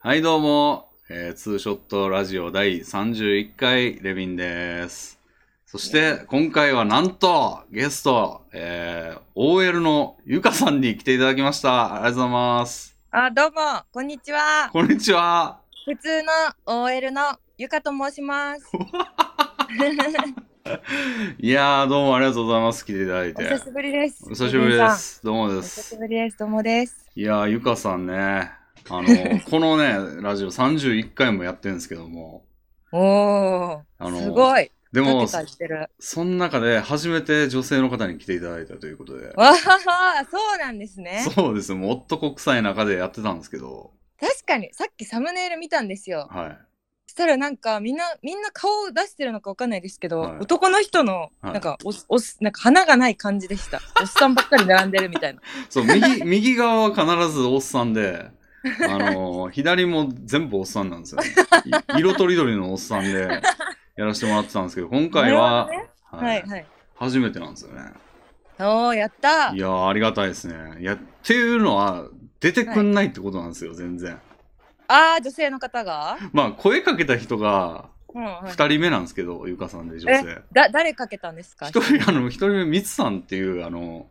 はい、どうも、えーツーショットラジオ第31回、レビンです。そして、今回はなんと、ゲスト、えー、OL のゆかさんに来ていただきました。ありがとうございます。あ、どうも、こんにちは。こんにちは。普通の OL のゆかと申 します。いやー、どうもありがとうございます。来ていただいおて久。しぶりです。お久しぶり皆でさん。す。どうもおで久しす。ぶりです。どうもです。いやー、ゆかさんね、あ の、このね、ラジオ31回もやってるんですけども、おお、あのすごい。でカもテ、カしてる。その中で初めて女性の方に来ていただいたということで。わはは、そうなんですね。そうですね。もう男臭い中でやってたんですけど。確かに、さっきサムネイル見たんですよ。はい。そしたら、なんか、みんな、みんな顔を出してるのかわかんないですけど、はい男の人の、はいなんか、おす、おす、なんか、花がない感じでした。おっさんばっかり並んでるみたいな。そう、 右、右側は必ずおっさんで、あ のー左も全部おっさんなんですよ、ね。い色とりどりのおっさんでやらせてもらってたんですけど、今回は、なるはいはい、はい。初めてなんですよね。おお、やったい。やー、ありがたいですね。いや、っていうのは、出てくんないってことなんですよ、全然。ああ、女性の方が。まあ、声かけた人がうん、はい。 2人目なんですけど、ゆかさんで女性。だ誰かけたんですか。一人、あの、一人目、みつさんっていう、あの、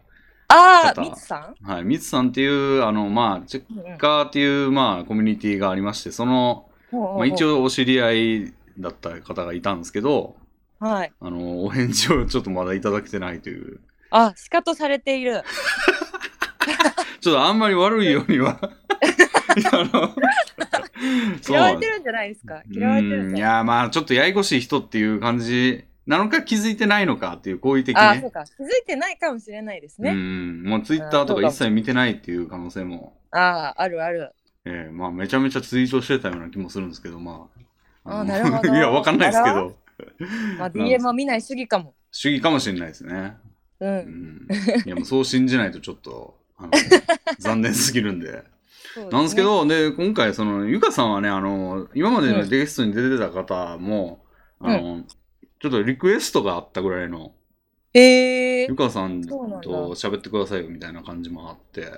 ああ、方みつさん。はい、みつさんっていう、あの、まあ、チェッうんうんカーっていう、まあ、コミュニティがありまして、その、ほうほうほまうあ、一応お知り合いだった方がいたんですけど、はい。あの、お返事をちょっとまだいただけてないという、あ、しかとされている。ちょっとあんまり悪いようには、 いやあの そう嫌わなれんてでするんじゃないですか。嫌われてるうんんじいゃない。や、まあ、ちょっとややこしい人っていう感じなのか気づいてないのかっていう、好意的あにー、そうね。か。気づいてないかもしれないですうね。ん、もうツイッターとか一切見てないっていう可能性も、ああ、あるある。ええまあ、めちゃめちゃツイートしてたような気もするんですけど、まあ。あのなるほ どいや、わかんないですけあらど。まなあ、んです DM を見ない主義かも。主義かもしれないですね。う。うんん。いや、もうそう信じないとちょっと、あ の、残念すぎるんで。そうねなんですけ。ど、で、今回、その、ゆかさんはね、あの、今までうのんゲストに出てた方も、あの、ちょっとリクエストがあったぐらいの、ええゆ。かさんとそうなんだ喋ってくださいよみたいな感じもあって、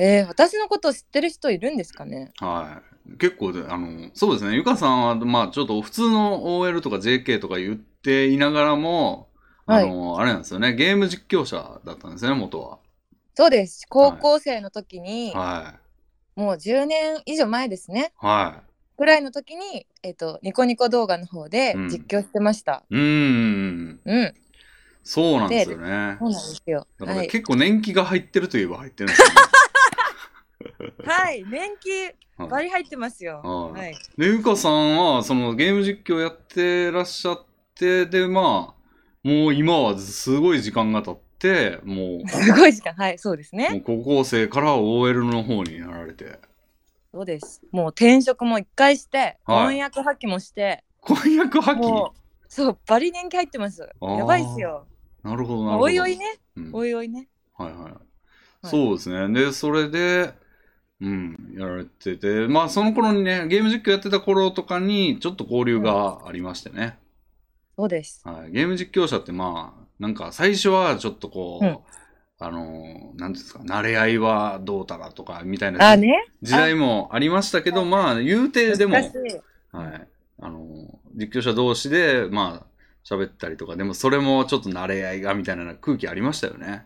えー、私のこと知ってる人いるんですかね。はい。結構で、あの、そうですね、ゆかさんは、まあ、ちょっと普通の OL とか JK とか言っていながらも、あの、あれなんですよね、ゲーム実況者だったんですね、元は。そうです。高校生の時に、はい。もう10年以上前ですね。はくらいの時に、えっ、と、ニコニコ動画の方でうん実況してました。い。うーん。うん、そうなんですよねそ。うなんですよ。だからはねい。結構年季が入ってるといえば入ってるんですよね。はい、年季 バリ入ってますよ。はいはい。で、ゆかさんは、そのゲーム実況やってらっしゃって、で、まあ、もう今はすごい時間が経って、もすごい時間、はい、そうですう、もね。う高校生から OL の方になられて、そうです。もう転職も一回して、はい婚約破棄もして、婚約破棄もうそうバリ年季入ってます。あーやばいっすよ。なるほど、なるほまあど。おいおいね、うん。はおいいおいね。はい。はいそうですね。で、それで、うん、やられてて、まあ、その頃にね、ゲーム実況やってた頃とかに、ちょっと交流がありましてね。そうです。はい、ゲーム実況者ってまあなんか最初はちょっとこう、うんあのーなんていうんですか慣れ合いはどうたらとかみたいあなーね、時代もありましたけどまあ言うてでも、は難しいい、あのー実況者同士でまあ喋ったりとかでもそれもちょっと慣れ合いがみたいな空気ありましたよね。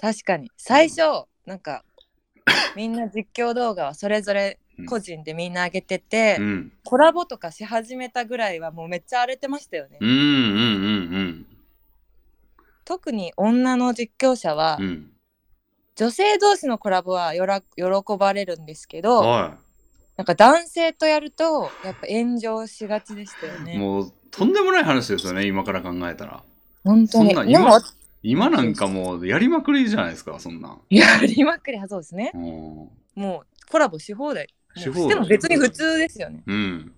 確かに最初なんかみんな実況動画はそれぞれ個人でみんな上げてて、うん、コラボとかし始めたぐらいはもうめっちゃ荒れてましたよね。うんうんうん特に女の実況者は、うんうん女性同士のコラボはよら喜ばれるんですけど、はなんか男性とやるとやっぱ炎上しがちでしたよいね。もうとんでもない話ですよね今から考えたら本当そんに。なんでも今今なんかもうやりまくりじゃないですかそんなん。やりまくりはそうですね。うんもうコラボし放題。しも放う題しても別に普通ですよね。うん。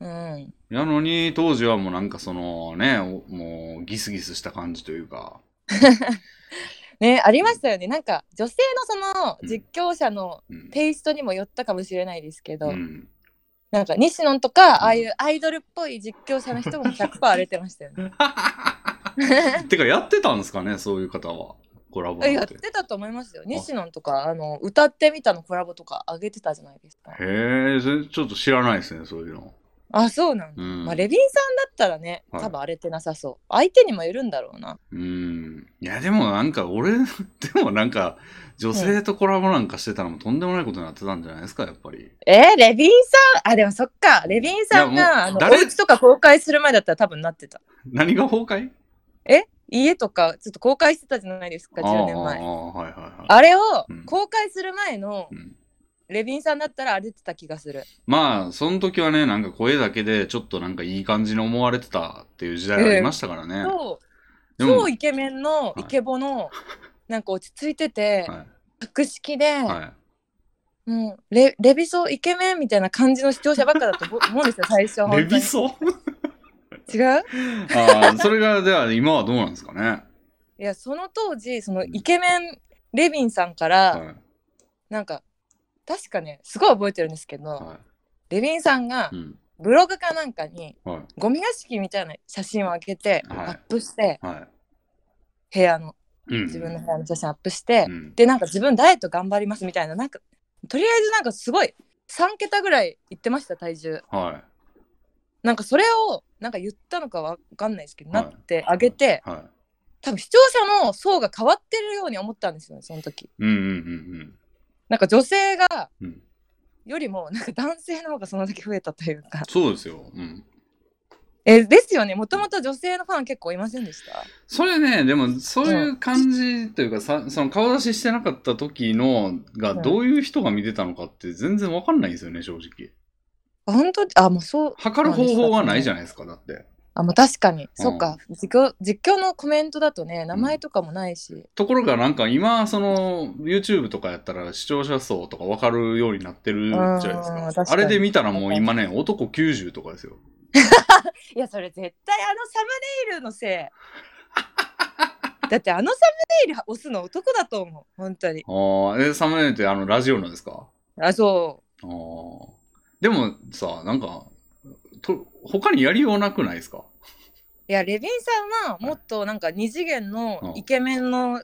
うん。やのに、当時はもうなんかそのね、おもうギスギスした感じというか。ねありましたよね。なんか女性のそのうん実況者のうん。テイストにもよったかもしれないですけど、うん、 なんか西野とかああいうアイドルっぽい実況者の人も100%荒れてましたよね。てかやってたんですかね、そういう方は。コラボえなやっんて。てたと思いますよ西野とかあの歌ってみたのコラボとか上げてたじゃないですかへえ、それちょっと知らないですね、そういうの。あそうなんだ、うん。まあ、レビンさんだったらねはい多分荒れてなさそう、相手にもよるんだろうなうん。いや、でもなんか、俺、でもなんか、女性とコラボなんかしてたのもとんでもないことになってたんじゃないですか、やっぱり。えー、レビンさんあでもそっかレビンさんいやもうがあの誰お家とか公開する前だったら多分なってた何が崩壊家とかちょっと公開してたじゃないですか10年あ前あ、はいはいはい。あれをうん公開する前のうんレビンさんだったら荒れてた気がするまあ、その時はね、なんか声だけで、ちょっとなんかいい感じに思われてたっていう時代がありましたからね。そうでも超、イケメンのイケボ の、なんか落ち着いてて、は格式で、い。はいもうレレビソイケメンみたいな感じの視聴者ばっかだと思思うんですよ最初はレ本当ビにソ違うああ、それが、では今はどうなんですかね。いやその当時そのイケメンレビンさんから、はい。なんか確かねすごい覚えてるんですけど、はレビンさんがい。うん。ブログかなんかにはい。ゴミ屋敷みたいな写真を上げて、はいアップしてはい。部屋のうん。自分の部屋の写真アップして、うん。でなんか自分ダイエット頑張りますみたいななんかとりあえずなんかすごい3桁ぐらいいってました体重はなんかそれをなんか言ったのかわかんないですけど、はいなってあげてい。はい。多分視聴者の層が変わってるように思ったんですよねその時うんうんうんなんか女性がうん。うん。よりもなんか男性の方がその時増えたというかそうですよ。うん。えですよねもともと女性のファン結構いませんでしたそれね、でも、そういう感じというか、さその顔出ししてなかった時のが、うんどういう人が見てたのかって全然わかんないんですよね、正直。あ本当あもうそう測る方法がないじゃないですか、だって。あもう確かに、そっか実況実況のコメントだとね名前とかもないし、ところがなんか今、その、YouTube とかやったら視聴者層とかわかるようになってるじゃないですうんか。確かにあれで見たらもう今ね、男90とかですよ。いやそれ絶対あのサムネイルの せいだってあのサムネイル押すの男だと思う本当にああ、え、サムネイルってあの、ラジオのですかあそああ。でもさ、なんか、と、他にやりようなくないですかういやレビンさんはもっとなんか二次元うんのイケメンの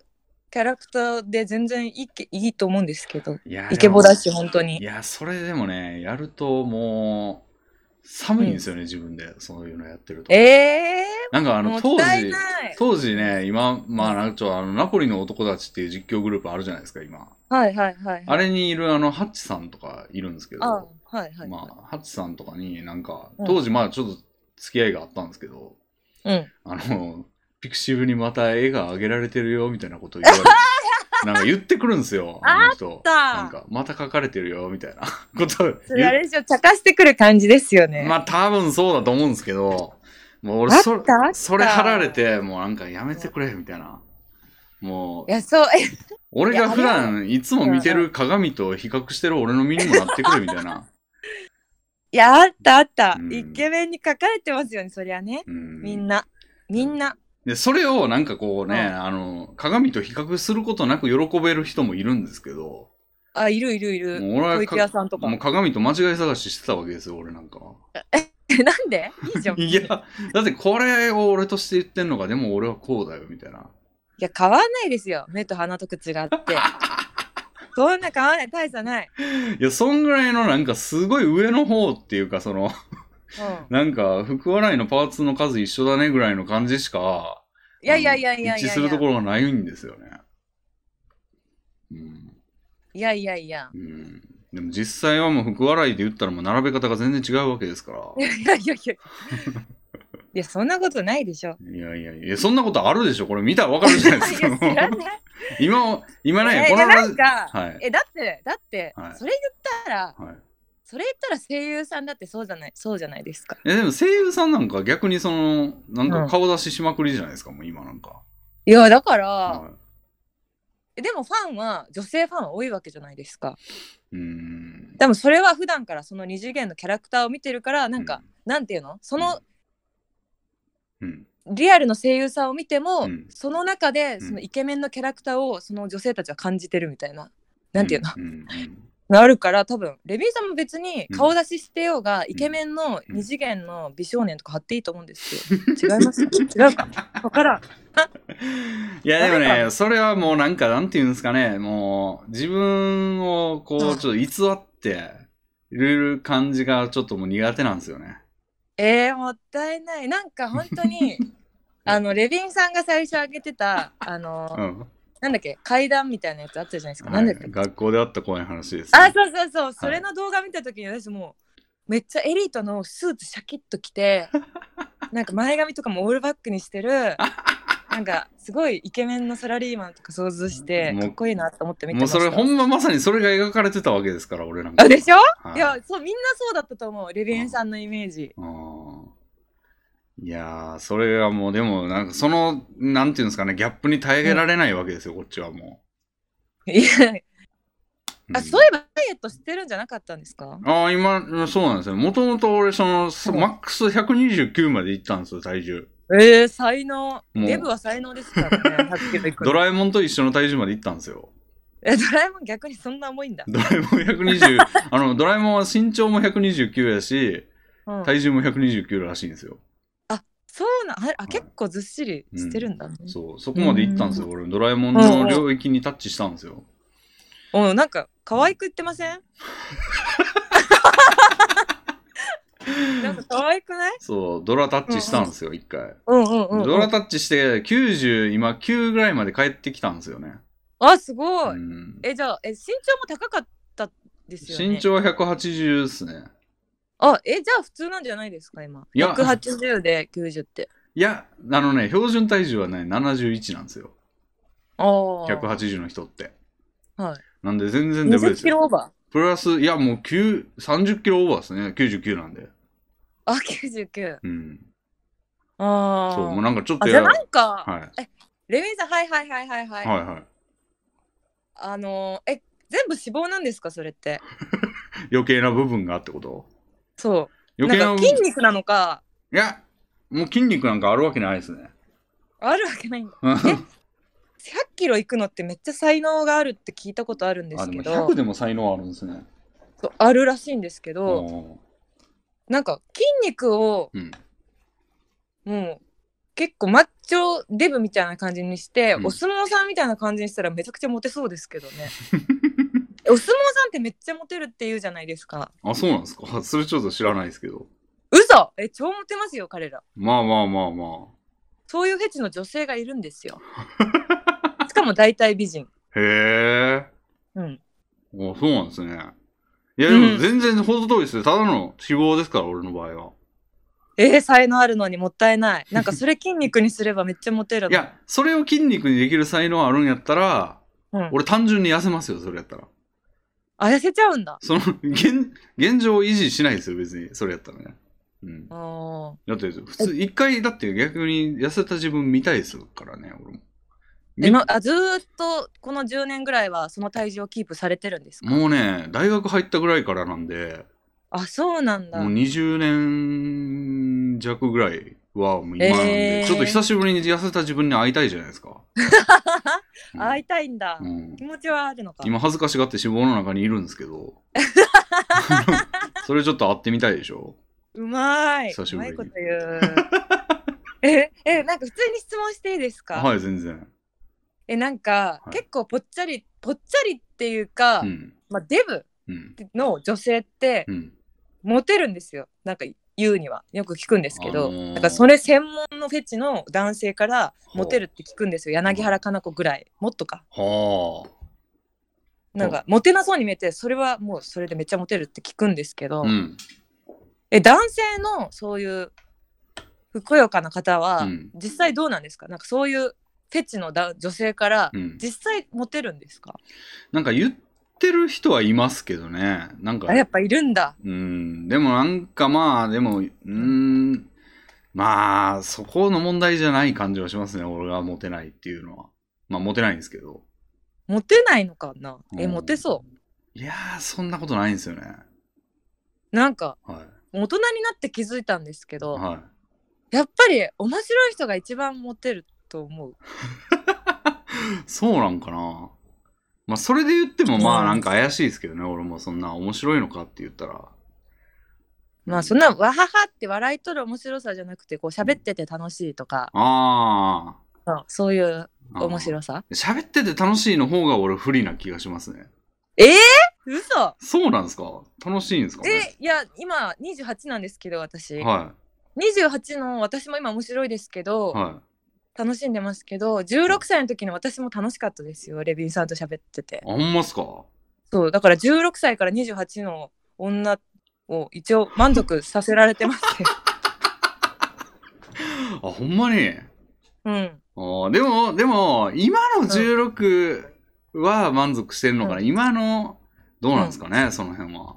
キャラクターで全然いいけいいと思うんですけどいやイケボだし。し本当いにや、それでもね、やるともう、寒いんですよね、自分で、そういうのやってると。えなんかあー、もの、っ当たい時、ない当時ね、今、まあ、なんかちょっとあの、ナポリの男たちっていう実況グループあるじゃないですか、今。はいはいはいあれれにいるあの、ハッチさんとかいるんですけど、あはいはい、まあ、ハッチさんとかになんかう、ん当時まあちょっと付き合いがあったんですけど、うんあの、ピクシブにまた絵が上げられてるよ、みたいなことを言われて、なんか言ってくるんですよ、あの人。たなんか、また書かれてるよ、みたい なことをそれ言あうれでしょ茶化してくる感じですよね、まあ、多分そうだと思うんですけど、もう俺あったそれあっ、たそれ貼られて、もうなんかやめてくれ、みたいな。も、いうやそう 俺が普いやあ段いつも見てる鏡と比較してる俺の身にもなってくれ、み たいな。いやあったあった、うんイケメンに書かれてますよねそりゃね、うんみんなみんなで、それをなんかこうね、うんあの、鏡と比較することなく喜べる人もいるんですけど、あいるいるいもるう俺は小池屋さんとかもうな鏡と間違い探ししてたわけですよ、俺なんか。んでいいじゃ んいや、だってこれを俺として言ってんのが、でも俺はこうだよ、みたいな。いや変わんないですよ目と鼻と口があって そんな変わんない大差ない、いや、そんぐらいのなんかすごい上の方っていうか、その、 うん、なんか、福笑いのパーツの数一緒だねぐらいの感じしか、いやいやいやいやあのい一致やすいるとこやろがないんですよね。うん。いやいやいやうん。でも実際はもう福笑いで言ったらもう並べ方が全然違うわけですから。いやいやいやいやいやそんなことないでし ょいやいやいや、そんなことあるでしょこれ見たらわかるじゃないですいや知らか。ない 今、今ね、えこいやのなラんジか、はい。えだってだって、はいそれ言ったらはい、それ言ったら声優さんだってそうじゃないそうじゃないですかえでも声優さんなんか逆にその、なんか顔出ししまくりじゃないですか、もう今なんか。いやだから、はえでもファンは女性ファンは多いわけじゃないですかい、うーん。でもそれは普段からその二次元のキャラクターを見てるからなんか、なんていうのそのうん。リアルの声優さんを見ても、うんその中でんそのイケメンのキャラクターをその女性たちは感じてるみたいな。なんていうの、うんうんうんあるから多分レビンさんも別にうん顔出ししてようが、イケメンのうん 二次元の美少年とか貼っていいと思うんですよ。違います違うか分からん。いやでもダメね、それはもうなんか、なんていうんですかね、もう自分をこう、ちょっと偽っている感じがちょっともう苦手なんですよね。えー、もったいないなんか本当に あのレビンさんが最初上げてたあの、うん。なんだっけ階段みたいなやつあったじゃないですか、なんだっけはい学校であった怖い話です、あそうそうそう、それの動画見た時に私もうめっちゃエリートのスーツシャキッと着 てなんか前髪とかもオールバックにしてるなんかすごいイケメンのサラリーマンとか想像してもうかっこいいなと思って見てもまうしたそれほんままさにそれが描かれてたわけですから、俺なんか。あでしょ、、はいやそうみんなそうだったと思うレビエンさんのイメ ージ、うんいやー、それはもう、でも、なんか、その、なんていうんですかね、ギャップに耐えられないわけですよ、こっちはもいやう。あそういえばダイエットしてるんじゃなかったんですかああ、今、そうなんですよ。もともと俺、その、すうんマックス129まで行ったんですよ、体重。えー、才能もうデブは才能ですから ね100キロいくドラえもんと一緒の体重まで行ったんですよ。えドラえもん逆にそんな重いんだ、ドラえもん120、あ の、ドラえもんは身長も129やし、うん、体重も129らしいんですよ。そうなんああい結構ずっしりしてるんだね、そう、そこまで行ったんですよ、俺。ドラえもんの領域にタッチしたんですよ。おなんか可愛く言ってま せんなんか可愛くないそう、ドラタッチしたんですよ、一回。うんうんうん、ドラタッチして90今9ぐらいまで帰ってきたんですよね。あすごい、うんえじゃあえ身長も高かったですよね身長は180ですね。あえじゃあ普通なんじゃないですか今いや180で90っていや、あのね、標準体重はね、71なんですよ。ああ180の人って。はいなんで全然デブで20すキロよ。オーバプラス、いやもう9 30キロオーバーですね。99なんで。ーあ99うん。ああそう、もうなんかちょっとあじゃあばなんか、はい。レミさんはいはいはいはいはい、はいはい。あのーえ全部脂肪なんですかそれって余計な部分がってことそう余計ななん部か分。い筋肉なのかや、もう筋肉なんかあるわけないですね。あるわけないんだ うん100キロ行くのってめっちゃ才能があるって聞いたことあるんであ、すでけもど100でも才能あるんですね。そうあるらしいんですけど、おーなんか筋肉をうん。もう結構マッチョデブみたいな感じにして、うんお相撲さんみたいな感じにしたらめちゃくちゃモテそうですけどね お相撲さんってめっちゃモテるって言うじゃないですかあ、そうなんですか。それちょっと知らないですけど。嘘え超モテますよ彼らまあまあまあまそういうフェチの女性がいるんで すよしかも大体美人あ。へえ。うんおそうなんですね。いや、でもうん全然程遠いですよ。ただの脂肪ですから、俺の場合は。えー、才能あるのにもったいないなんかそれ筋肉にすればめっちゃモテるのいや、それを筋肉にできる才能あるんやったら、うん、俺単純に痩せますよ、それやったら。あ痩せちゃうんだその、現、現状を維持しないですよ、別に。それやったらね。うん。だあって、普通、一回、だって逆に痩せた自分見たいですからね、俺も。ー今あずーっとこの10年ぐらいはその体重をキープされてるんですかもうね、大学入ったぐらいからなんで、あそうなんだもう20年弱ぐらいはもう今なんで、えーちょっと久しぶりに痩せた自分に会いたいじゃないです か。うん会いたいんだ、うん気持ちはあるのか今恥ずかしがって脂肪の中にいるんですけ ど、それちょっと会ってみたいでしょ。うまーい久しぶりにうまいこと 言うええなんか普通に質問していいですか、はい、全然。えなんか、はい結構ぽっちゃりぽっちゃりっていうか、うん。まあ、デブうん。の女性ってうん。モテるんですよなんか言うにはよく聞くんですけど、あのーなんかそれ専門のフェチの男性からモテるって聞くんですよ柳原かな子ぐらいもっとかはなんかモテなそうに見えてそれはもうそれでめっちゃモテるって聞くんですけど、あ。うん。え男性のそういうふくよかな方は、うん実際どうなんですかなんかそういうフェチのだ女性からうん。実際モテるんですか、なんか言ってる人はいますけどね。なんかあ、やっぱいるんだうん。でもなんかまあ、でも、うん。まあ、そこの問題じゃない感じはしますね。俺がモテないっていうのは。まあ、モテないんですけど。モテないのかなえうんモテそういやー、そんなことないんですよね。なんかは大人になって気づいたんですけい。ど、はやっぱり面白い人が一番モテると思うい。そうなんかな。まあ、それで言っても、まうあ、んなんか怪しいですけどね。俺もそんな面白いのかって言ったら。まあそんなわははって笑いとる面白さじゃなくてこう喋ってて楽しいとか、ああ。そうそういうあー面白さ喋ってて楽しいの方が俺不利な気がしますね。えー、嘘そうなんですか楽しいんですかねえいや今28なんですけど私、は28の私も今面白いですけど、い。は楽しんでますけど16歳の時の私も楽しかったですよレビンさんと喋っててい。あ、ほんますかそうだから16歳から28の女を一応満足させられてます けどあ、ほんまに。うんあーでも、でも、今の16は満足してるのかな、うん今の、どうなんですかね、その辺は。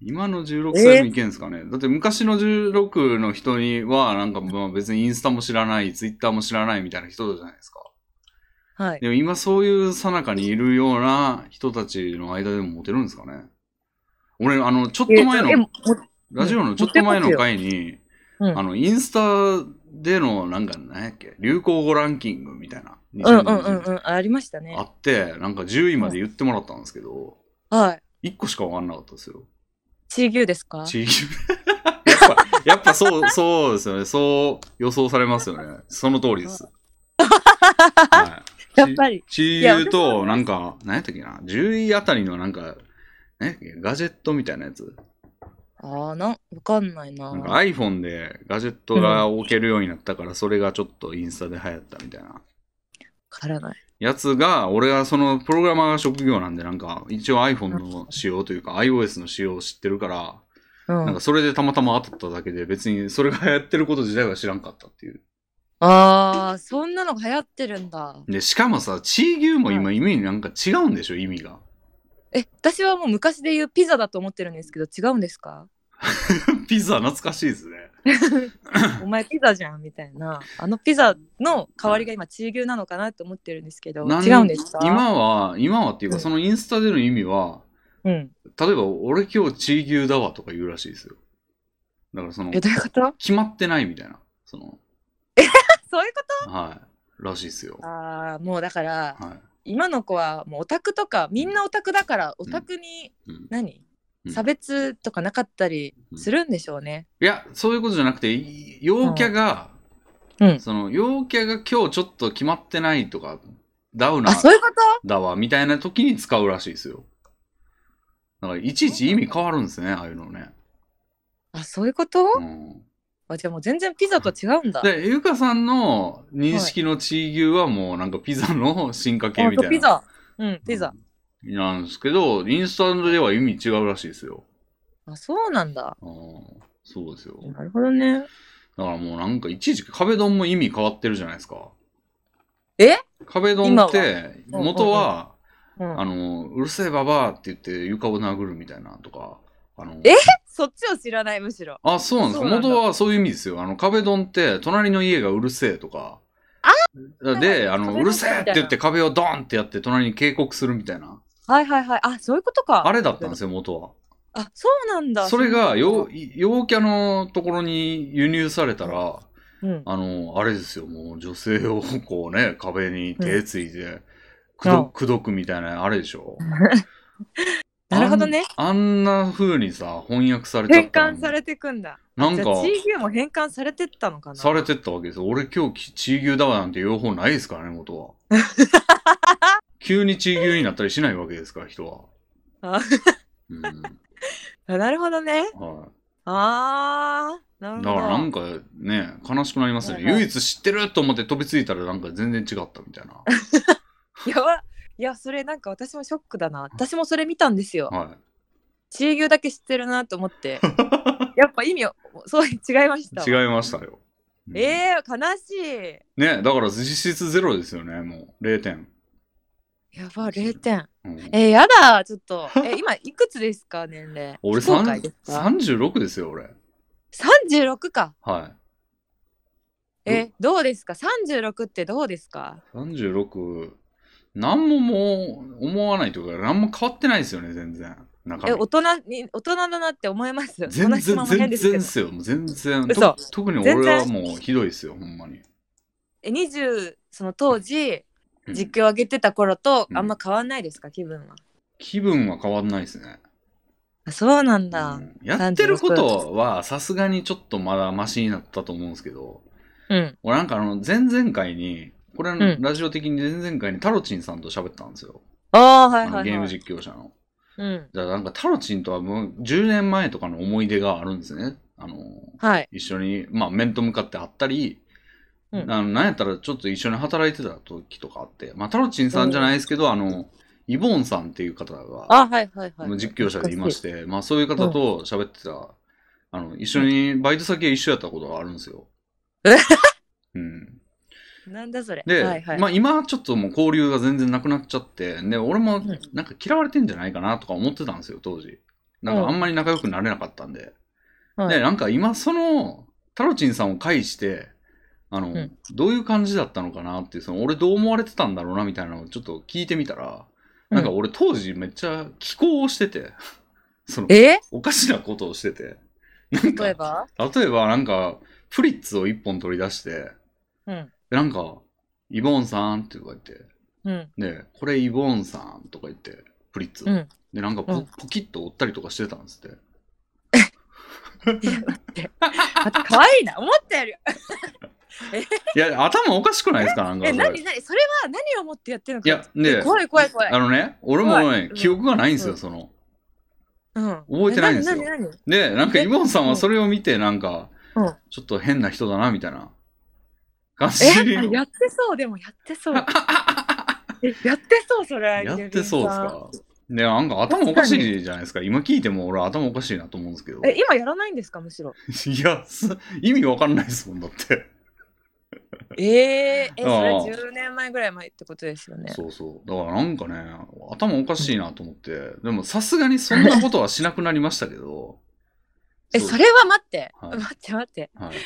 今の16歳の意見ですかね、だって昔の16の人には、なんかまあ別にインスタも知らない、ツイッターも知らないみたいな人じゃないですか。はいでも今そういう最中にいるような人たちの間でもモテるんですかね俺、あの、ちょっと前えのも、ラジオのちょっと前の回に、うんあの、インスタでの、なんか、何やっけ、流行語ランキングみたいな、うんうんうん2020うんありましたねあって、なんか10位まで言ってもらったんですけど、はい1個しかわかんなかったですよ。チー牛ですか地域 やっぱ、やっぱそう、そうですよね。そう予想されますよね。その通りです。はいやっぱりチーユと、なんか、何やったっけな、10位あたりのなんか、何やったっけガジェットみたいなやつ。ああなんわかんないななんか iPhone でガジェットが置けるようになったから、それがちょっとインスタで流行ったみたいな。わからないやつが、俺がそのプログラマーが職業なんで、なんか一応 iPhone の仕様というか iOS の仕様を知ってるから、うんなんかそれでたまたま当たっただけで、別にそれが流行ってること自体は知らんかったっていう。ああそんなのが流行ってるんだで、しかもさ、チー牛も今意味になんか違うんでしょ、意味が。 え私はもう昔で言うピザだと思ってるんですけど違うんで すかピザ懐かしいですね。お前ピザじゃんみたいなあのピザの代わりが今チー牛なのかなと思ってるんですけどなん違うんですか、今は、今はっていううか、んそのインスタでの意味は、うん、例えば俺今日チー牛だわとか言うらしいですよ。だからそのえ、どういうこと 決まってないみたいな。その、そういうこはい。らしいですよと。ああもうだからは今の子はもうオタクとかみんなオタクだからオタクにい。うん何、うん差別とかなかったりするんでしょうね、いや、そういうことじゃなくて、い陽キャが、うんその、陽キャが今日ちょっと決まってないとか、ダウナあそうーいうことだわ、みたいな時に使うらしいですよ。だから、いちいち意味変わるんですね、ああいうのね。あそういうこと、うん。あじゃあもう全然ピザとは違うんだで、ゆかさんの認識のチー牛はもうなんかピザの進化系あみとたいピな。ザうんピザ、なんですけど、インスタントでは意味違うらしいですよ。あそうなんだあーそうですよ。なるほどねだからもうなんかいちいち壁ドンも意味変わってるじゃないですか。え壁ドンって、今はうん元は、うんあの、うるせえババアって言って床を殴るみたいなとか、あの、えそっちを知らないむしろあ、そうなんですか。そうなんだ元はそういう意味ですよ。あの、壁ドンって、隣の家がうるせえとか、で、あ壁ドの、ンうるせえって言って壁をドンってやって隣に警告するみたいな。はいはいはいあそういうことかあれだったんですよ、元は。あそうなんだそれが、よ陽、陽キャのところに輸入されたら、うん、あの、あれですよ、もう女性を こうね、壁に手ついて、くうどんくどくみたいな、あれでしょ。 なるほどねあん。あんな風にさ、翻訳されちゃ変ったら換されてくんだなんじかゃあ、チー牛も変換されてったのかなされてったわけですよ。俺今日き、チー牛だわなんて言う方ないですからね、元は。 急にチー牛になったりしないわけですから、人は。あうん、あなるほどねはい。あーなるほだどからなんかね、悲しくなりますよね。はいはい唯一知ってると思って飛びついたらなんか全然違ったみたいな。 やばいやそれなんか私もショックだな私もそれ見たんですよはチー牛だけ知ってるなと思ってやっぱ意味をそう違いましたい。違いましたよ。うんえー、悲しね、だから実質ゼロですよね、もう。0点。いやば0点うんえー、やだちょっとえ今いくつですか年齢俺非公さん開ですか36ですよ、俺。 36かはい。えどうですか36ってどうですか36、何ももう思わないというか、何も変わってないですよね、全然。中え身大人に大人だなって思います全そんな然、質問も変全ですけ然っどすよ。もう全然。嘘と特に俺はもうひどいですよ、ほんまに。え20その当時うん実況上げてた頃とうんあんま変わんないですか、気分は気分は変わんないですね。あそうなんだうんやってることはさすがにちょっとまだマシになったと思うんですけど、うん、うん。俺なんかあの、前々回に、これ、んラジオ的に前々回にタロチンさんと喋ったんですよ。ああ、はあいはい、のはい。ゲーム実況者の。うん。じゃあなんかタロチンとはもう10年前とかの思い出があるんですね。あの、はい。一緒に、まあ面と向かって会ったり、うんあのなんやったらちょっと一緒に働いてた時とかあって、まあタロチンさんじゃないですけど、あの、イボーンさんっていう方が、あはいはいはい。実況者でいまして、まあそういう方と喋ってた、あの、一緒に、バイト先が一緒やったことがあるんですよ。えうん。なんだそれ。で、はいはい。まあ今ちょっともう交流が全然なくなっちゃって、で、俺もなんか嫌われてんじゃないかなとか思ってたんですよ、当時。なんかあんまり仲良くなれなかったんで。はいで、なんか今その、タロチンさんを介して、あの、うんどういう感じだったのかなっていう、その俺どう思われてたんだろうなみたいなのをちょっと聞いてみたら、うんなんか俺当時めっちゃ気候をしてて、 その、えおかしなことをしてて。なんか例えば例えばなんか、プリッツを一本取り出して、うん。でなんか、イボーンさんって言われて、うん。で、これイボーンさんとか言って、プリッツを。うんで、なんかポ,、うんポキッと折ったりとかしてたんですって。いや、待って。待って、可愛いな。思ったより。いや、頭おかしくないですかなんかえ、それ。なになにそれは何を持ってやってるのいか。や、で、怖い怖い怖あい。のね、俺も怖ねい、うん記憶がないんですよ、うんその。うん。覚えてないんですよなになにで、なんかえイボンさんはそれを見て、なんかうん、ちょっと変な人だな、みたいな感じ。 え、やってそう、でもやってそう。え、やってそう、それ。 やってそうですゲビンか。で、なんか頭おかしいじゃないですか。今聞いても俺頭おかしいなと思うんですけどさん。え、今やらないんですか、むしろ。 いや、す意味わかんないですもん、だって。えー、え、それああ10年前ぐらい前ってことですよね。そうそう。だからなんかね、頭おかしいなと思って、でもさすがにそんなことはしなくなりましたけど。え、うそれは待って。はい待って待って。はい、い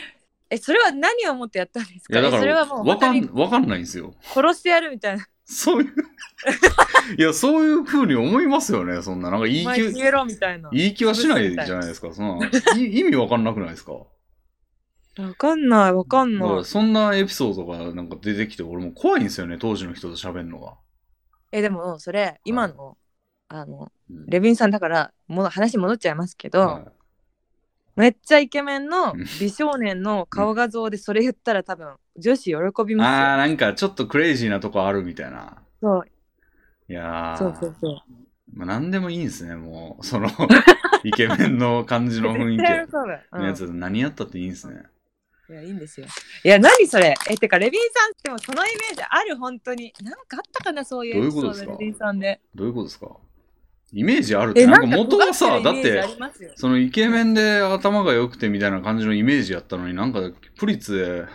え、それは何を持ってやったんですかや、だえかそれら、はもうわ本当かにん、わかんないんですよ。殺してやるみたいな。そう いう、いや、そういうふうに思いますよね、そんな。なんか、いおい前気、消えろみたいな。いい気はしないじゃないですか、そんな。い意味わかんなくないですか。わかんない、わかんだかないら、。そんなエピソードがなんか出てきて、俺も怖いんですよね、当時の人と喋るのが。え、でも、それ、今の、あの、うんレビンさんだから、もう話戻っちゃいますけど、はめっちゃイケメンのうん 美少年の顔画像でそれ言ったら多分、女子喜びい、あー、ますよ。なんか、ちょっとクレイジーなとこあるみたいな。そう、いやー。そうそうそう。まあ、何でもいいんですね、もう、そ の、イケメンの感じの雰囲絶対喜気ぶ。うんのやつ、何やったっていいんですね。いや、いいんですよ。いや、何それ。え、てか、レビンさんってもうそのイメージある、本当に。なんかあったかな、そういうエピソーどドういうことですかレビンさんで。どういうことですかイメージあるって、なんか元はさ、だって、て。そのイケメンで頭が良くてみたいな感じのイメージやったのになんかプリッツ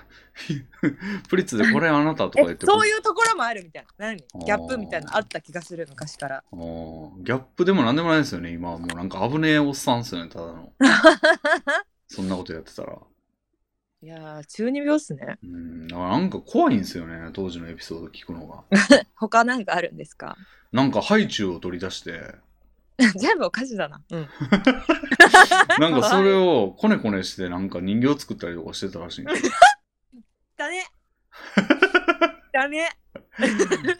で プリッツでこれあなたとか言っえ、てそういうところもあるみたいな。何ギーャップみたいなのあった気がする、昔から。あーギャップでもなんでもないですよね今はもうなんか危ねえおっさんですよねただ のそんなことやってたらいやー、中二病っすね。うんだからなんか怖いんですよね当時のエピソード聞くのが他なんかあるんですか なんかハイチュウを取り出して全部お菓子だな。うん。なんかそれをこねこねしてなんか人形作ったりとかしてたらしいん ですよ だね。だね。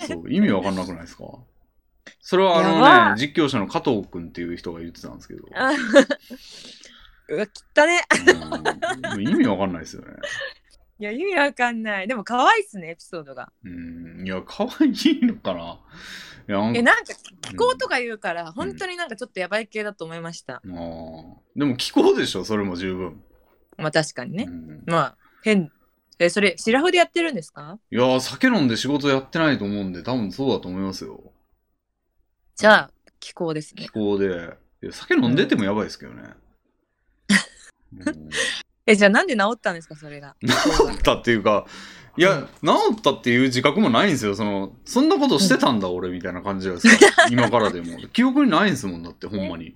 そう意味わかんなくないですかそれはやあのばね実況者の加藤君っていう人が言ってたんですけどあ うわ、きったね。うん意味わかんないですよね。いや、意味わかんない。でも、可愛いっすね、エピソードが。うん、いや、可愛いのかな。いや、なんか、え、なんか、気候とか言うから、本当になんかちょっとやばい系だと思いました。うんあーでも気候でしょ、それも十分。まあ、確かにねう。ん、まあ、変。え、それ、シラフでやってるんですかいや、酒飲んで仕事やってないと思うんで、多分そうだと思いますよ。じゃあ、気候です気ね。候で。いや酒飲んでてもやばいですけどね。 うんえ、じゃあ、なんで治ったんですか、そ れが。治ったっていうか、いや、治ったっていう自覚もないんですよ。その、そんなことしてたんだ、俺、みたいな感じじゃないです か。今からでも。記憶にないんですもんだって、ほんまに。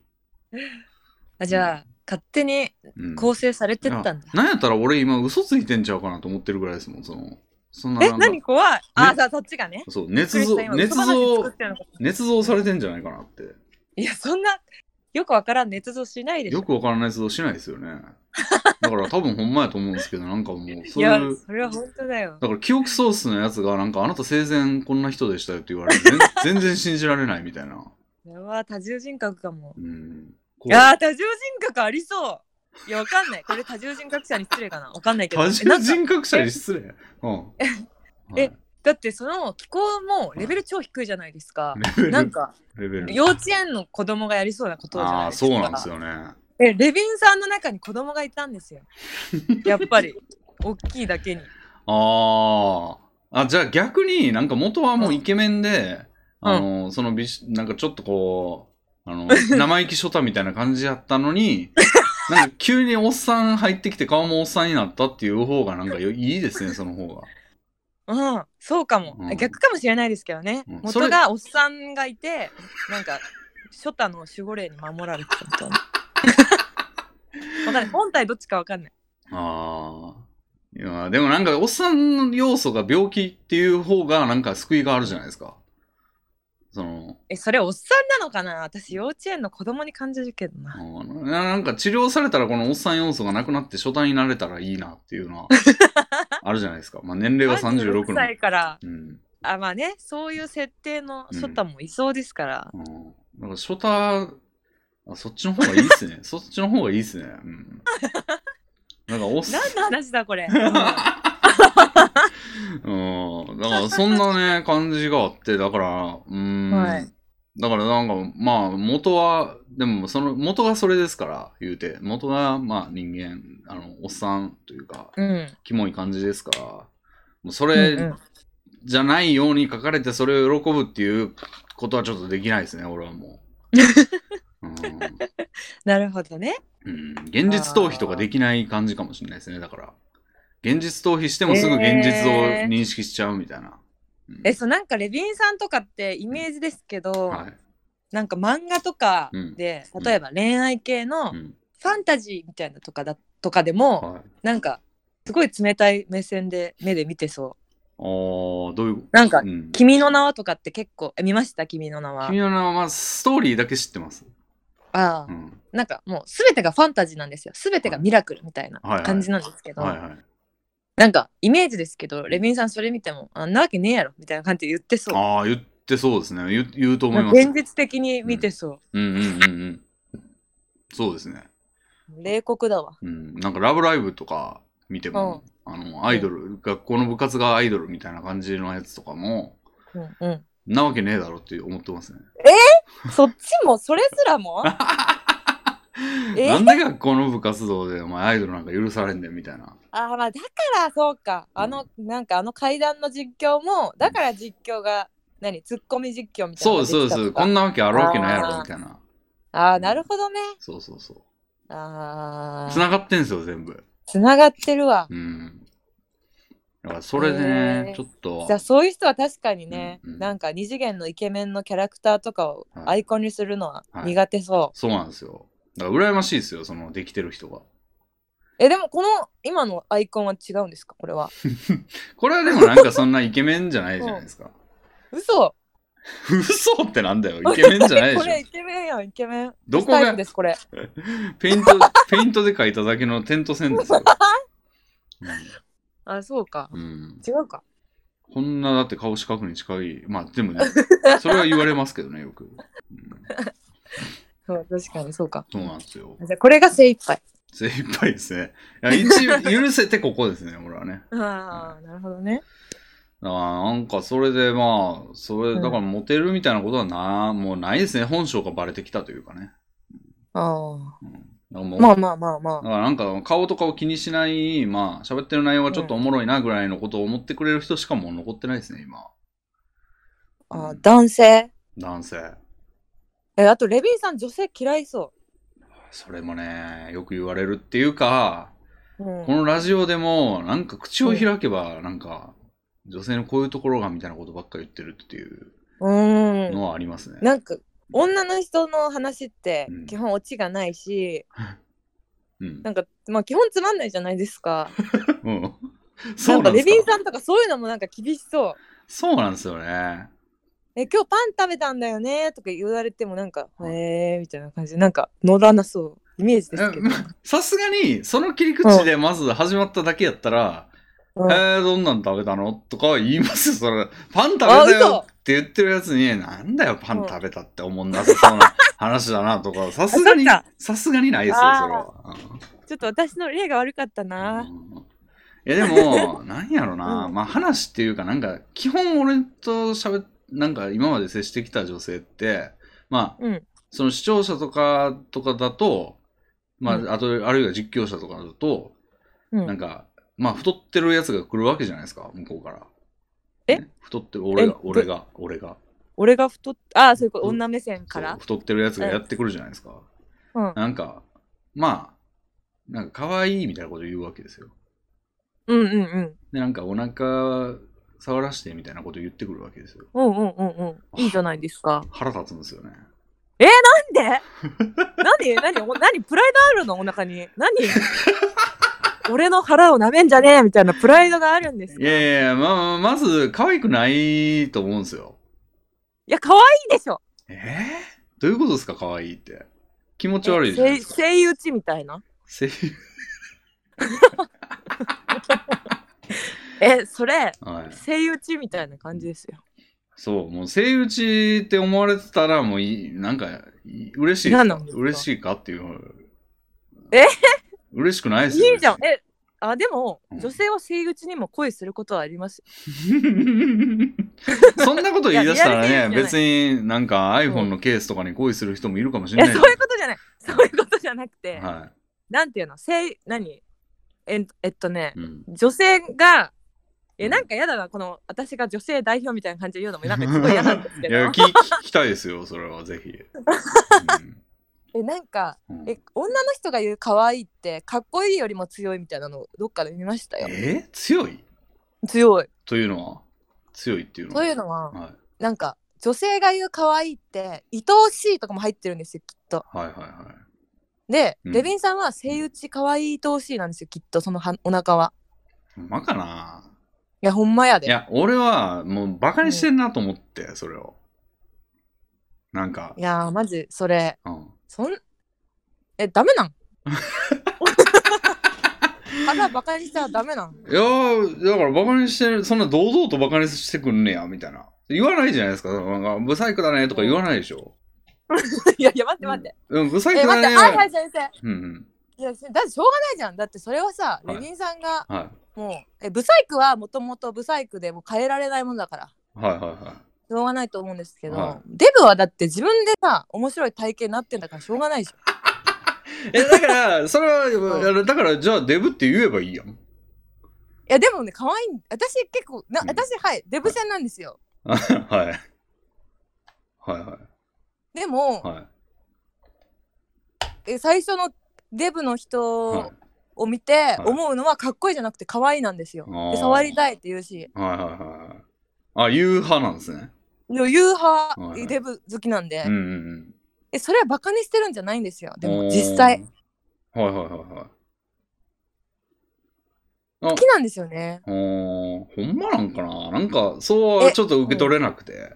あじゃあ、勝手にうん構成されてったんだいや。なんやったら俺今嘘ついてんちゃうかなと思ってるぐらいですもん、その、そんなえ、なんか何怖い。あ、さあ、そっちがね。そう、捏造、捏嘘話作造っ、てるのか捏造されてんじゃないかなって。いや、そんな、よくわからん、捏造しないでしょ。よくわからない捏造しないですよね。だから多分ほんまやと思うんですけど、なんかもう、いそうやい、う、それは本当だよ。だから記憶ソースのやつが、なんかあなた生前こんな人でしたよって言われて、全全然信じられないみたいな。それは多重人格かも。うん。こいうやー、多重人格ありそう。いや、わかんない。これ多重人格者に失礼かな。わかんないけど。多えな重んか人格者に失礼。うん。えだってその気候もレベル超低いじゃないですか。はいレベルなんかレベル。幼稚園の子供がやりそうなことじゃなあいあ、ですか。そうなんですよね。え、レビンさんの中に子供がいたんです よ。やっぱり。大きいだけに。ああ。あ、じゃあ逆になんか元はもうイケメンで、うんあの、その美し、なんかちょっとこう、あの、 生意気ショタみたいな感じやったのに、なんか急におっさん入ってきて顔もおっさんになったっていう方がなんかよいいですね、その方が。うん、そうかも、うん逆かもしれないですけどね、うんそれ元がおっさんがいてなんか初太の守護霊に守られてたみたいなわかんない本体どっちかわかんないああ。いや、でもなんかおっさんの要素が病気っていう方がなんか救いがあるじゃないですか。その、えそれおっさんなのかな私幼稚園の子供に感じるけどあなーななんか治療されたらこのおっさん要素がなくなって初代になれたらいいなっていうのはあるじゃないですか。まあ年齢は36 36の。歳からうん。あまあねそういう設定の初太もいそうですから、うん、なんか初代、あそっちの方がいいっすね。そっちの方がいいっすね。うん。なんかおっさん、何の話だ これ、うんあうん。だからそんなね、感じがあって、だから、うーん。はいだからなんか、まあ、元は、でも、その、元がそれですから、言うて。元が、まあ、人間、あの、おっさんというか、うんキモい感じですから、もうそうんうれんじゃないように書かれて、それを喜ぶっていうことはちょっとできないですね、俺はもう。うんなるほどねうん、現実逃避とかできない感じかもしれないですね、だから。現実逃避してもすぐ現実を認識しちゃうみたいな。うんえそうなんかレビンさんとかってイメージですけど、はい。なんか漫画とかで、うん例えば恋愛系のうフんァンタジーみたいなとかだとかでも、はい。なんかすごい冷たい目線で目で見てそうあーどういうなんかうん「君の名は」とかって結構え見ました「君の名は君の名は、まあ、ストーリーだけ知ってます。」ああ、うん。なんかもう全てがファンタジーなんですよ全てがミラクルみたいなはいはい感じなんですけど、はいはい。なんかイメージですけどレビンさんそれ見ても「あんなわけねえやろ」みたいな感じで言ってそうああ、言ってそうですね。言う言うと思いなんまかす。現実的に見てそう、うんうんうんうん。そうですね。冷酷だわうん。なんか、ラブライブとか見ても、あの、アイドル、学校の部活がアイドルみたいな感じのやつとかも、うんうんなわけねえだろって思ってますね。そっちもそれすらも えなんで学校の部活動でお前アイドルなんか許されんねんみたいな。あーまあだからそうかあの、なんかあの階段の実況もだから実況が何ツッコミ実況みたいなそのうがですそうですできたとかこんなわけあるわけないやろあーみたいな。ああなるほどねそうそうそう。あつーながってんすよ、全部。つながってるわうん。だからそれでねへ、ーちょっとじゃあ、そういう人は確かにね、うんうんなんか二次元のイケメンのキャラクターとかをはいアイコンにするのははい苦手そう、そうなんですよ。だから羨ましいですよ、そのできてる人が。えでもこの今のアイコンは違うんですかこれはこれはでもなんかそんなイケメンじゃないじゃない ですか。嘘嘘ってなん だよ、イケメンじゃないでこしれイょ。ケメンやんイケメンどこタイがプですこれペイント、 ペイントで描いただけのテント線ですよ。あそうかうんうん違うかこんなだって顔四角に近い。まあでも ね、それは言われますけどね、よく。うんそう確かにそうかそうなんですよ。じゃあこれが精一杯精一杯ですね。いや一応許せてここですね、俺はね。ああなるほどねだからなんかそれでまあ、それ、だうんからモテるみたいなことはな、もうないですね。本性がバレてきたというかね。あうん、だからもあうまあまあまあまだあからなんか顔とかを気にしない、まあ喋ってる内容がちょっとおもろいなぐらいのことを思ってくれる人しかもう残ってないですね、今。あー男性男性。えあとレビンさん女性嫌いそそれもね、よく言われるっていうか、う、うんこのラジオでもなんか口を開けばなんか女性のこういうところがみたいなことばっか言ってるっていううーんのはありますね。なんか女の人の話ってうん基本オチがないし、うん。なんかまあ基本つまんないじゃないですかうん。なそうんなかんでレすかビンさんとかそういうのもなんか厳しそうそうなんですよね。え今日パン食べたんだよねとか言われてもなんかへえみたいな感じでなんか乗らなそうイメージですけど、さすがに、その切り口でまず始まっただけやったら、うんえー、どんなん食べたのとかは言いますよ、それ。パン食べたよって言ってるやつに、なんだよ、パン食べたって思んなさそうな話だなとか、さすがにそっか、さすがにないですよ、それは。ちょっと私の例が悪かったな。いやでも、なんやろな、まあ話っていうか、なんか、基本俺と喋っ、なんか今まで接してきた女性って、まあ、うん。その視聴者とか、とかだと、まうんあ、あと、あるいは実況者とかだと、うんなんか、まあ太ってるやつが来るわけじゃないですか、向こうから。えね太ってる俺えが、俺が、俺が。俺が太っああそういうことうん女目線かそらう太ってるやつがやってくるじゃないですか。うんなんか、まあ、なんか可愛いみたいなこと言うわけですよ。うんうんうんで、なんかお腹触らしてみたいなこと言ってくるわけですよ。うんうんうんうんいいじゃないですか腹立つんですよね。なん で何何お何プライドあるのお腹に何俺の腹をなめんじゃねえみたいなプライドがあるんですかいやいやいや、まあ、まず、可愛くないと思うんですよ。いや可愛いでしょえー、どういうことですか、可愛いって。気持ち悪いじゃないですか。声優打ちみたいなせえそれはい。声優打ちみたいな感じですよそう、もう、性打ちって思われてたら、もういい、なんか、い嬉しい嫌ですなかんですか嬉しいかっていう。え嬉しくないですよ。いいじゃんえあでもうん女性は声打ちにも恋することはあります そんなこと言い出したらいやリアルね、ゲーム別になんか iPhone のケースとかに恋する人もいるかもしいれやないそうじゃいうことじゃないそういうことじゃなくて、ん。はなんていうの声何えんえっとねい。うん。女性がうえんなんか嫌だなこの私が女性代表みたいな感じで言うのもなんかすごい嫌なんですけいやど聞、聞きたいですよ、それはぜひ。えなんかうんうんえ女の人が言う可愛いってかっこいいよりも強いみたいなのどっかで見ましたよえ強い強いというのは強いっていうのはというのははなんか女性が言う可愛いって愛おしいとかも入ってるんですよきっといはいはいはい。で、うんレヴィンさんは性打ち可愛い愛おしいなんですよきっとそのはお腹はほんまかないやほんまやでいや、俺はもうバカにしてんなと思って、それを。なんかい、やーマジそれうん。そんえダメ なん腹バカにしたらダメなんいやー、だからバカにしてる、そんな堂々とバカにしてくんねや、みたいな。言わないじゃないですか。なんか、ブサイクだねとか言わないでしょ。いやいや待って待って、うん、ブサイえク待っだねてあーははい先生うんうん。いやだってしょうがないじゃんだってそれはさはレいヴィンさんがはもう、えブサイクはもともとブサイクでもう変えられないもんだからい。はいはいはしょうがないと思うんですけど、はデブはだって自分でさ面白い体型になってんだからしょうがないでしょい。え、だから、 それうは、だから、じゃあデブって言えばいいやん。 いやでもね可愛いん私結構なうん私、はいデブ戦なんですよはい。はいはでも、い。はい。え最初のデブのはい人を見てい思うのはかっこいいじゃなくて可愛いなんですよ。あーで触りたいって言うしはいはいはい。あ、言う派なんですね。でも言う派、はいはいデブ好きなんで、うんうんえそれはバカにしてるんじゃないんですようん。でも実際好おー。はいはいはいはい。きなんですよね。あーほんまなんかななんか、そうはちょっと受け取れなくて。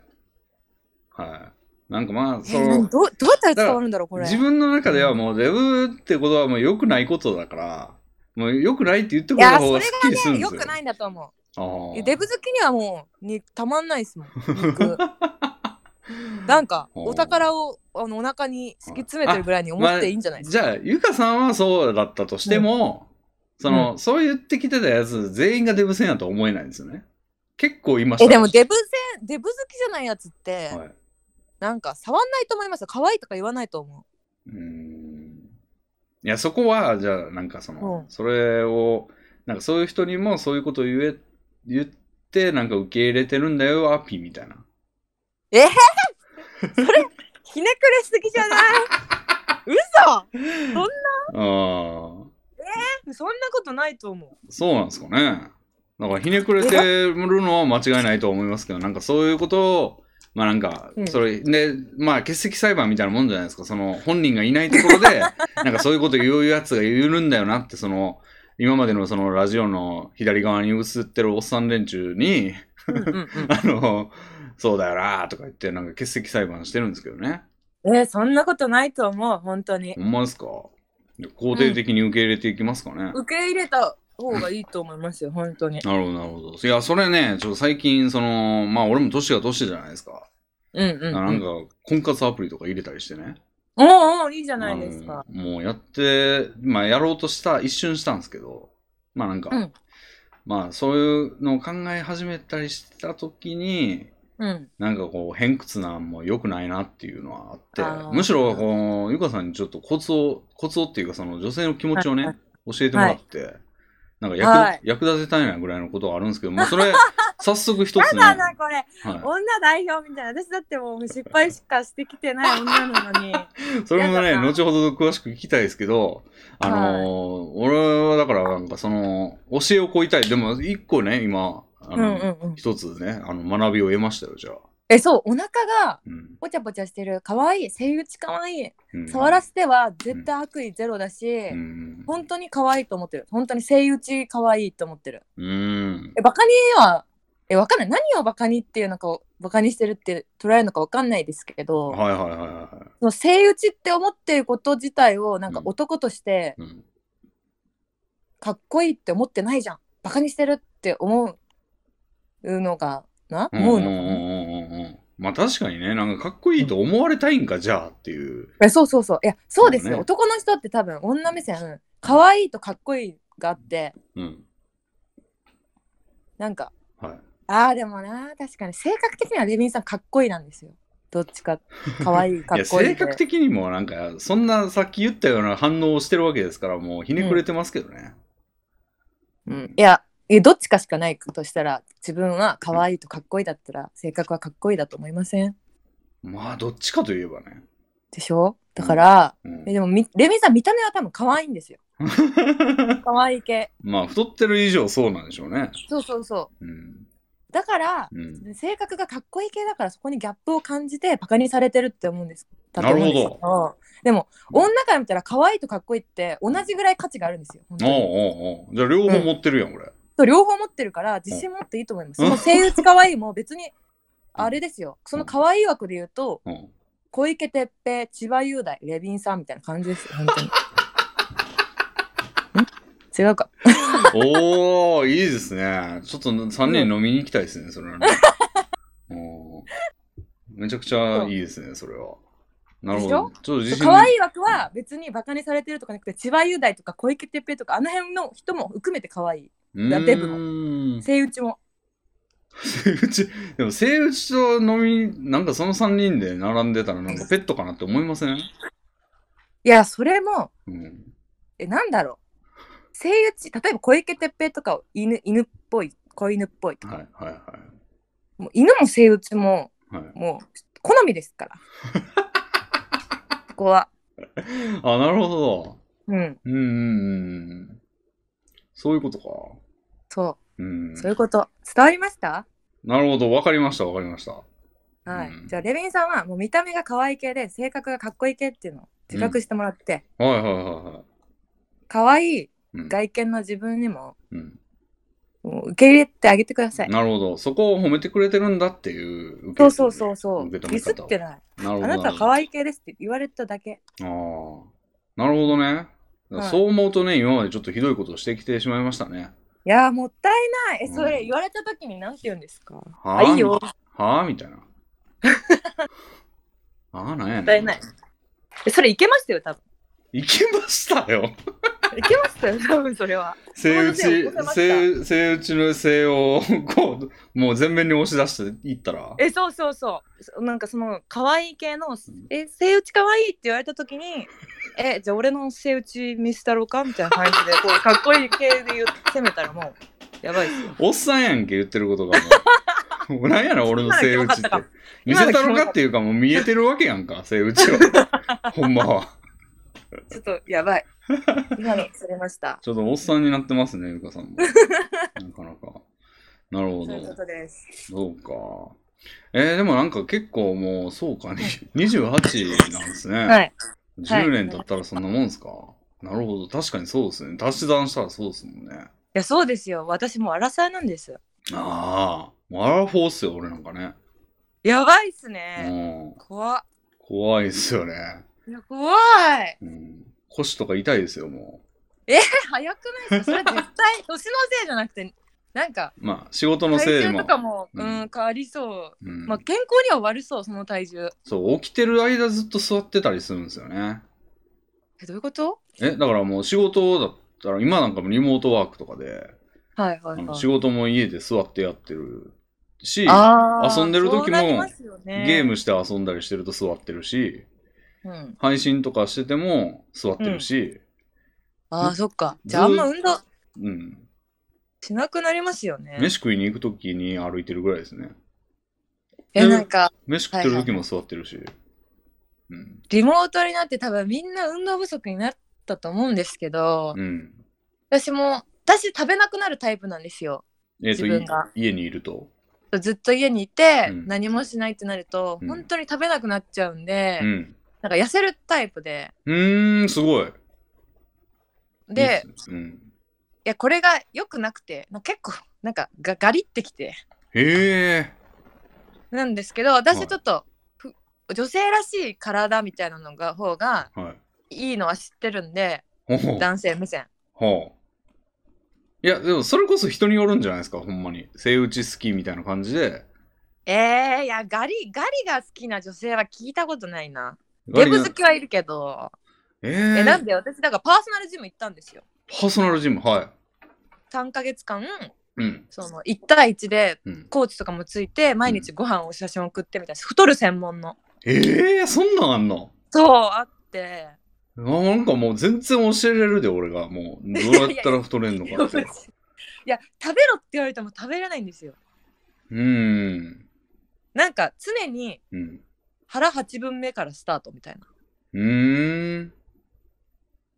はい。なんかまあ、えそ何の、どうどうやったら伝わるんだろうこれ。自分の中ではもう、デブってことはもう良くないことだから、もう良くないって言ってくいれやたそ方れがすっきりするがんねでよすよ。くないんだと思あう。ーデブ好きにはも うにたまんないですもん肉 なんかあーお宝をあのお腹に敷き詰めてるぐらいに思っていいんじゃないですか。じゃあ、ゆかさんはそうだったとしても、その、そう言ってきてたやつ、全員がデブ戦やとは思えないんですよね。結構いましたえらでもデブ戦デブ好きじゃないやつって、はい。うなんか触んないと思いますよ可愛いとか言わないと思う。ーん。いや、そこは、じゃあ、なんかその、うんそれを、なんかそういう人にもそういうことを言え、言って、なんか受け入れてるんだよ、アピみたいな。ひねくれすぎじゃない嘘ああ。そんなことないと思う。そうなんですかね。だからひねくれてるのは間違いないとは思いますけど、なんかそういうことを、まあなんかう、んそれ、で、まあ欠席裁判みたいなもんじゃないですか。その本人がいないところ で、なんかそういうこと言うやつがいるんだよなって、その、今までのそのラジオの左側に映ってるおっさん連中に、 あの、そうだよなとか言って、なんか欠席裁判してるんですけどね。えそんなことないと思う本当にほ。んまですか肯定的に受け入れていきますかね。受け入れた方がいいと思いますよ本当に。なるほど、なるほど。いや、それね、ちょっと最近、その、まあ、俺も年が年じゃないですか。うんうん、なんか、婚活アプリとか入れたりしてね。おうおういいじゃないですか。うんもうやって、まあやろうとした、一瞬したんですけど、まあなんか、うんまあそういうのを考え始めたりした時に、うん。なんかこう、偏屈なんも良くないなっていうのはああっーて、むしろこう、ゆかさんにちょっとコツを、コツをっていうかその女性の気持ちをね、は教えてもらって、なんか役,、はい役立てたいなぐらいのことはあるんですけど、もうそれ、早速一つね、なんだこれ、は女代表みたいな。私だってもう失敗しかしてきてない女なのに。い、それもね、やだな後ほど詳しく聞きたいですけど、あのー俺はだからなんかその、教えをこいたい。でも一個ね、今、あうんの、うんうん。一つね、あの、学びを得ましたよ、じゃあ。え、そう、お腹がうん。ぽちゃぽちゃしてる。可愛い。セイウチ可愛い。うん触らせては絶対悪意ゼロだし、うん。本当に可愛いと思ってる。本当にセイウチ可愛いと思ってる。うん。え、バカには、え、わかんない。何をバカにっていうのかを、バカにしてるって捉えるのかわかんないですけど、はいはいはいはそのセイウチって思ってること自体を、なんかうん男としてい。うん。かっこいいって思ってないじゃん。バカにしてるって思うのが、な思うのかんな、うんうんうんうん。まあ確かにね、なんかかっこいいと思われたいんか、じゃあっていう。えそうそうそう。いや、そうですそうよ。ね男の人って多分、女目線、可愛いとかっこいいがあって、うん。なんか、はい。ああ、でもな、確かに、性格的にはレビンさんかっこいいなんですよ。どっちか、可愛い、かいや、っこいいで。性格的にもなんか、そんなさっき言ったような反応をしてるわけですから、もうひねくれてますけどね。うん、いや、いやどっちかしかないとしたら、自分は可愛いとかっこいいだったら、性格はかっこいいだと思いませんまあ、どっちかといえばね。でしょだから、うんえでもみ、レビンさん、見た目は多分可愛いんですよ。可愛い系。 まあ、太ってる以上そうなんでしょうね。そうそうそうん。う。だから、うん。性格がかっこいい系だからそこにギャップを感じてバカにされてるって思うんですだと思うんですけなるでも女から見たら可愛いとかっこいいって同じぐらい価値があるんですよ本当おうにおうおうじゃあ、両方持ってるやん、これ。そう両方持ってるから自信持っていいと思いますうんその性打ち可愛いも別にあれですよその可愛い枠で言うとうん。小池徹平千葉雄大レビンさんみたいな感じですよ本当に ん違うかおー、いいですね。ちょっと3人飲みに行きたいですね、そ れはね。おーめちゃくちゃいいですね、それは。なるほど。ちょっと自信可愛い枠は別にバカにされてるとかなくて千葉雄大とか小池徹平とかあの辺の人も含めて可愛いだデブもうー ん。性打ちもセイウチ、でもセイウチと飲み、なんかその3人で並んでたらなんかペットかなって思いませんいやそれもうん。えなんだろう声打ち例えば小池徹平とかを犬犬っぽい子犬っぽいとはい、か、はい、はもう犬も声打ちもい。はい、もう好みですから ここはあ、なるほど。うんうんうんうん。そういうことか。。そううんそういうこと伝わりましたなるほど。わかりました、わかりました。はい、うんじゃあレビンさんはもう見た目が可愛い系で性格がかっこいい系っていうのを自覚してもらって、はい、はい、はいはい。可愛いうん外見の自分にもうんもう受け入れてあげてくださいなるほど。そこを褒めてくれてるんだっていう受けそ入れうそうそうそう受けデ止ィめスっ方をてないなるほあど。なたは可愛い系ですって言われただけあーなるほどね。はいそう思うとね、今までちょっとひどいことをしてきてしまいましたね。いやーもったいないえうんそれ言われた時に何て言うんですか、はあいいよ。はあみたいな。 ああ、なんやねんもったいない。えそれいけましたよ多分いきましたよ。いけましたよ多分それはセイウ そうチですよ起こせま、セしイセイウチのセイを、こう、もう全面に押し出していったら。えそうそうそうそなんかその可愛い系の「えセイウチ可愛いって言われた時に「えじゃあ俺のセイウチ見せたろうか?」みたいな感じでこうかっこいい系で言う攻めたらもうやばいですよおっさんやんけ、言ってること がもう。もうなんやろ、俺のセイウチって今のキモかったか。見せたのかっていうか、もう見えてるわけやん か、セイウチは。ほんまは。ちょっとやばい今の釣れましたちょっとおっさんになってますね、ゆかさんも。なかなか。なるほそういうこど。とですそうか。えー、でもなんか結構もう、そうか、に28なんですね。はい10年経ったらそんなもんですか。なるほど。確かにそうですね。足し算したらそうですもんね。いやそうですよ私もうアラサーなんですああ。もうアラフォーっすよ、俺なんかね。やばいっすうね、ん。怖っ怖いっすよね。いや怖いうん。腰とか痛いですよ、も 早くないですかそれ絶対年のせいじゃなくてなんかまあ、仕事のせい体で重もと。かも、ううんん、変わりそうう、んまあ、健康には悪そうその体重そう、起きてる間ずっと座ってたりするんですよね。えどういうことえ、だからもう仕事だったら、今なんかもリモートワークとかで、はいあはいのはい仕事も家で座ってやってるし、あー遊んでる時もそうなりますよねゲームして遊んだりしてると座ってるし、うん、配信とかしてても座ってるし、あーそっかじゃああんま運動うん。しなくなりますよね飯食いに行くときに歩いてるぐらいですね。えなんか飯食ってるときも座ってるし。うん。リモートになって多分みんな運動不足になったと思うんですけど、うん。私も私食べなくなるタイプなんですよえっ、と自分がい家にいると。ずっと家にいて、うん何もしないってなると、うん本当に食べなくなっちゃうんで、うん。なんか痩せるタイプでうーん、すごい。でいいっすね、うん。いやこれが良くなくてなんか結構なんかがガリってきてへえ。なんですけど私ちょっと、ふ女性らしい体みたいなのが方がはい。いいのは知ってるんでほうほう。男性目線ほう。いや、でもそれこそ人によるんじゃないですか、ほんまに。セイウチ好きみたいな感じで。えー、いやガリガリが好きな女性は聞いたことないなガデリがブ好きはいるけど、ええなんー、で私だからパーソナルジム行ったんですよパーソナルジム、は3ヶ月間い。うん。その1対1でうん、コーチとかもついて毎日ご飯を写真送ってみたいな太る専門のえー、そんなんあんのそうあってあなんかもう全然教えれるで、俺が。もう、どうやったら太れんのい かって。や食べろって言われても食べれないんですようーん。なんか常にうん。腹8分目からスタートみたいなうーん。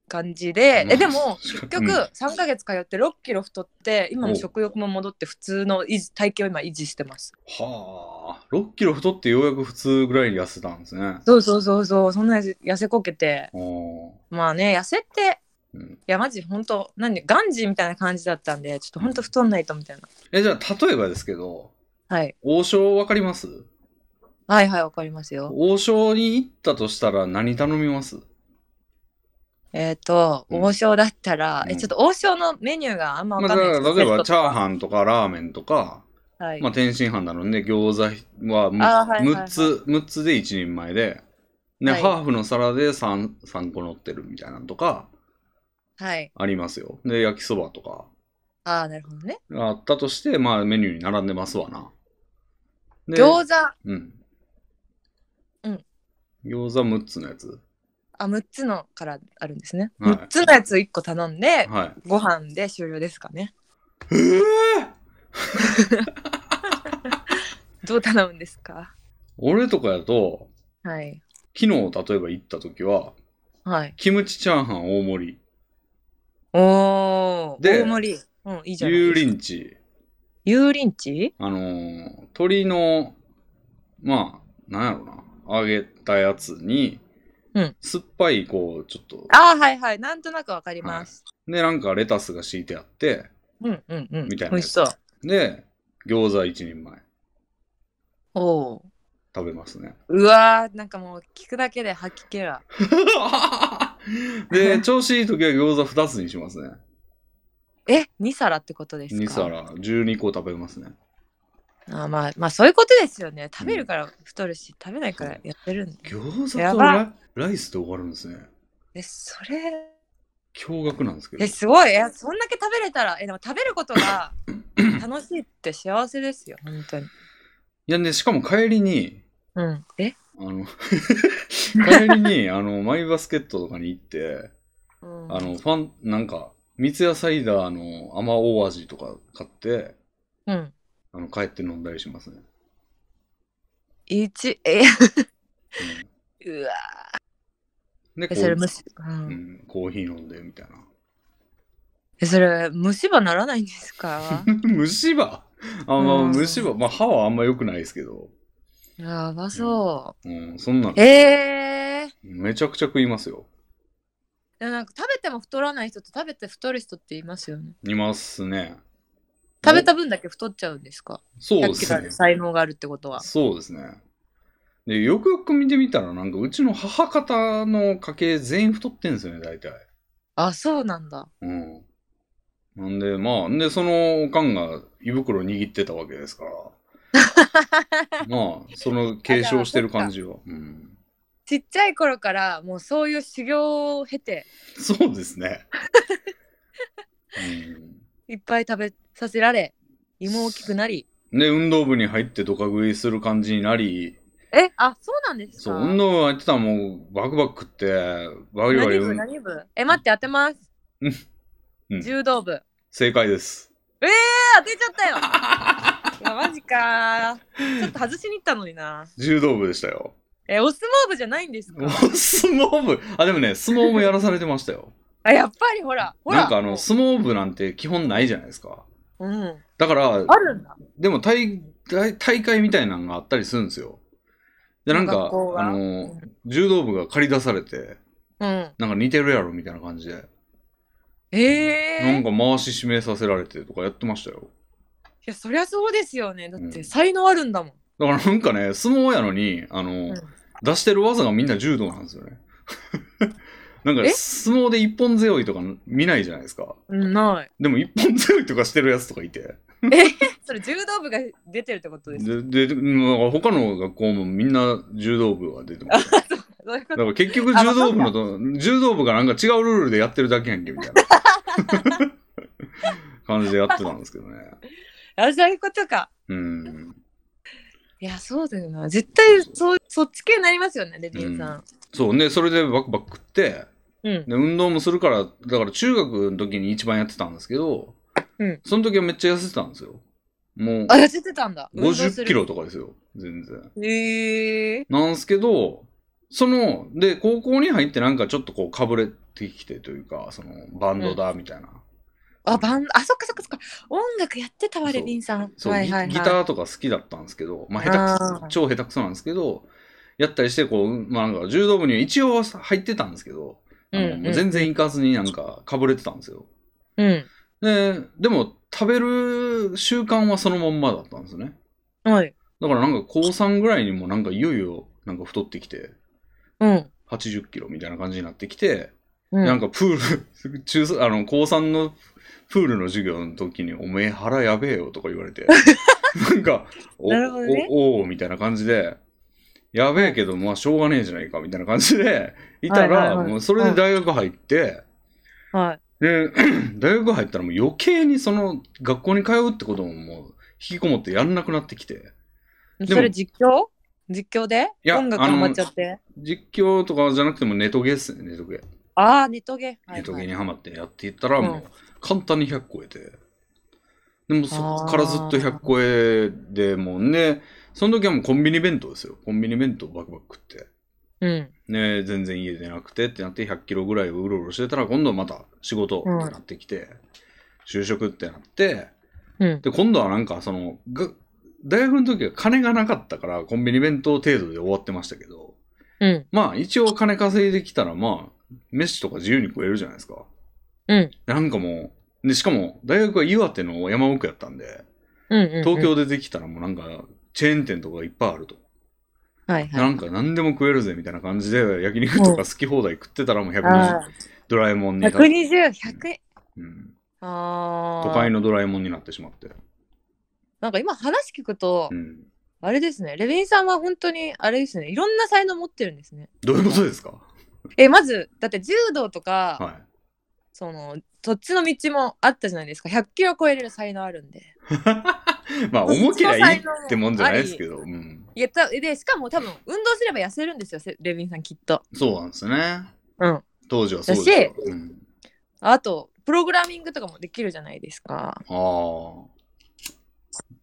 感じでうえんでも結結局3ヶ月通って6キロ太って今も食欲も戻って普通の維持体型を今維持してますはあ、6キロ太ってようやく普通ぐらいに痩せたんですね。あそうそうそうそうそんな痩せ痩せこけてあ。まあね痩せてうんいやマジ本当何ガンジーみたいな感じだったんでちょっと本当太んないとみたいな、え、じゃあ、例えばですけど、はい、王将わかりますはいはいわかりますよ王将に行ったとしたら何頼みますえっ、とうん王将だったら、うんえちょっと王将のメニューがあんままわあ、かだんないかですら例えばチャーン、ハンとかラーメンとか、はいまあ、天津飯なので餃子はあーはいはいは6いつ、6つで1人前で、ね、はいハーフの皿で 3, 3個乗ってるみたいなのとかはいありますよ。で、焼きそばとかああなるほどねあったとして、まあメニューに並んでますわな。で、餃子あうん。うん。餃子6つのやつ。 6つのからあるんですね、はい6つのやつ1個頼んではい。ご飯で終了ですかねええどう頼むんですか俺とかやと、はい昨日例えば行った時は、はいキムチチャーハン大盛り。おーで大盛りうんいいじゃない油ですか淋鶏。油淋鶏あのー鶏の、まあ、なんやろな、揚げたやつに、うん酸っぱい、こう、ちょっと、ああはいはいなんとなくわかります、で、なんかレタスが敷いてあって、うんうんうんみたいなや美味つしそうで、餃子一人前おお食べます ね。うわーなんかもう聞くだけで吐き気がで、調子いい時は餃子二つにしますね。え2皿ってことですか2皿、12個食べますね。あまあまあそういうことですよね食べるから太るし、食べないからやってるんで餃子やとラばライスで終わるんですね。えそれ驚愕なんですけどえ。すごいえそんだけ食べれたらえでも食べること が楽しいって幸せですよ本当にいやね、しかも帰りに、うんえあ の、帰りに、あの、マイバスケットとかに行って、うんあの、ファン、なんか、三ツ矢サイダーの甘大味とか買って、うんあの、帰って飲んだりしますね。一えうわうん、で、えこそれう、虫、う、うんん、コーヒー飲んで、みたいえそれ虫歯ならないんですか な。 虫歯あ、まあ、うん虫歯、まあ、歯はあんま良くないですけど、やばそうん、そんなのう、えー、めちゃくちゃ食いますよ。でもなんか食べても太らない人と食べて太る人っていますよね。いますね。食べた分だけ太っちゃうんですか。そう100でキすロあねる。才能があるってことは。そうですね。で、よくよく見てみたら、なんか、うちの母方の家系全員太ってんですよね、大体。あ、そうなんだ。うん。なんで、まあ、んで、そのおかんが胃袋握ってたわけですから。 まあ、その継承してる感じは。うん、ちっちゃい頃からもうそういう修行を経てそうですね。いっぱい食べさせられ胃も大きくなりうん、で、運動部に入ってドカ食いする感じになり、えあそうなんですかそう、運動部入ってたらもうバクバク食って、バリバリ何う部ん、何部え待って当てます、うん柔道部え正解です。当てちゃったようわマジかーちょっと外しに行ったのにな柔道部でしたよ。えお相撲部じゃないんですかお相撲部あ、でもね、相撲もやらされてましたよ。あやっぱりほら ほらなんかあもうの、相撲部なんて基本ないじゃないですか。うんだから、あるんだでも大大大会みたいなのがあったりするんですよ。で、なんか学校、があの、柔道部が借り出されて、うんなんか似てるやろみたいな感じで、ええー、なんか回し締めさせられてとかやってましたよ。いやそりゃそうですよねだっうんて才能あるんだもん、だからなんかね、相撲やのに、あの、ん出してる技がみんな柔道なんですよね。 なんかえ相撲で一本背負いとか見ないじゃないですか。うん、ないでも一本背負いとかしてるやつとかいて。それ柔道部が出てるってことですかで、で、うん他の学校もみんな柔道部は出て ます。どういうだことから結局柔道部のと、柔道部がなんか違うルールでやってるだけやんけ、みたい な感じでやってたんですけどね。あそういうことかうん。いやそうだよな絶対そうそっち系になりますよねレディンさんそうね、それでバクバク食って、うん、で運動もするから、だから中学の時に一番やってたんですけど、うんその時はめっちゃ痩せてたんですよ。もうあ痩せてたんだ運動す50るキロとかですよ、全然。へえなんですけど、その、で、高校に入ってなんかちょっとこうかぶれてきてというか、そのバンドだみたいな。あバンあそっかそっかそっか音楽やってたわそうレディンさんそう、はいはいはいギギターとか好きだったんですけど、まあ下手くあそー超下手くそなんですけど、やったりして、こう、まあなんか柔道部には一応入ってたんですけど、あのうんうんもう全然行かずになんかかぶれてたんですよ。うんで、でも食べる習慣はそのまんまだったんですね。はいだからなんか高3ぐらいにもなんかいよいよなんか太ってきて、うん80キロみたいな感じになってきて、うんなんかプール、中あの、高3のプールの授業の時に、おめえ腹やべえよとか言わ れて、なんか、お、なるほどねお、おーみたいな感じで、やべえけど、まあ、しょうがねえじゃないか、みたいな感じで、いたら、はいはいはいもうそれで大学入って、はいで、 大学入ったらもう余計にその、学校に通うってことももう、引きこもってやんなくなってきて、でもそれ実況実況でいや音楽ハマっちゃって実況とかじゃなくてもネトゲっすね、ネトゲ。ああーネトゲ、はいはいネトゲにハマってやっていったら、うんもう簡単に100超えて。でもそこからずっと100超えでもうね、その時はもうコンビニ弁当ですよ。コンビニ弁当バクバク食って。うんね、全然家でなくてってなって100キロぐらいをうろうろしてたら今度また仕事ってなってきて、就職ってなって、うんで、今度はなんかその、が大学の時は金がなかったからコンビニ弁当程度で終わってましたけど、うんまあ一応金稼いできたらまあ、飯とか自由に食えるじゃないですか。うんなんかもう、で、しかも、大学は岩手の山奥やったんで、うんうんうん東京出てきたらもうなんか、チェーン店とかがいっぱいあると。はいはいなんか何でも食えるぜみたいな感じで、焼肉とか好き放題食ってたらもうあ120、あドラえもんになって、 120100うんああ都会のドラえもんになってしまって。なんか今話聞くと、うん。あれですねレヴィンさんは本当にあれですねいろんな才能持ってるんですねどういうことですかえまずだって柔道とか、はい。 そのそっちの道もあったじゃないですか100キロ超えれる才能あるんでまあ、重けりゃいいってもんじゃないですけど、うん。いやたでしかも多分運動すれば痩せるんですよせレヴィンさんきっとそうなんですね。うん当時はそうですよ。うん、あとプログラミングとかもできるじゃないですかああ。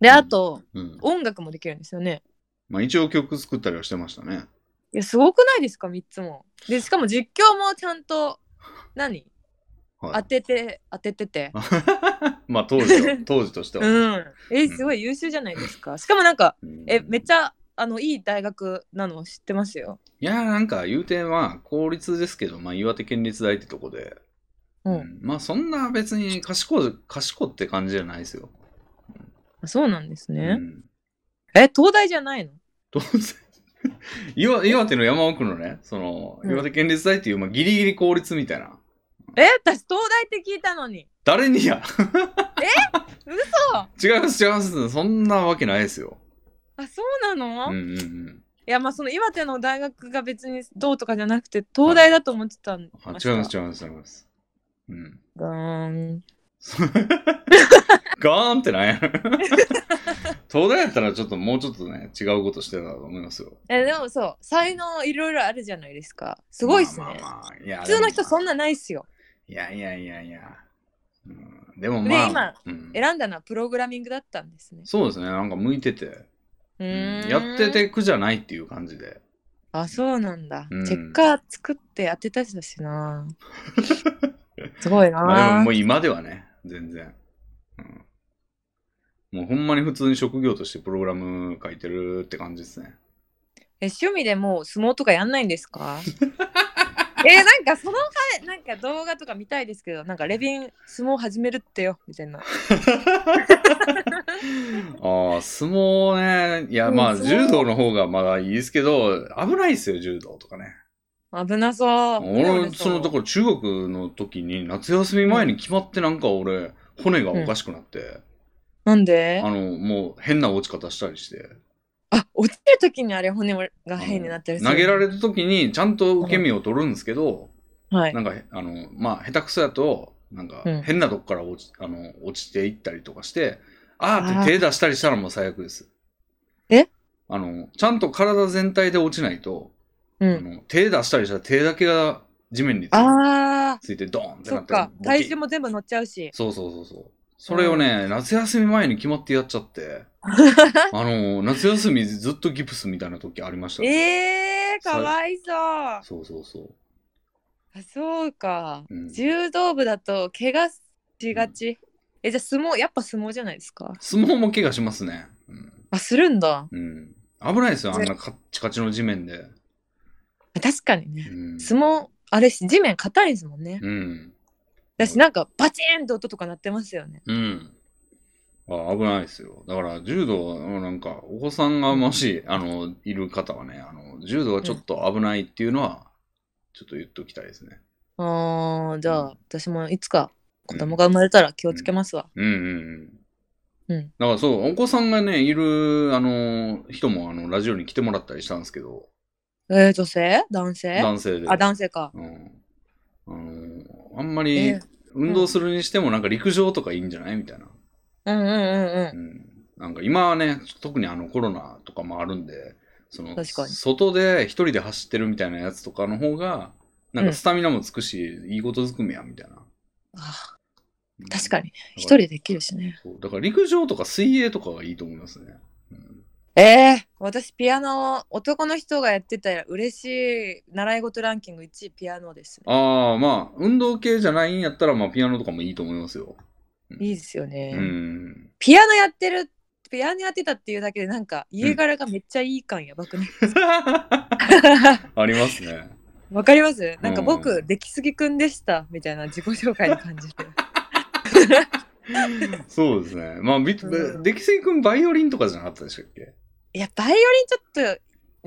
であと、うん。音楽もできるんですよねまあ、一応曲作ったりはしてましたね。いやすごくないですか3つもでしかも実況もちゃんと何、はい当てて当ててて まあ当時は当時としては。うんえすごい優秀じゃないですかしかもなんかうんえめっちゃあのいい大学なの知ってますよいやーなんか言うては公立ですけど、まあ、岩手県立大ってとこで、うんまあそんな別に賢い賢って感じじゃないですよ。あそうなんですね、うん、え東大じゃないの当然 岩岩手の山奥のねそのうん岩手県立大っていう、まあ、ギリギリ公立みたいなえ私東大って聞いたのに誰に や嘘違います違いますそんなわけないですよあそうなの、うんいうんうんやまあその岩手の大学が別にどうとかじゃなくて東大だと思ってたんあ違います違います違いますうんうーん ガーンってなんや東大やったらちょっともうちょっとね違うことしてたと思いますよえでもそう才能いろいろあるじゃないですかすごいっすね、まあまあまあいや普通の人そんななないっすよいやいやいやいや、うん、でもまあで今うん、選んだのはプログラミングだったんですねそうですねなんか向いてて、ううんーんやってて苦じゃないっていう感じであそうなんだ、うんチェッカー作って当てたしだ しなすごいな、まあ、でももう今ではね全然、うん、もうほんまに普通に職業としてプログラム書いてるって感じですねえ趣味でもう相撲とかやんないんですか えなんかその回なんか動画とか見たいですけどなんかレビン相撲始めるってよみたいなああ、相撲ね。いや、うんまあ、そう柔道の方がまだいいですけど、危ないですよ、柔道とかね。危なそう俺、そのとこころ、中国の時に、夏休み前に決まってなんか俺、骨がおかしくなって、なんであの、もう変な落ち方したりして、あ落ちる時にあれ骨が変になってる投げられるた時に、ちゃんと受け身を取るんですけど、はいなんか、あの、まあ、下手くそやと、なんかうん、変なとこから落ち、あの、落ちていったりとかして、あーあっーて手出したりしたらもう最悪です。えあの、ちゃんと体全体で落ちないと、うあんの手出したりしたら手だけが地面につあついてドーンっーてそなっってかボキッ体重も全部乗っちゃうしそうそうそうそうそれをね、夏休み前に決まってやっちゃって あの夏休みずっとギプスみたいな時ありましたね、えー、かわいそうあそうそうそうそうか、うん柔道部だと怪我しがち、えじゃあ相撲やっぱ相撲じゃないですか相撲も怪我しますねうん、あするんだうん、危ないですよあんなカッチカチの地面で、確かにね、うん、相撲あれし地面硬いですもんね、うんだしなんかバチーンって音とか鳴ってますよねうんあ危ないですよ。だから、柔道、なんか、お子さんがもし、あの、いる方はね、あの、柔道はちょっと危ないっていうのは、ちょっと言っときたいですね。あーじゃあ、うん私もいつか子供が生まれたら気をつけますわ、うんうんうん。うんだからそう、お子さんがね、いる、あの、人も、あの、ラジオに来てもらったりしたんですけど、えー、女性男性男性で。あ男性かうん。あの、あんまりえ、運動するにしても、なんか陸上とかいいんじゃないみたいな。うんうんうんううんん。なんか今はね、特にあのコロナとかもあるんで、その、確かに外で一人で走ってるみたいなやつとかの方が、なんうかんスタミナもつくし、いいことずくめや、みたいな。あー確かに。に一人できるしねそう。だから陸上とか水泳とかがいいと思いますね。うんえー、私ピアノ男の人がやってたら嬉しい習い事ランキング1位ピアノですねああ、まあ、運動系じゃないんやったら、まあ、ピアノとかもいいと思いますよ。いいですよね、 うん。ピアノやってるピアノやってたっていうだけでなんか家柄がめっちゃいい感やばくない、ありますね。わかりますなんか僕、うん出来すぎくんでしたみたいな自己紹介の 感じでそうですね。まあ、ビうんデキセイ君バイオリンとかじゃなかったでしたっけいやバイオリンちょっと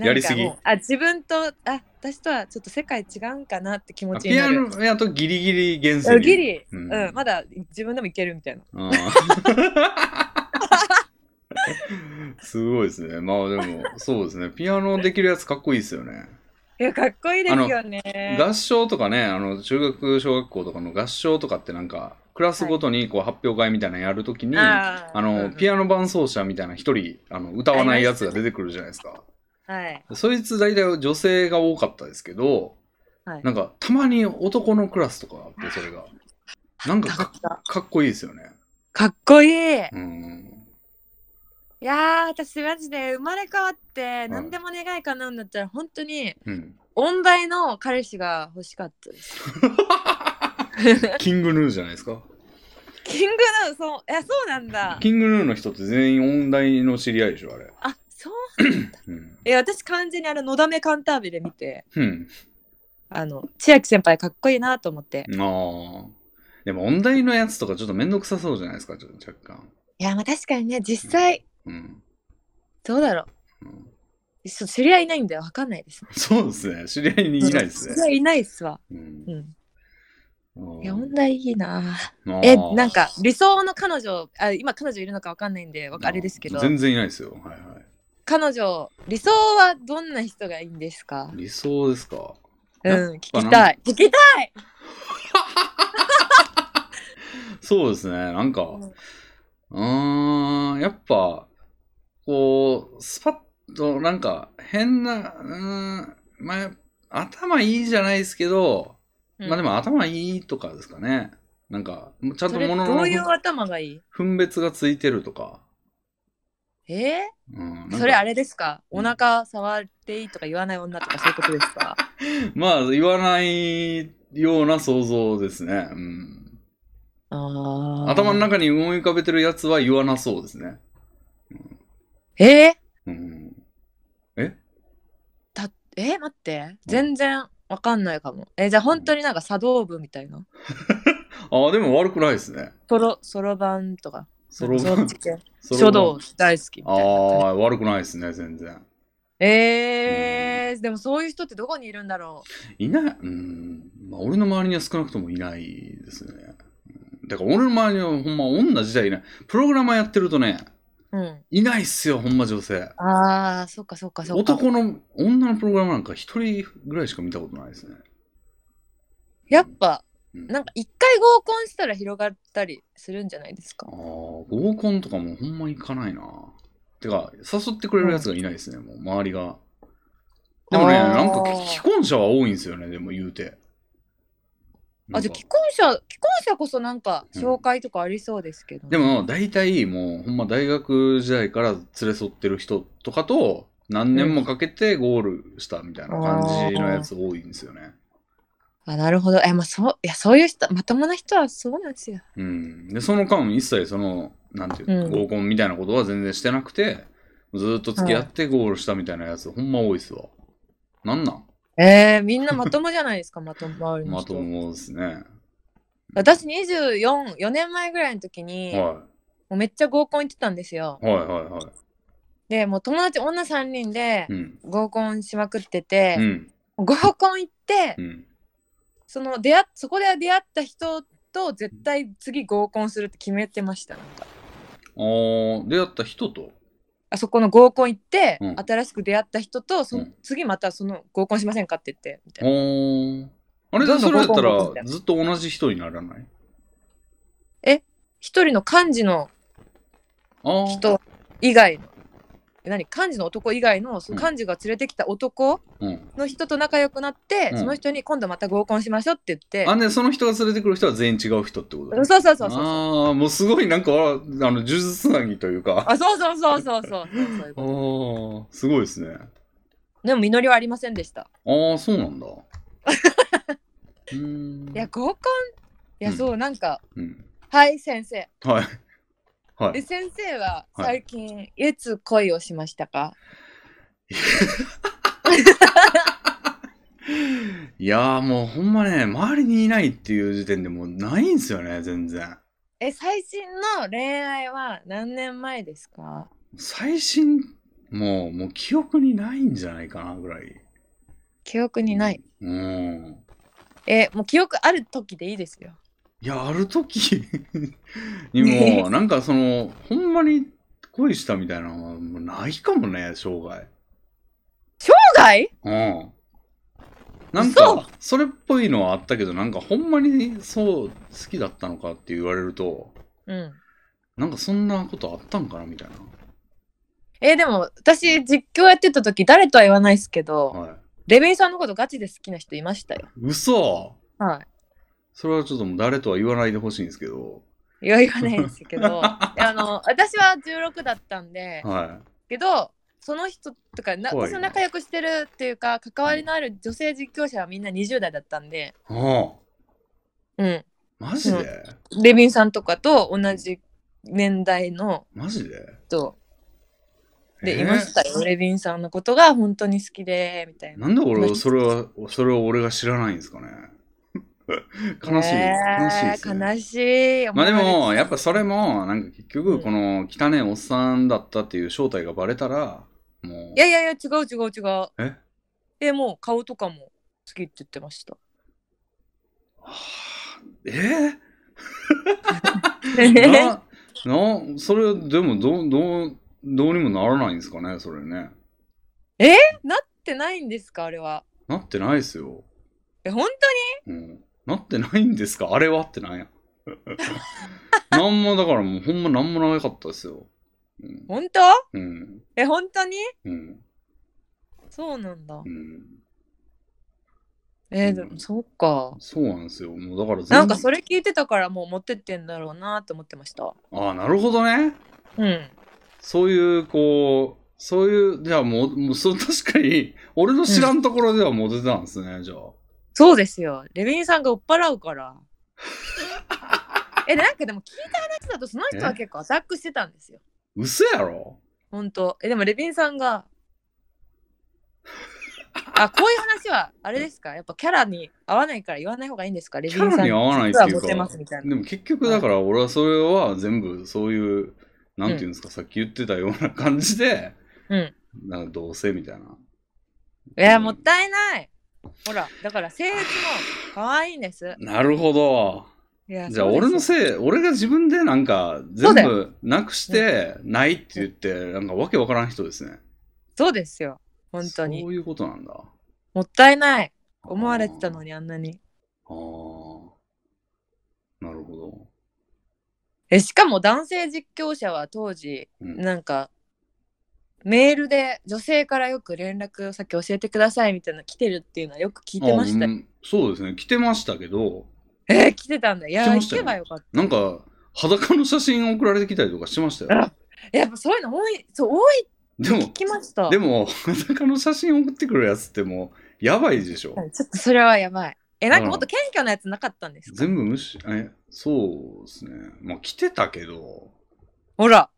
なんかもうやりすぎあ自分とあ私とはちょっと世界違うんかなって気持あちにピなアるノやとギリギリ厳あ選。ギリ、ううんんまだ自分でもいけるみたいなうん すごいですね。まあでも、そうですね。ピアノできるやつかっこいいですよね。いやかっこいいですよね合唱とかね、あの、中学、小学校とかの合唱とかってなんか、クラスごとにこう発表会みたいなのやるときに、ああの、ピアノ伴奏者みたいな一人、あの、歌わないやつが出てくるじゃないですか。アはいそいつ大体女性が多かったですけど、はいなんか、たまに男のクラスとかあって、それが。なんかかかっ、たかっこいいですよね。かっこいいいうん。やー私マジで生まれ変わって何でも願い叶うんだったら本当にうん。音大の彼氏が欲しかったです。キングヌーじゃないですか。キングヌー、そう、いや、そうなんだ。キングヌーの人って全員音大の知り合いでしょ、あれ。あ、そう。うん。いや、私完全にあの、のだめカンタービレ見て、うん。あの、千秋先輩かっこいいなと思って。ああ。でも音大のやつとかちょっとめんどくさそうじゃないですか、ちょっと若干。いや、まあ、確かにね、実際、うん。どうだろう。うん、ちょっと知り合いいないんで、わかんないですね。そうですね。知り合いにいないです知り合ね。いいないっすわ。うんうん。あうんや女いいなあーえなんか理想の彼女あ今彼女いるのかわかんないんでわかあれですけど全然いないですよ。はいはい。彼女理想はどんな人がいいんですか理想ですか。うん聞ぱきたい聞きたいそうですね。なんか、うんうーん、やっぱ、こう、スパッと、なんか、変な、うーん、まあ、頭いいじゃないですけど、まあでも頭いいとかですかね。なんか、ちゃんそとれ物のどういう頭がいい分別がついてるとか。えうん、なんー、かそれあれですかうんお腹触っていいとか言わない女とかそういうことですかまあ、言わないような想像ですね。うん。あー頭の中に思い浮かべてるやつは言わなそうですね。えうん。ー、たえー、待って全然わかんないかもえー、じゃあ本当になんか茶道部みたいなああ、でも悪くないですね。そろそろばんとかそろそっち系そろば書ん道大好きみたあいな感じあ、悪くないですね、全然。えーでもそういう人ってどこにいるんだろいない、うん、まあ、俺の周りには少なくともいないですね。うんだから俺の周りにはほんま女自体いない。プログラマーやってるとね、う。うん。いないっすよ、ほんま女性。ああ、そっかそっかそっか。男の、女のプログラマーなんか一人ぐらいしか見たことないですね。やっぱ、うんなんか一回合コンしたら広がったりするんじゃないですかああ、。合コンとかもほんま行かないな。てか、誘ってくれるやつがいないですね、もう周りが。でもね、あーなんか既婚者は多いんですよね、でも言うて。なあ、んじかゃあ既婚者、既婚者こそなんか紹介とかありそうですけど、でも、大体もうほんま大学時代から連れ添ってる人とかと、何年もかけてゴールしたみたいな感じのやつ多いんですよね。あ、なるほど。え、まあそう、いや、そういう人、まともな人はそうなんですよ。うん。で、その間一切その、なんていう、うん合コンみたいなことは全然してなくて、ずーっと付き合ってゴールしたみたいなやつ、ほんま多いっすわ。なんなんえー、みんなまともじゃないですか、 まとも周りのま人。ともですね。私24、4年前ぐらいの時に、もはうめっちゃ合コン行ってたんですよ。い。はいはいはで、もう友達女3人でい。うん。合コンしまくってて、うん。合コン行って、うん。その出会っそこで出会った人と絶対次合コンするって決めてましたなんかあー、出会った人と。あそこの合コン行って、うん新しく出会った人とそ、うん次またその合コンしませんかって言ってみたいあなー。あれどんどそんれやった合コンみたらいなずっと同じ人にならない一人の幹事のああ。人以外のえ何幹事の男以外のそのうん幹事が連れてきた男うん。の人と仲良くなって、うんその人に今度また合コンしましょうって言って、あ、ね、その人が連れてくる人は全員違う人ってことだねそうそうそうそうそうああ、もうすごいなんか、あの、呪術つなぎというか。ああそうそうそうそうそうそうそ ういうあこー、すごいですね。とでも実りはありませんでしたああ、そうなん だ。うーん。いや合コンいやうんそう、なんかうん。はい先生はい。はでい。先生ははい最近、い、つ恋をしましたかいやーもうほんまね、周りにいないっていう時点でもうないんすよね、全然。え最新の恋愛は何年前ですか最新、もう、もう記憶にないんじゃないかな、ぐらい。記憶にない、。うん。えもう記憶ある時でいいですよいや、ある 時にも、なんかその、ほんまに恋したみたいなのはもうないかもね、生涯。生涯うん。なん嘘か、それっぽいのはあったけど、なんかほんまにそう、好きだったのかって言われると、うんなんかそんなことあったんかなみたいえでも私実況やってた時誰とは言わないですけど、な。はい。レベンさんのことガチで好きな人いましたよ嘘はそれはちょっともう誰とは言わないでほしいんですけど。いいや言わないですけ どであの私は16だったんではけどその人とかな怖い私ねの仲良くしてるっていうか関わりのある女性実況者はみんな20代だったんでい。はうんあ。マジで、レビンさんとかと同じ年代のマジで人えでーいましたよ、レビンさんのことが本当に好きでみたいななんで俺はそれは、それを俺が知らないんです かね。悲しい、悲しいえです、ね。ー悲しいまあでも、思やっぱそれも、なんか結う局、んこの汚いおっさんだったっていう正体がバレたら、もうい、やいやいや違う違う違うええもう顔とかも好きって言ってましたはあえー、 えな、な、それ、でも、どう、どう、どうにもならないんですかね、それね。なってないんですかあれはなってないですよ。え本うん。なってないんですかあれはって なんや。なんも、だからもう、ほんまなんもなかったですよ。うん。当に本当うん。え本当にうん。そうなんだうん、えうんでもそうかそうなんですよ。もう、だから全部なんかそれ聞いてたからもう持ってってんだろうなって思ってましたああ、なるほどね。うんそういう、こう、そういう、じゃあもう、もうそう確かに、俺の知らんところではモテたんですね、じゃあ。そうですよレヴィンさんが追っ払うから えなんかでも聞いた話だとその人は結構アタックしてたんですよ嘘やろ本当えでもレヴィンさんがあこういう話はあれですかやっぱキャラに合わないから言わない方がいいんですかレヴィンさんキャラに合わないって実いうかはモテますみたいなでも結局だから俺はそれは全部そういう、なんていうんですか、さっき言ってたような感じで、うんなんかどうせみたいな。いやもったいないほらだから性別も可愛いんですなるほど。いやじゃあ俺のいせい、俺が自分でなんか全そうだ部なくして、ないって言って、なんかわけわからん人ですね。そうですよ本当にそういうことなんだ。もったいない思われてたのにあんなにあーなるほど。えしかも男性実況者は当時うんなんかメールで女性からよく連絡先教えてくださいみたいなの来てるっていうのはよく聞いてましたあうんそうですね。来てましたけど、えー、来てたんだ。い来やてー、まし行たよけばよかっなんか裸の写真送られてきたりとかしましたよ。た。やっぱそういうの多い、そう、多いでも聞、きました。でも、裸の写真送ってくるやつってもう、やばいでしょは。いちょっとそれはやばい。え、なうんかんもっと謙虚なやつなかったんですか全部無視、え、そうですね。まあ来てたけど、ほら。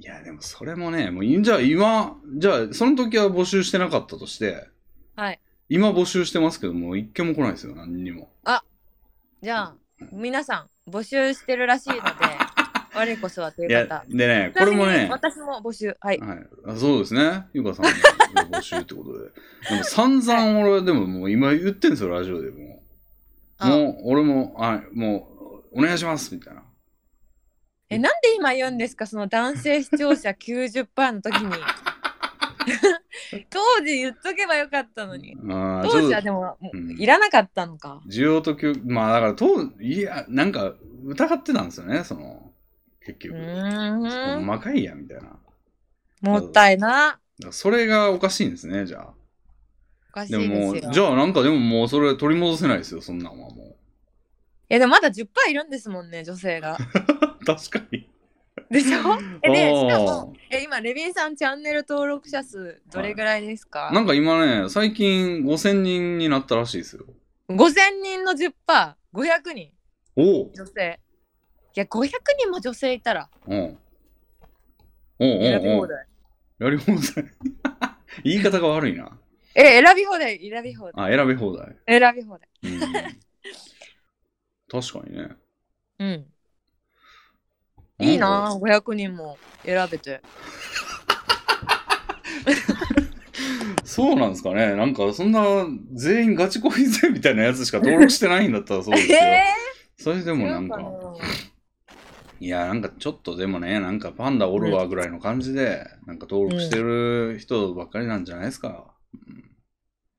いや、でもそれもね、もういいんじゃあ今、じゃあその時は募集してなかったとして、はい。今募集してますけど、もう一件も来ないですよ、何にも。じゃあ、皆さん、募集してるらしいので、我こそはといいうや方、。でね、これもちなみにね、私も募集。はい。はい、あそうですね。ゆかさんの募集ってことで。でも散々俺、でももう今言ってんすよ、ラジオでもう。あもう、俺も、はい、もう、お願いします、みたいな。え、なんで今言うんですかその男性視聴者90%の時に。当時言っとけばよかったのに。あー当時ちはょっでも、もううんいらなかったのか。と需要と供給、まあだから、当いや、なんか、疑ってたんですよね、その、結う局。ーほんん。まかいや、みたいな。だかもったいな。らそれがおかしいんですね、じゃあ。おかしいでですもよ。もう、じゃあなんかでももうそれ取り戻せないですよ、そんなんはもいやでもまだ10%いるんですもんね女 性が。う。確かに。でしょえでしかもあーえ今レビンさんチャンネル登録者数どれぐらいですか、なんか今ね、最近5000人になったらしいですよ。 ?5000 人の 10%500 人おう女性。いや500人も女性いたらうん。おうおう選びお放う。題。やり放題。 言い方が悪いな。え選び放題選び放題あ、選び放題。選び放題。うん確かにね。うん。 いいなあ500人も選べて。そうなんですかね。なんか、そんな、全員ガチ恋勢みたいなやつしか登録してないんだったらそうですよ。 えそれでー、もなんか、いや、なんかちょっとでもね、なんかパンダおるわぐらいの感じで、なんか登録してる人ばっかりなんじゃないですか。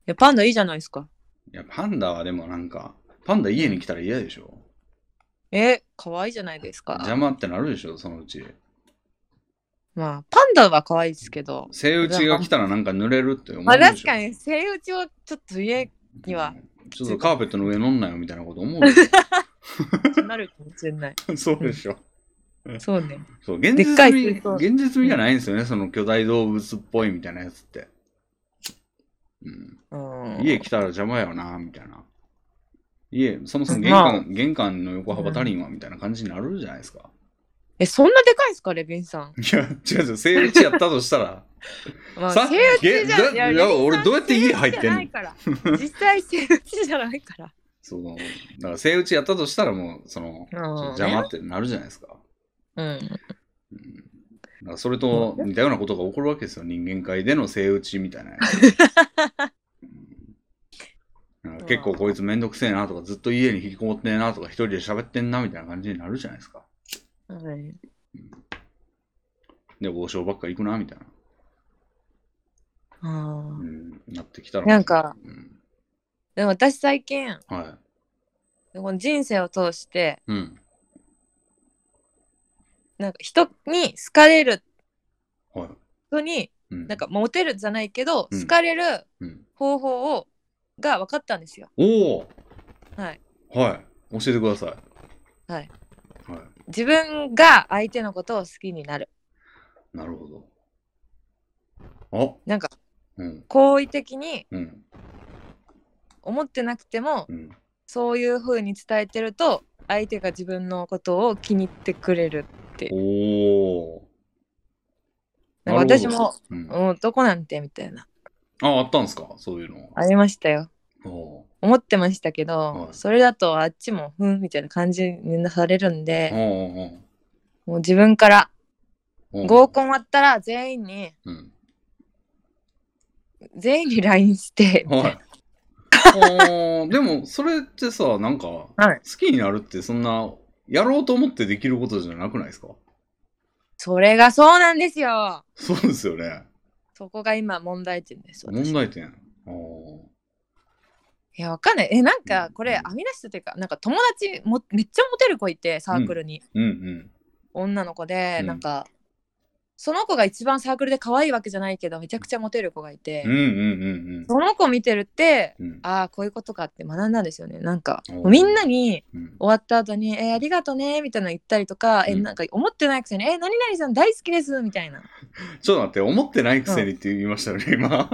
えパンダいいじゃないですか。いや、パンダはでもなんか、パンダ家に来たら嫌でしょ。え可愛いじゃないですか。邪魔ってなるでしょ、そのうち。まあパンダは可愛いですけど。セイウチが来たらなんか濡れるって思うまあでしょ。確かにセイウチをちょっと家にはうん。ちょっとカーペットの上乗んなよみたいなこと思うでしなるかもしれない。 ょ。そうでしょ。そうね。そう、現でっか実い味、水槽現実味がないんですよね、その巨大動物っぽいみたいなやつって。うん、うん。家来たら邪魔やよな、みたいな。家、そもそも玄まあ関、玄関の横幅足りんわ、みたいな感じになるじゃないですか。え、そんなでかいですか、レビンさん。 いや、違う違う、セイウチやったとしたら。まあ、さセイウチじゃげいやいやレビンさん俺どうやって家入ってんのセイウチじゃないから実際セイウチじゃないから。その、だから、セイウチやったとしたらもう、その、うん邪魔ってなるじゃないですか。うん。うんだからそれと似たようなことが起こるわけです よ、人間界でのセイウチみたいな。うんなんか結構こいつめんどくせえなとか、ずっと家に引きこもってんなとか、一人で喋ってんなみたいな感じになるじゃないですか。はい、で、王将ばっか行くなみたいな。あうーん、なってきたら。なんか、うん、でも私最近はい。この人生を通してうん。なんか人に好かれるはい。人にうん。なんかモテるじゃないけど、うん好かれるうん。方法をが分かったんですよ。おおはい、はい。教えてください。はい。は自分が相手のことを好きになるい。なるほど。なんかあうん。好意的にうん。思ってなくてもうん。そういう風に伝えてると相手が自分のことを気に入ってくれるおおなんか私も、うん、あ男なんてみたいなあったんですかそういうのありましたよお思ってましたけど、はいそれだとあっちもふんみたいな感じにされるんーで、おもう自分からーおーおー合コン終わったら全員にうん全員に LINE して、 はいあーでもそれってさなんか好はいきになるってそんなやろうと思ってできることじゃなくないですかそれがそうなんですよそうですよねそこが今問題点です私問題点あーいやわかんないえなんかうんこれ編み出したというかなんか友達もめっちゃモテる子いてサークルに、うんうん女の子で、うんなんかその子が一番サークルで可愛いわけじゃないけどめちゃくちゃモテる子がいて、うんうんうんその子見てるってうんうんああこういうことかって学んだんですよねなんかおーみんなにうん終わった後に「えーありがとね」みたいなの言ったりとか「えうんなんか思ってないくせに「えー何々さん大好きです」みたいなちょっと待って思ってないくせにって言いましたよね今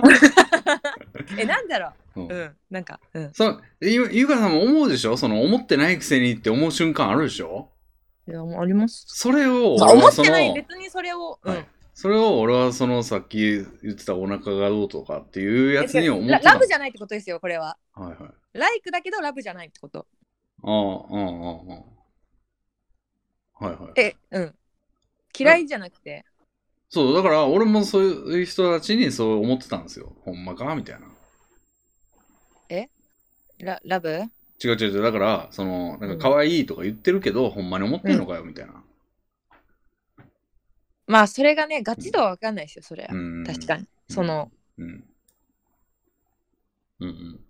えなんだろうんううんなんかうんそうゆゆうかさんも思うでしょその思ってないくせにって思う瞬間あるでしょいやもうあります、それを、まあ、俺思はっそてのない別にそれを、うんはいそれを俺はそのさっき言ってたお腹がどうとかっていうやつに思ってラた。ラブじゃないってことですよこれははいはい。あライクだけどラブじゃないってことあ、ああ、ああ。はいはい。えうん嫌いじゃなくて、そう、だから俺もそういう人たちにそう思ってたんですよ。ほんまかみたいな。ララブ違う違う違う。だから、その、なんか可愛いとか言ってるけど、ほんまに思ってんのかよみたいな。まあそれがねガチ度は分かんないですよそれは、うん。確かに。にそのうん。うんうん。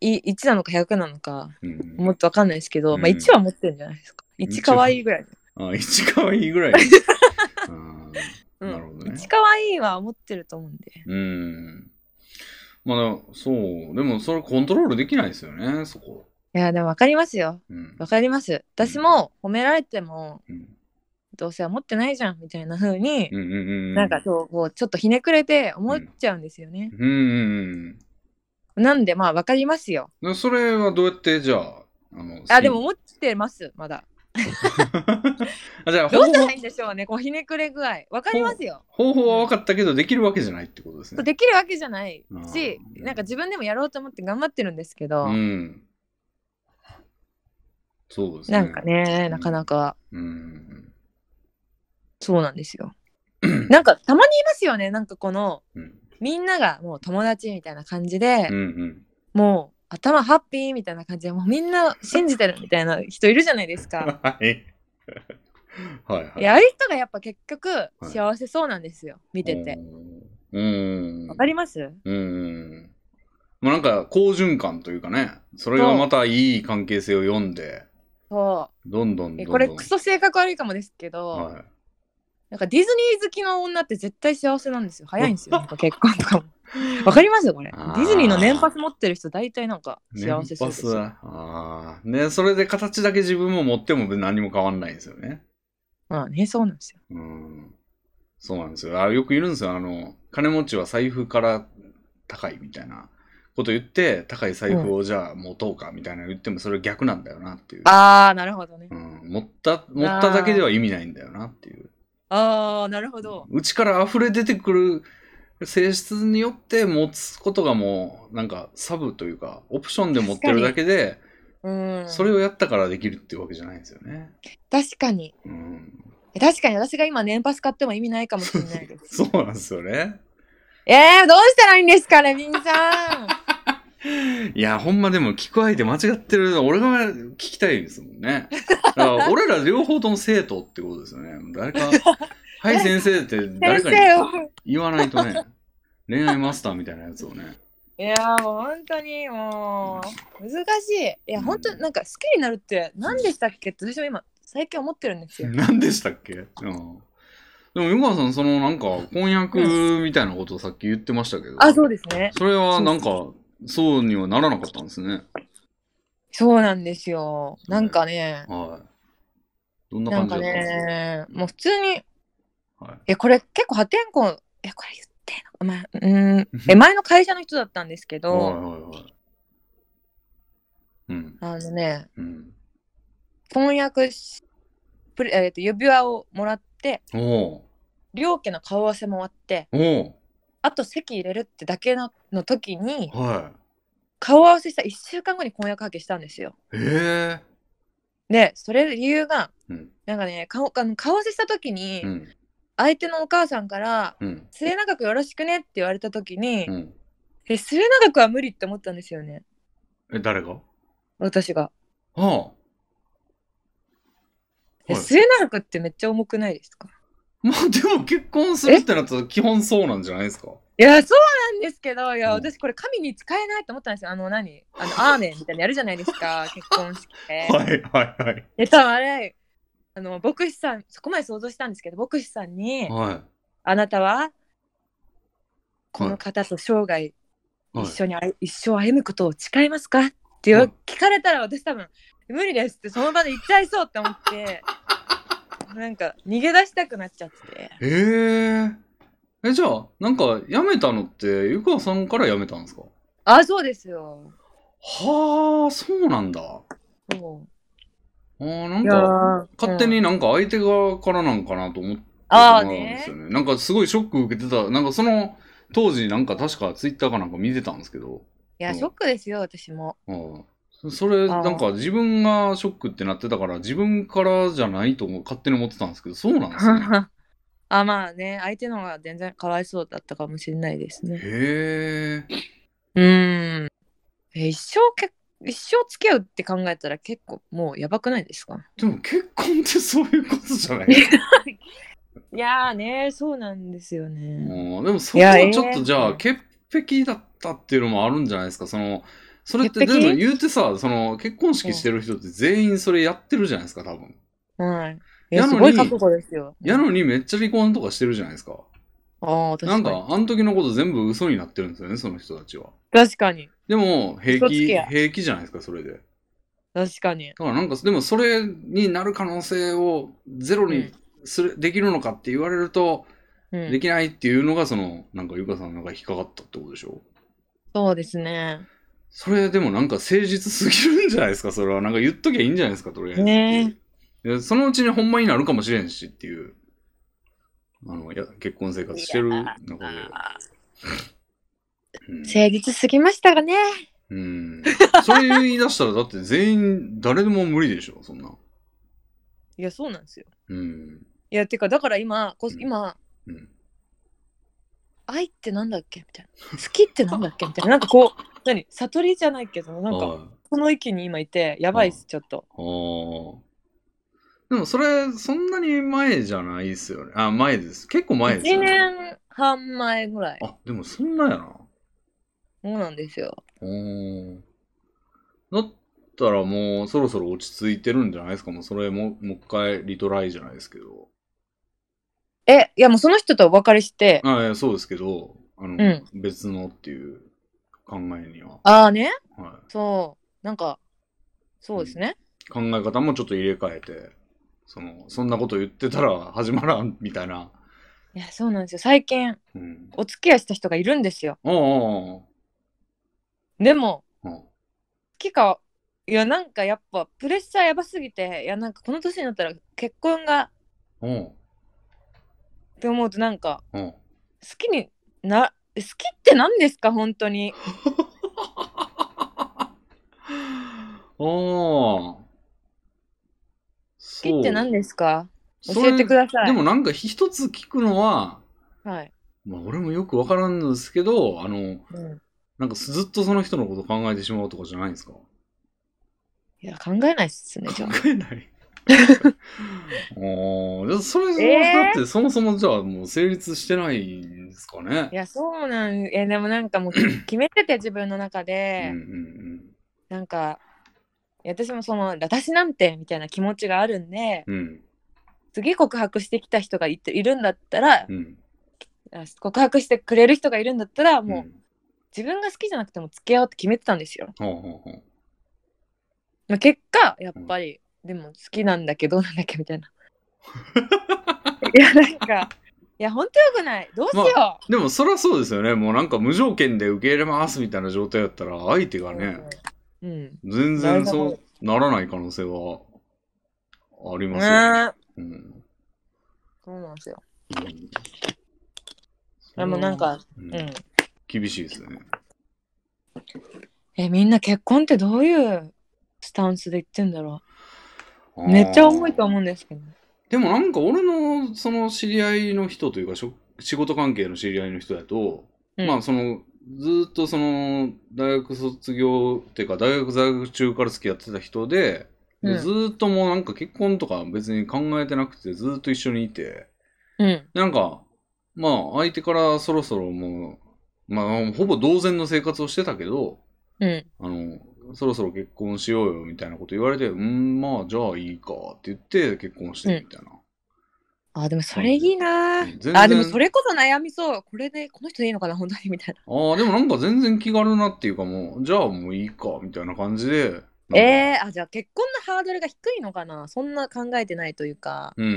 い1なのか100なのかうんうんもっと分かんないですけど、うんまあ1は持ってるんじゃないですか1可愛いぐらい、あ、一可愛いぐ らい。うんうなるほんどね1可愛いは持ってると思うんでうん。まあでも、そう。でも、それコントロールできないですよね、そこ。いやでも分かりますようん。分かります私も褒められてもうんどうせは持ってないじゃんみたいな風に、うんうんうん。なんか、そうこうちょっとひねくれて思っちゃうんですよね、うんうんなんでまあ分かりますようん。それはどうやって、じゃあ、あの、あでも、持ってますまだ あじゃあどう方し法た、らいいんでしょうねこうひねくれ具合分かりますよ方法は分かったけど、できるわけじゃないってことですそうね。できるわけじゃないしあ、ーなんか自分でもやろうと思って頑張ってるんですけど、うん。そうですね。なんか。ね、なかなかうん。そうなんで すよ。なんかたまにいますよね、なんかこのうん。みんながもう友達みたいな感じうで、んうん。もう頭ハッピーみたいな感じで、もうみんな信じてるみたいな人いるじゃないですか。はい。はいはい。いや、ああいう人がやっぱ結局幸せそうなんですよ、見てて。うん。わかりますうん。まあなんか、好循環というかね、それがまたいい関係性を読んで、そどんどんどんう。どえん。これクソ性格悪いかもですけど、はなんかディズニー好きの女って絶対幸せなんですよ。早い んですよ、なんか結婚とかも。わかりますこれ。デあーィズニーの年パス持ってる人大体なんかい。幸せそうです年よ。パスああ。ね、それで形だけ自分も持っても何も変わんないですよね。まあね、そうなんですよ。うん。そうなんですよ。あよくいるんですよ。あの、金持ちは財布から高いみたいなこと言って、高い財布をじゃあ持とうかみたいなの言っても、それ逆なんだよなっていう。ああ、なるほどねう。ん、持った、持っただけでは意味ないんだよなっていう。ああ、なるほど。うちから溢れ出てくる性質によって持つことがもうなんかサブというかオプションで持ってるだけでうん。それをやったからできるっていうわけじゃないんですよね。確かに。うん、確かに私が今年パス買っても意味ないかもしれな いです。そうなんですよね。えー、どうしたらいいんですかね、みんさん。いや、ほんまでも聞く相手間違ってる。俺が聞きたいですもんね。だから俺ら両方とも生徒ってことですよね。誰 か、はい先生って誰先か生にを言わないとね、恋愛マスターみたいなやつをね。いやーもう本当にもう難しい。いや本当なんか好きになるって何でしたっけって私も今最近思ってるんですよ。何でしたっけうん。でも、湯川さん、そのなんか、婚約みたいなことをさっき言ってましたけど。あそうですね。それはなんか、そうにはならなかったんですね。そうなんですよ。なんかね、はい。どんななん感じかだったんですかね、もう普通に、はいえこれ結構破天荒えこれ言ってんのまあ うんえ前の会社の人だったんですけはいど、はいはい。うん。あのねうん。婚約しプレえっと指輪をもらっておお両家の顔合わせも終わってうおあと席入れるってだけのの時にうは顔合わせした1週間後に婚約破棄したんですよ。い。へえ。でそれ理由がうん。なんかね顔あの顔合わせした時にうん。相手のお母さんからうん「末永くよろしくね」って言われた時にう、ん。え末永くは無理って思ったんですよねえ、誰が私が。ああ。えはい末永くってめっちゃ重くないですかまあでも結婚するってなったら基本そうなんじゃないですか。いやそうなんですけどいや、うん私これ神に使えないと思ったんですよあの何あ のアーメンみたいなのやるじゃないですか結婚式で。はいはいはい。で多分あれあの牧師さんそこまで想像したんですけど牧師さんには「あなたはこの方と生い。涯はい一、緒にあい、一生歩むことを誓いますか?」っていううん聞かれたら私多分「無理です」ってその場で言っちゃいそうって思って なんか逃げ出したくなっちゃって。へえ。え、じゃあ、なんか辞めたのって、ゆかわさんから辞めたんですかあそうですよ。はあ、そうなんだ。あそうあ、なんいやか、ー勝手になんか相手側からなんかなと思ってああしまうんねですよね。なんかすごいショック受けてた。なんかその当時なんか確かツイッターかなんか見てたんですけど、いやショックですよ私も うんそそれああなんか自分がショックってなってたから自分からじゃないと思う勝手に思ってたんですけど、そうなんですね。 あまあね相手の方が全然かわいそうだったかもしれないですねへえ。うーんえ一生け一生付き合うって考えたら結構もうやばくないですかでも結婚ってそういうことじゃないですか。いやーねそうなんですよねうんでもそこはちいょっやえとえじゃあ潔癖だったっていうのもあるんじゃないですか。そのそれって潔癖でも言うてさその結婚式してる人って全員それやってるじゃないですか多分。はいいややのすにごい覚悟ですよやのにめっちゃ離婚とかしてるじゃないですか。ああ確かなにんか、あの時のこと全部嘘になってるんですよね、その人たちは。確かにでも、平嘘つ気、きや平気じゃないですか、それで。だ確かにからなんか、でもそれになる可能性をゼロうにんする、できるのかって言われると、うんできないっていうのが、その、なんか、ゆかさんの中に引っかかったってことでしょそうですねそれでもなんか誠実すぎるんじゃないですか、 それは。なんか言っときゃいいんじゃないですか、とりあえず。ねでそのうちにほんまになるかもしれんしっていう、あの、いや結婚生活してる中で。うん誠実すぎましたがねうん。それ言い出したら、だって全員、誰でも無理でしょ、そんな。いやそうなんですようん。いやてかだから今こうん今うん。愛ってなんだっけみたいな好きってなんだっけ みたいななんかこう何悟りじゃないけどなんはいかその域に今いてやばいっすちょっとあーでも、それ、そんなに前じゃないですよね。あ、前です。結構前です1よね。年半前ぐらいあ、でも、そんなやな。そうなんですよおーだったら、もう、そろそろ落ち着いてるんじゃないですか。もう、それも、もう一回、リトライじゃないですけど。えいやもうその人とお別れしてあいやそうですけど、あの、ん別のっていう考えには。ああねはいそうなんかそうですね、考え方もちょっと入れ替えてそのそんなこと言ってたら 始まらんみたいな、いやそうなんですよ最近うん、お付き合いした人がいるんですよおうおでもうおうおう好きかいやなんかやっぱプレッシャーやばすぎていやなんかこの年になったら結婚がおうって思うとなんかおう好きにな好きって何ですか本当に おう好きって何ですかそう教えてくださそれい。でもなんか一つ聞くのは、はい。まあ、俺もよくわからんのですけどあのうん、なんかずっとその人のこと考えてしまうとかじゃないんですか考いや、考えないっすね、じゃあ。え ない。おーじゃあそれ、えーだってそもそもじゃあもう成立してないんですかねい。や、そうなん、いや、でもな んかもう決めてて、自分の中うんでう、んなんか、いや私もその、私なんてみたいな気持ちがあるんで、うん。うん次告白してきた人がいているんだったら、うん。あ告白してくれる人がいるんだったら、もう、ん自分が好きじゃなくても付き合おうって決めてたんですよ。ほうほうほう。まあ、結果やっぱり、でも好きなんだけどどうなんだっけみたい ないやなんかいや本当よくないどうしよう、でもそりゃそうですよね。もうなんか無条件で受け入れますみたいな状態だったら、相手がね、うん、全然そうならない可能性はありうん、ますよね。ねうん。そうなんですようんでもなんか、う、うんん厳しいですよね。えみんな結婚ってどういうスタンスで言ってんだろうめっちゃ重いと思うんですけどでもなんか俺のその知り合いの人というかしょ仕事関係の知り合いの人だと、うんまあそのずーっとその大学卒業っていうか大学在学中から付き合ってた人ででうんずーっともうなんか結婚とか別に考えてなくてずーっと一緒にいてうんでなんかまあ相手からそろそろもうまあほぼ同然の生活をしてたけどうんあのそろそろ結婚しようよみたいなこと言われてうんまあじゃあいいかって言って結婚してみたいな。あでもそれいいな全然あでもそれこそ悩みそうこれでこの人でいいのかな本当にみたいああ、でもなんか全然気軽なっていうかもう、じゃあもういいか、みたいな感じで。なんかなえー、あじゃあ結婚のハードルが低いのかなそんな考えてないというかうんう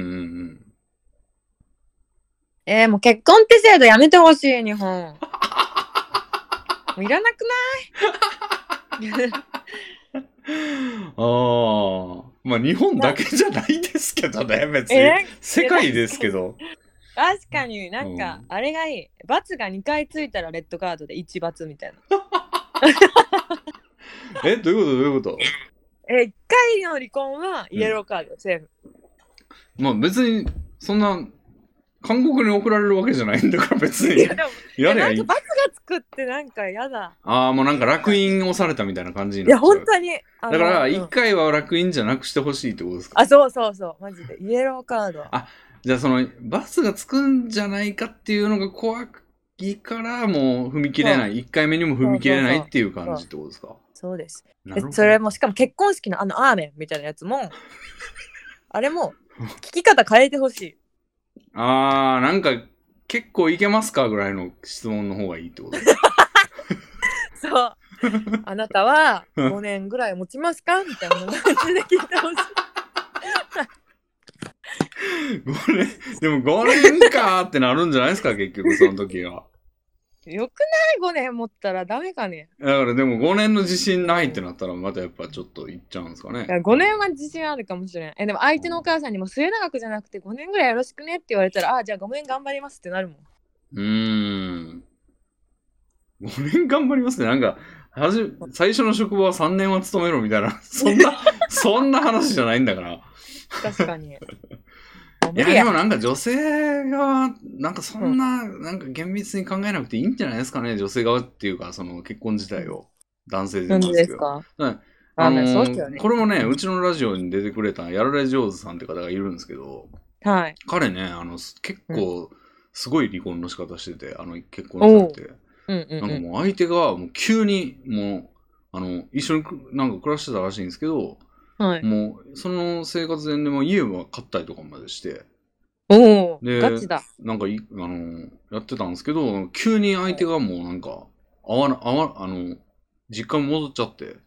んえー、もう結婚って制度やめてほしい、日本。もういらなく ないうん。ああ、まあ日本だけじゃないですけどね、別に。えなんか世界ですけど。確かになんかうんあれがいい。罰が2回ついたらレッドカードで1罰みたいな。え、どういうことどういうことえー、1回の離婚はイエローカード、セーフ。まあ別に、そんな、韓国に送られるわけじゃないんだから別いにや。でも、やいれややないんいか。罰がつくってなんかやだ。ああ、もうなんか楽印押されたみたいな感じにいや、なっちゃう本当に。あのだから、うん一回は楽印じゃなくしてほしいってことですかあ、そうそうそう、マジで。イエローカード。じゃあそのバスがつくんじゃないかっていうのが怖いからもう踏み切れない、一1回目にも踏み切れないっていう感じってことですかそうです。なでるほどそれも、しかも結婚式のあのアーメンみたいなや つも、あれも、聞き方変えてほしい。あーなんか結構いけますかぐらいの質問の方がいいってことですか そう。あなたはうん5年ぐらい持ちますかみたいな感じで聞いてほしい。五年でも5年かーってなるんじゃないですか結局その時はよくない ?5 年持ったらダメかね。だからでも5年の自信ないってなったらまたやっぱちょっといっちゃうんですかね5年は自信あるかもしれん。え、でも相手のお母さんにも末永くじゃなくて5年ぐらいよろしくねって言われたら、ああ、じゃあ5年頑張りますってなるもん。うーん。5年頑張りますね。なんか、はじ最初の職場は3年は勤めろみたいな、 そんな、そんな話じゃないんだから。確かに。もいう無や、理でやも。なんか女性側、なんかそんな、なんか厳密に考えなくていいんじゃないですかね。女性側っていうか、その結婚自体を。男性な全ん部ででですけすど。かうんああののそうですよねー。これもね、うちのラジオに出てくれたやられ上手さんって方がいるんですけど、はい。彼ね、あの、す結構、すごい離婚の仕方してて、あの、結婚されて。うんうんなんうかん。もう相手がもう急にもうあの一緒にくなんか暮らしてたらしいんですけど、はい、もうその生活で、ね、もう家は買ったりとかまでしておお、でガチだ。なんかいあのやってたんですけど急に相手がもうなんか会わな会わあの実家に戻っちゃってで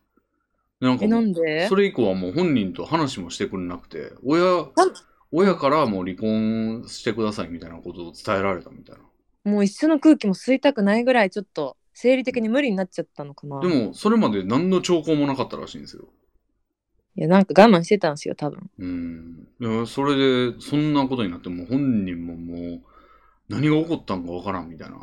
なんかえ、もなうんでそれ以降はもう本人と話もしてくれなくて親なん親からもう離婚してくださいみたいなことを伝えられたみたいな。もう一緒の空気も吸いたくないぐらいちょっと生理的に無理になっちゃったのかな。でもそれまで何の兆候もなかったらしいんですよ。いや、なんか我慢してたんですよ、多分。うん。いやそれで、そんなことになって、もう本人ももう、何が起こったんかわからんみたいな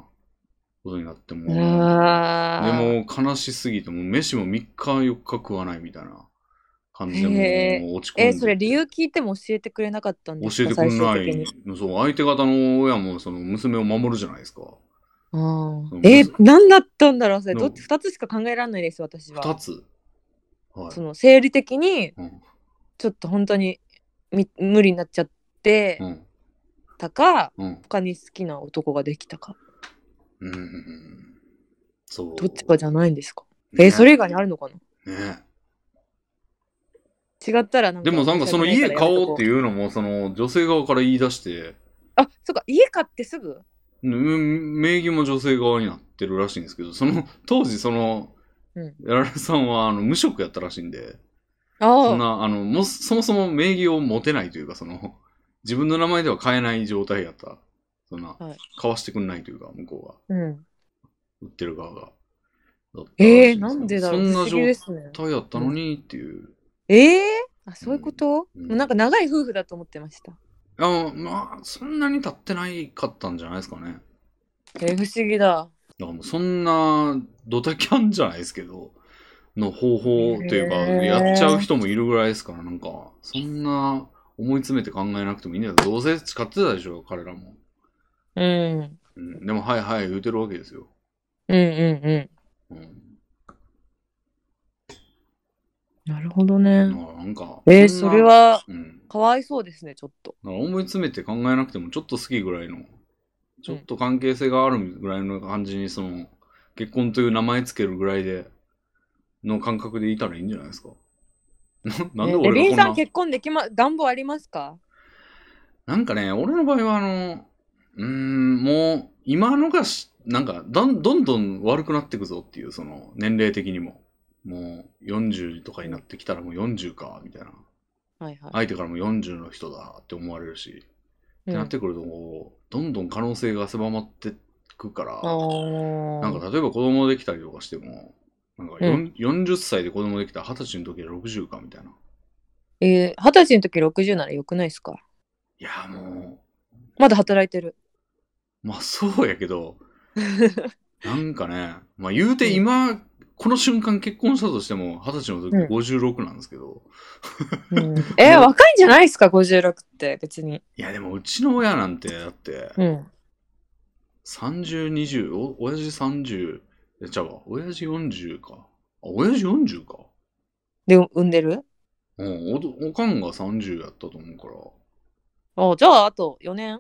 ことになって、もう、であーも悲しすぎて、もう飯も3日4日食わないみたいな感じで、へーもう落ち込んで。えそれ理由聞いても教えてくれなかったんです教えかてくれな最終的にい。そう、相手方の親もその娘を守るじゃないですか。うんんえー、何だったんだろうそれどっうんち2つしか考えられないです私二は。つはいその生理的にうんちょっと本当にみ無理になっちゃってうんたかうん他に好きな男ができたかうんうんそうどっちかじゃないんですか。ねえーそれ以外にあるのかなね違ったらなんかでもなんかその家買おうっていういうのもその女性側から言い出してあそっか家買ってすぐうん名義も女性側になってるらしいんですけどその当時そのうんやられさんはあの無職やったらしいんでそんああなあのもそもそも名義を持てないというかその自分の名前では買えない状態やったそんな、はい買わしてくんないというか向こうがうん売ってる側がだったらしいでえすけー、どなんでだろうそん不な思状議ですね態やったのにっていう、ええあそういうこと、うんもうなんか長い夫婦だと思ってました。あまあそんなに経ってないかったんじゃないですかねえー、不思議だ。だからもうそんなドタキャンじゃないですけどの方法というかへーやっちゃう人もいるぐらいですからなんかそんな思い詰めて考えなくてもいいんだよどうせ使ってたでしょ彼らも、うん。うんうん、でもはいはい言うてるわけですよ、うんううん、ん。なるほどだね。からなんかえー、んそなれはうん、だかかわいそうですね、ちょっと。ら思い詰めて考えなくてもちょっと好きぐらいのちょっと関係性があるぐらいの感じにその結婚という名前つけるぐらいでの感覚でいたらいいんじゃないですかななんでえリ俺ンがさこんなん結婚できま、願望ありますかなんかね、俺の場合はあの、うーん、もう、今のがし、なんかだん、どんどん悪くなっていくぞっていう、その、年齢的にも。もう、40とかになってきたらもう40か、みたいな。はいはい。相手からも40の人だって思われるし。ってなってくると、こうどんどん可能性が狭まってくから、うん、なんか例えば子供できたりとかしても、なんか、う40歳で子供できたら20歳の時は60か、みたいな。えー、二十歳の時60ならよくないですかいや、もまだ働いてる。う、まあそうやけ ど、なんかね、まあ言うて今、この瞬間結婚したとしても、二十歳の時うん56なんですけど、うん、えー、若いんじゃないですか、56って、別に。いやでもうちの親なんて、だって、うん。 30、20、お親父30、えちゃうわ、親父40か。あ、親父40か。で、産んでるうん、おどおかんが30やったと思うから、あじゃあ、あと4年。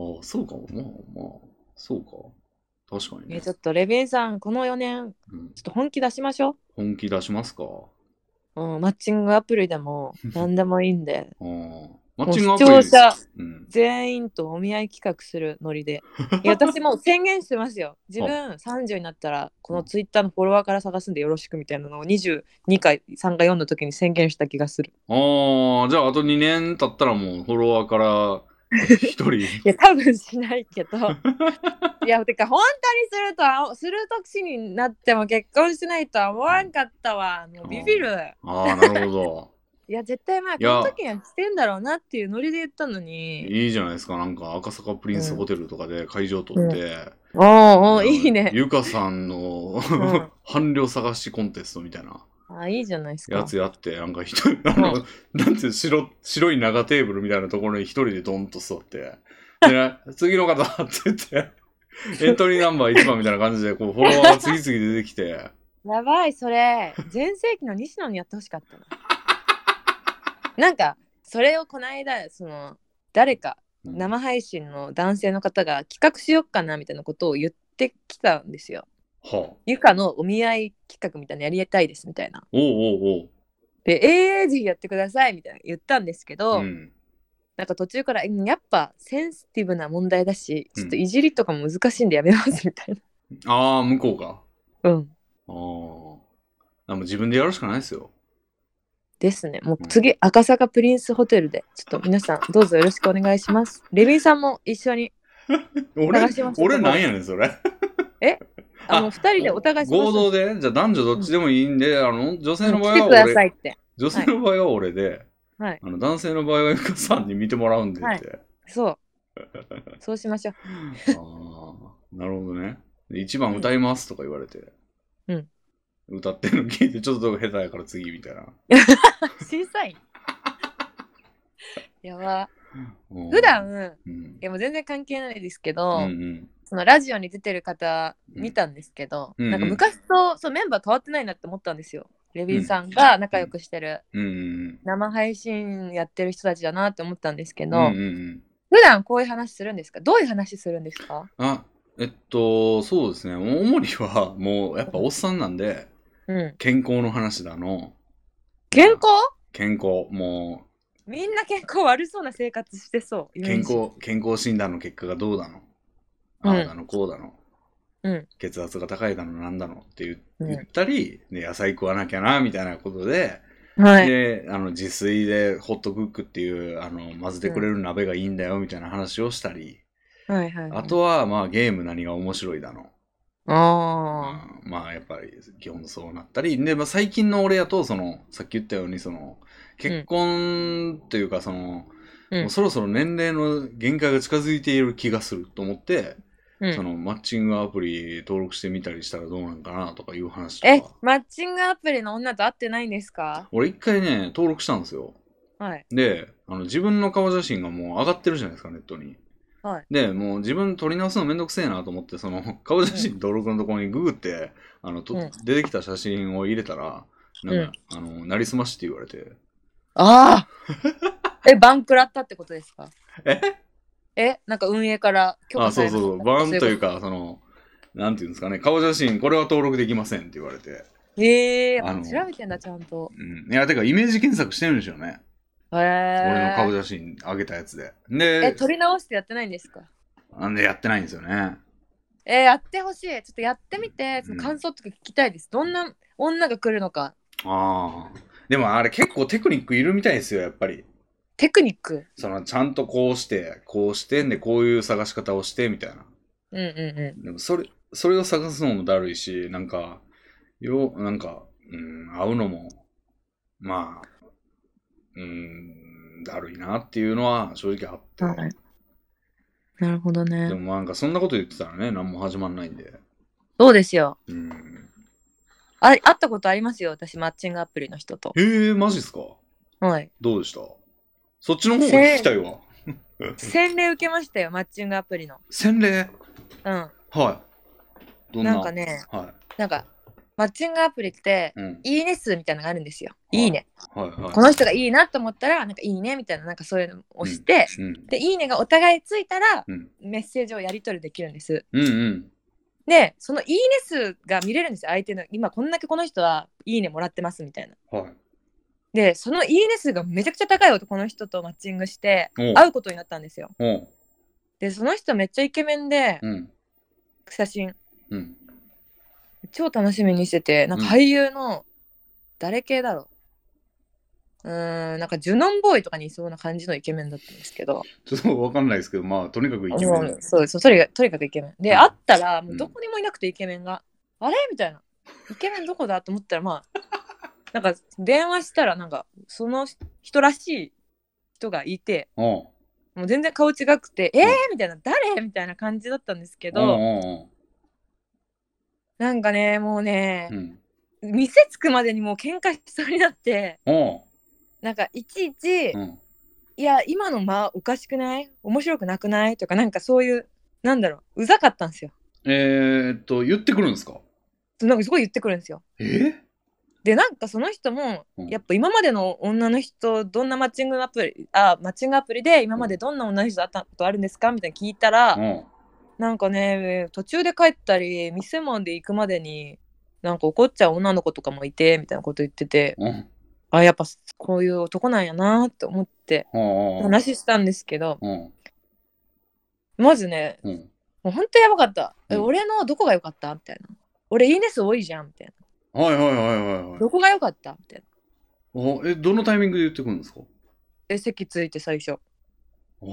ああ、そうかも、まあまあ、そうか。確かにえねー、ち。ょっと、レビンさん、この4年、うんちょっと本気出しましょう。本気出しますか。うん、マッチングアプリで も何でもいいんでああマッもうチ視ングアプリ聴者うん。全員とお見合い企画するノリでいや私もう宣言してます よ自分30になったらこのツイッターのフォロワーから探すんでよろしくみたいなのを22回3回4の時に宣言した気がするああ、じゃああと2年経ったらもうフォロワーから1人。 いや多分しないけど いやてか本当にするとはする年になっても結婚しないとは思わんかったわもうビビるああ、なるほど。いや絶対まあいこやの時にはしてんだろうなっていうノリで言ったのにいいじゃないですか。なんか赤坂プリンスホテルとかで会場取って。おーおーいいねゆかさんの、ん伴侶探しコンテストみたいなあいいじゃないですかやつやって、なんか一人、あの、なんていう白、白い長テーブルみたいなところに一人でドンと座って。でね、次の方って言 って、エントリーナンバー1番みたいな感じで、こう、フォロワーが次々出てきて。やばいそれ全盛期の西野にやってほしかっ たななんかそれをこの間その誰か生配信の男性の方が企画しよっかなみたいなことを言ってきたんですよはあ。ゆかのお見合い企画みたいなのやりたいですみたいなおうおうでえー、ぜひやってくださいみたいな言ったんですけおど、う。うん。なんか途中からうんやっぱセンシティブな問題だしうんちょっといじりとかも難しいんでやめますみたいああ、向こうか。なうんああ。でも自分でやるしかないですよ。ですね。もう次、赤坂プリンスホテルで、ちょっと皆さん、どうぞよろしくお願いします。レビンさんも一緒に、俺流しま、す俺なんやねん、それ。あの、あ二人でお互いします合同で、じゃあ男女どっちでもいいんで、あの、女性の場来合てはくださ俺、いって。女性の場合は俺で、はいあの男性の場合はゆかさんに見てもらうんでって。はいそう。そうしましょう。ああ、なるほどね。で一番歌いますとか言われて。うん歌ってるの聞いて、ちょっと下手 やから次みたいな。審査員。やば。うん普、段うんい、やもう全然関係ないですけうど、んうんそのラジオに出てる方見たんですけど、うんなんかうんうん昔とそうメンバー変わってないなって思ったんですよ。レビンさんが仲良くしてる、うんうん生配信やってる人たちだなって思ったんですけうんうど、んうん普段こういう話するんですかどういう話するんですかあえっとそうですね主にはもうやっぱおっさんなんでうん。健康の話だの健康健康もみんな健康悪そうな生活してそうう。イメー健ジ。康健康診断の結果がどうだのうんああだのこうだの、うん血圧が高いだのなんだのって言うん言ったり、で野菜食わなきゃなみたいなことで,、はい。であの自炊でホットクックっていうあの混ぜてくれる鍋がいいんだよみたいな話をしたり、はいはい。あ、とはまあゲーム何が面白いだの、あうんまあやっぱり基本そうなったりで、まあ、最近の俺やとそのさっき言ったようにその結婚というかその、うんもうそろそろ年齢の限界が近づいている気がすると思って、あ。うそん、のマッチングアプリ登録してみたりしたらどうなんかなとかいう話えとか、マッチングアプリの女と会ってないんですか俺一回ね登録したんですよはい。であの自分の顔写真がもう上がってるじゃないですかネットに。はいでもう自分撮り直すのめんどくせえなと思ってその顔写真登録のところにググって、あのとうん出てきた写真を入れたらなんか、あのなりすましって言われてあ あえ、バン食らったってことですかええ、なんか運営から許あ可さそれうなそかっうそうたバーンというか。かそのなんていうんですかね顔写真これは登録できませんって言われて、へえあの調べてんだ、ちゃんと。うん、いやてかイメージ検索してるんでしょうね、へ俺の顔え。写真上げたやつでえ、で取り直してやってないんですかなんでやってないんですよねえーやってほしい。ちょっとやってみて、そうんの感想とか聞きたいです。どんな女が来るのか。ああでもあれ結構テクニックいるみたいですよやっぱりテクニック。そのちゃんとこうしてこうしてんでこういう探し方をしてみたいなうんうんうでもそれそれを探すのもだるいしなんかようなんかうん会うのもまあうんだるいなっていうのは正直あって、ん。はい。なるほどでね。もなんかそんなこと言ってたらね何も始まんないんでそうですよ。うんあ会ったことありますよ、私、マッチングアプリの人と。えー、マジっすかはい。どうでしたそっちの方が聞きたいわ洗礼受けましたよ、マッチングアプリの。洗礼うん。はいどんななんかねはなんか、マッチングアプリって、い、うん、いいね数みたいなのがあるんですよ。はいいいね。はいはいこの人がいいなと思ったら、なんかいいねみたいな、なんかそういうのを押して、うんで、いいねがお互いついたら、うんメッセージをやり取りできるんです。うんうんでその「いいね」数が見れるんですよ相手の今こんだけこの人は「いいね」もらってますみたいな。はいでその「いいね」数がめちゃくちゃ高い男の人とマッチングしておう会うことになったんですよ。おうでその人めっちゃイケメンでうん写真うん超楽しみにしててなんかうん俳優の誰系だろううーんなんかジュノンボーイとかにいそうな感じのイケメンだったんですけどちょっとわかんないですけどまあとにかくイケメもンうそうそうとにかくとにかくイケメンで、うん会ったらもうんうどこにもいなくてイケメンが、あれみたいなイケメンどこだと思ったらまあ なんか電話したらなんかその人らしい人がいておうもう全然顔違くて、えーみたいな誰みたいな感じだったんですけど、うんなんかねもうねうんう、ん店着くまでにもう喧嘩しそうになっておうなんかいちいち、うんいや今の間おかしくない面白くなくないとかなんかそういうなんだろううざかったんですよえー、っと言ってくるんですかなんかすごい言ってくるんですよえでなんかその人もうんやっぱ今までの女の人どんなマッチングアプリあマッチングアプリで今までどんな女の人だったことあるんですかみたいな聞いたら、うんなんかね途中で帰ったり店まで行くまでになんか怒っちゃう女の子とかもいてみたいなこと言っててうんあやっぱこういう男なんやなって思ってうんうん話したんですけどうんまずねうんもうほんとやばかった、えうん俺のどこが良かったみたいな俺いいね数多いじゃんみたいなはいはいはいはいはいどこが良かったみたいなおえどのタイミングで言ってくるんですかえ席ついて最初あ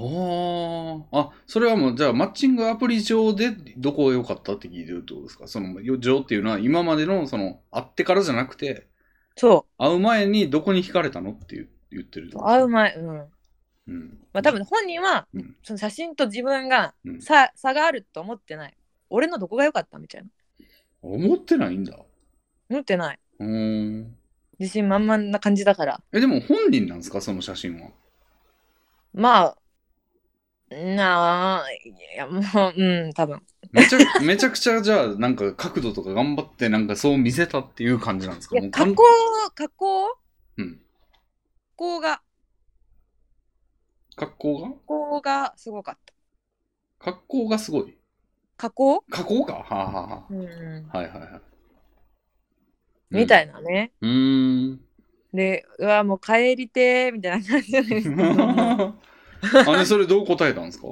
ああそれはもうじゃあマッチングアプリ上でどこが良かったって聞いてるってことですかそのよ上っていうのは今までのその会ってからじゃなくてそ会う前にどこに惹かれたのって言う言ってるってうことです会うね前うんうんまあ多分本人は、うんその写真と自分がうん差差があると思ってない。俺のどこが良かったみたいな。思ってないんだ思ってない。うーん自信満々な感じだから。えでも本人なんですかその写真はまあ、なあ、いや、もう、うん、多分。めち ゃ、めちゃくちゃ、じゃあ、なんか角度とか頑張って、なんかそう見せたっていう感じなんですいかもや、うかん加工、加工うん。加工が、格好が加工がすごかった。格好がすごい。加工加工かはあ、はあはうんうん。あ、はいはいはい。みい。たいなね。うーん。で、うわ、もう帰りてー、みたいな感じじゃな いですか。 あれ、それどう答えたんですかい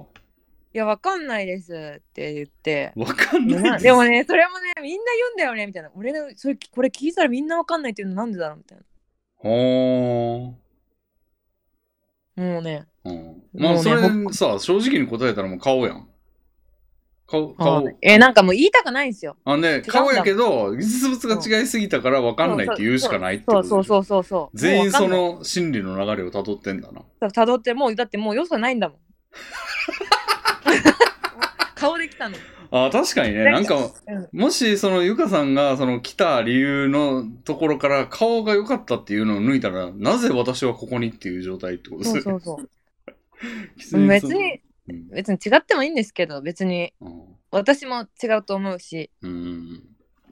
や、わかんないですって言って。わかんないでもね、それもね、みんな言うんだよね、みたいな。俺の、それ、これ聞いたらみんなわかんないっていうのなんでだろう、みたいほな。もうね、ーうん。まあ、もうねそれさ、正直に答えたらもう顔やん。顔、あ顔。え、なんかもう言いたくないんですよ。あ、ね、顔やけど、実物が違いすぎたからわかんないって言うしかないってことそうそうう。そうそうそう。全員そもうわの心理の流れを辿ってんだな。かんない。たどって、もう、だってもう良さないんだ もん。顔できたの。あ、確かにね、なんか、うんもし、その、ゆかさんが、その、来た理由のところから、顔が良かったっていうのを抜いたら、なぜ私はここにっていう状態ってことですそうよそね。うそう。きでついもです別に、うん別に違ってもいいんですけど、別に私も違うと思うし、うん。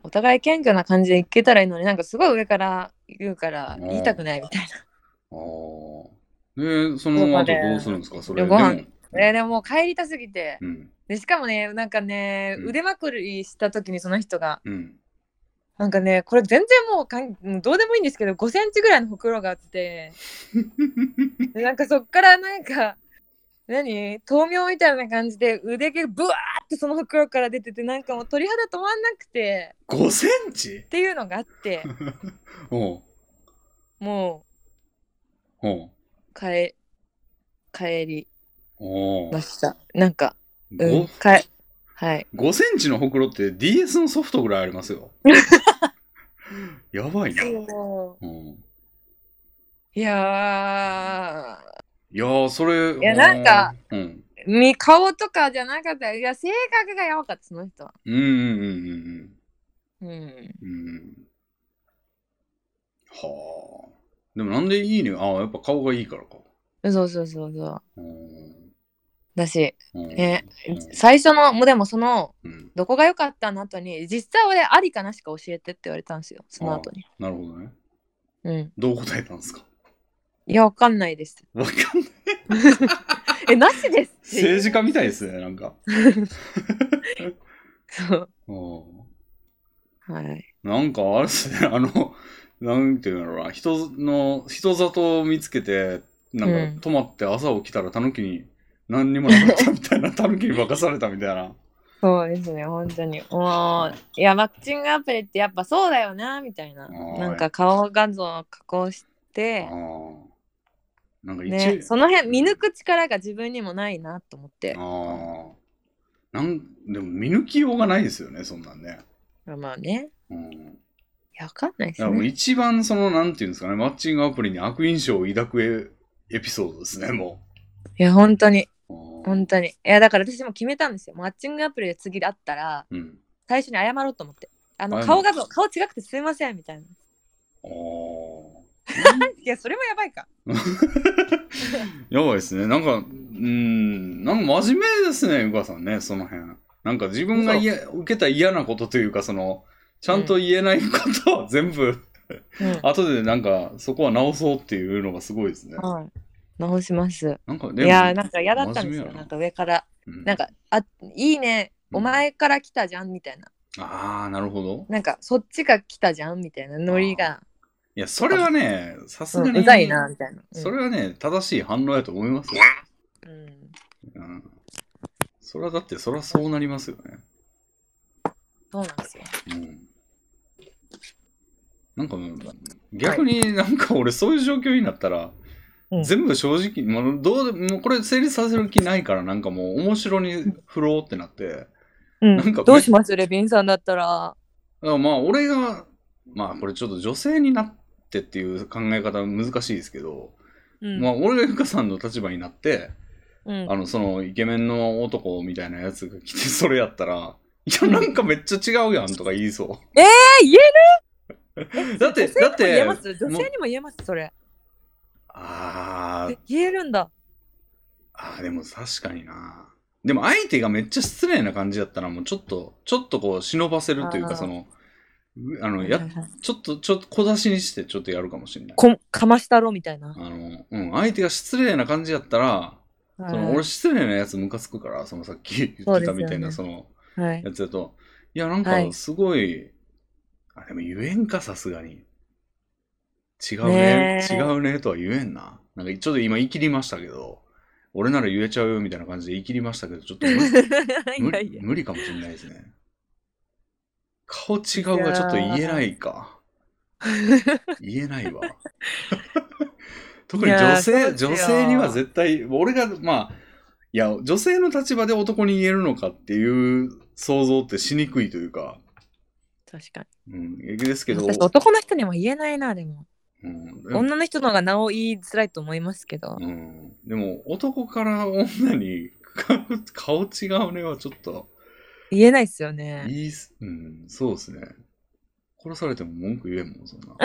お互い謙虚な感じでいけたらいいのに、なんかすごい上から言うからうん言いたくないみたいああ。で、その後どうするんですかそれ。ご飯でもな。えでももう帰りたすぎて、うん。でしかもね、なんかね、うん腕まくりした時にその人が、うん。なんかね、これ全然もうかんもうどうでもいいんですけど、5センチぐらいのほくろがあ って、でなんかそっからなんか、何豆苗みたいな感じで腕毛ブワーってそのほくろから出ててなんかもう鳥肌止まんなくて5センチ っていうのがあっておうもおうう帰帰りおうましたなんかうん5かえはい5センチのほくろって DS のソフトぐらいあります よ。やばいな。うん、いやいやー、それ。いやなんかうん。ーみ顔とかじゃなかったいや性格がやばかったその人はうんうんうんうんううんん。うん。はあ。でもなんでいいねああ、やっぱ顔がいいからか。そうそうそうそううん。だしうんねうん最初のもうでもそのうん。どこが良かったの後に実際俺ありかなしか教えてって言われたんですよその後になるほどね。うんどう答えたんですかいやわかんないですわかんない。えなしですっていう政治家みたいですね、なんか。そううんはいなんかあれですね、あ の、なんていうんだろうな、人の、人里を見つけて、なうんんか、泊まって朝起きたら、タヌキに、何にもなかったみたいな、 タヌキに化かされたみたいな。そうですね、本当に。もう、いや、マッチングアプリってやっぱそうだよな、みたいな。はいなんか顔画像を加工しあて、ーなんか一、ね、その辺見抜く力が自分にもないなと思って。ああ。なん、でも見抜きようがないですよね、そんなんね。まあね、うん。いや、わかんないでだすからもうね。一番その、なんていうんですかね、マッチングアプリに悪印象を抱くエエピソードですね、もいや、本当に、う。本当に。いや、だから私も決めたんですよ。マッチングアプリで次で会ったら、うん。最初に謝ろうと思って。あの、謝る顔画像、顔違くてすいません、みたいな。いああ。や、それもやばいか。やばいですね。なんか、うーん、なんか真面目ですね、ゆかさんね、その辺。なんか自分がいや受けた嫌なことというか、その、ちゃんと言えないことは全部、うん。後でなんか、そこは直そうっていうのがすごいですね。はい。直します。なんか、いでも、や、なんか嫌だったんで真す面目よ。やななんか上から。うんなんか、あ、いいね、うんお前から来たじゃんみたいな。ああ、なるほど。なんか、そっちが来たじゃんみたいなノリが、いや、それはね、さすうがんに、うざいな、みたいな。うんそれはね、正しい反応やと思いますよ。うんうん。それはだって、それはそうなりますよね。そうなんですよ。うんなんかもう逆になんか俺そういう状況になったら、うん全部正直もうどうでもうこれ成立させる気ないからなんかもう面白に振ろうってなってだかなんかどうしますレビンさんだったら。らまあ俺がまあこれちょっと女性になってっていう考え方は難しいですけど、うんまあ俺がゆかさんの立場になってうんあのそのイケメンの男みたいなやつが来てそれやったらいやなんかめっちゃ違うやんとか言いそうえ、言えだってえだっ女性にも言えてます女性にも言えます、それ。ああえ言えるんだ。ああ、でも確かにな。でも相手がめっちゃ失礼な感じだったら、もうちょっと、ちょっとこう、忍ばせるというあか、ーその、うあの、や、ちょっと、ちょっと小出しにして、ちょっとやるかもしれない。こかましたろみたいなあ。の、うん、相手が失礼な感じだったら、その、俺失礼なやつムカつくから、そのさっき言ってたみたいな、そその、はい。やつだと、いや、なんはかいすごい、あ、でも言えんか、さすがに。違うねねえ違うねとは言えんな。なんかちょっと今言い切りましたけど、俺なら言えちゃうよみたいな感じで言い切りましたけど、ちょっと無 い無や理いや。無理かもしれないですね。顔違うがちょっと言えないか。言えないわ。 特にい女やーそ性、うですよ女性には絶対、俺が、まあ、いや、女性の立場で男に言えるのかっていう想像ってしにくいというか、確かうん、ですけに。ど、私男の人にも言えないな、でも。うん、でも女の人の方がなお言いづらいと思いますけど。うん、でも男から女に顔違うねはちょっと、言えないですよね。いいっす、うん、そうですね。殺されても文句言えんもん、そん な。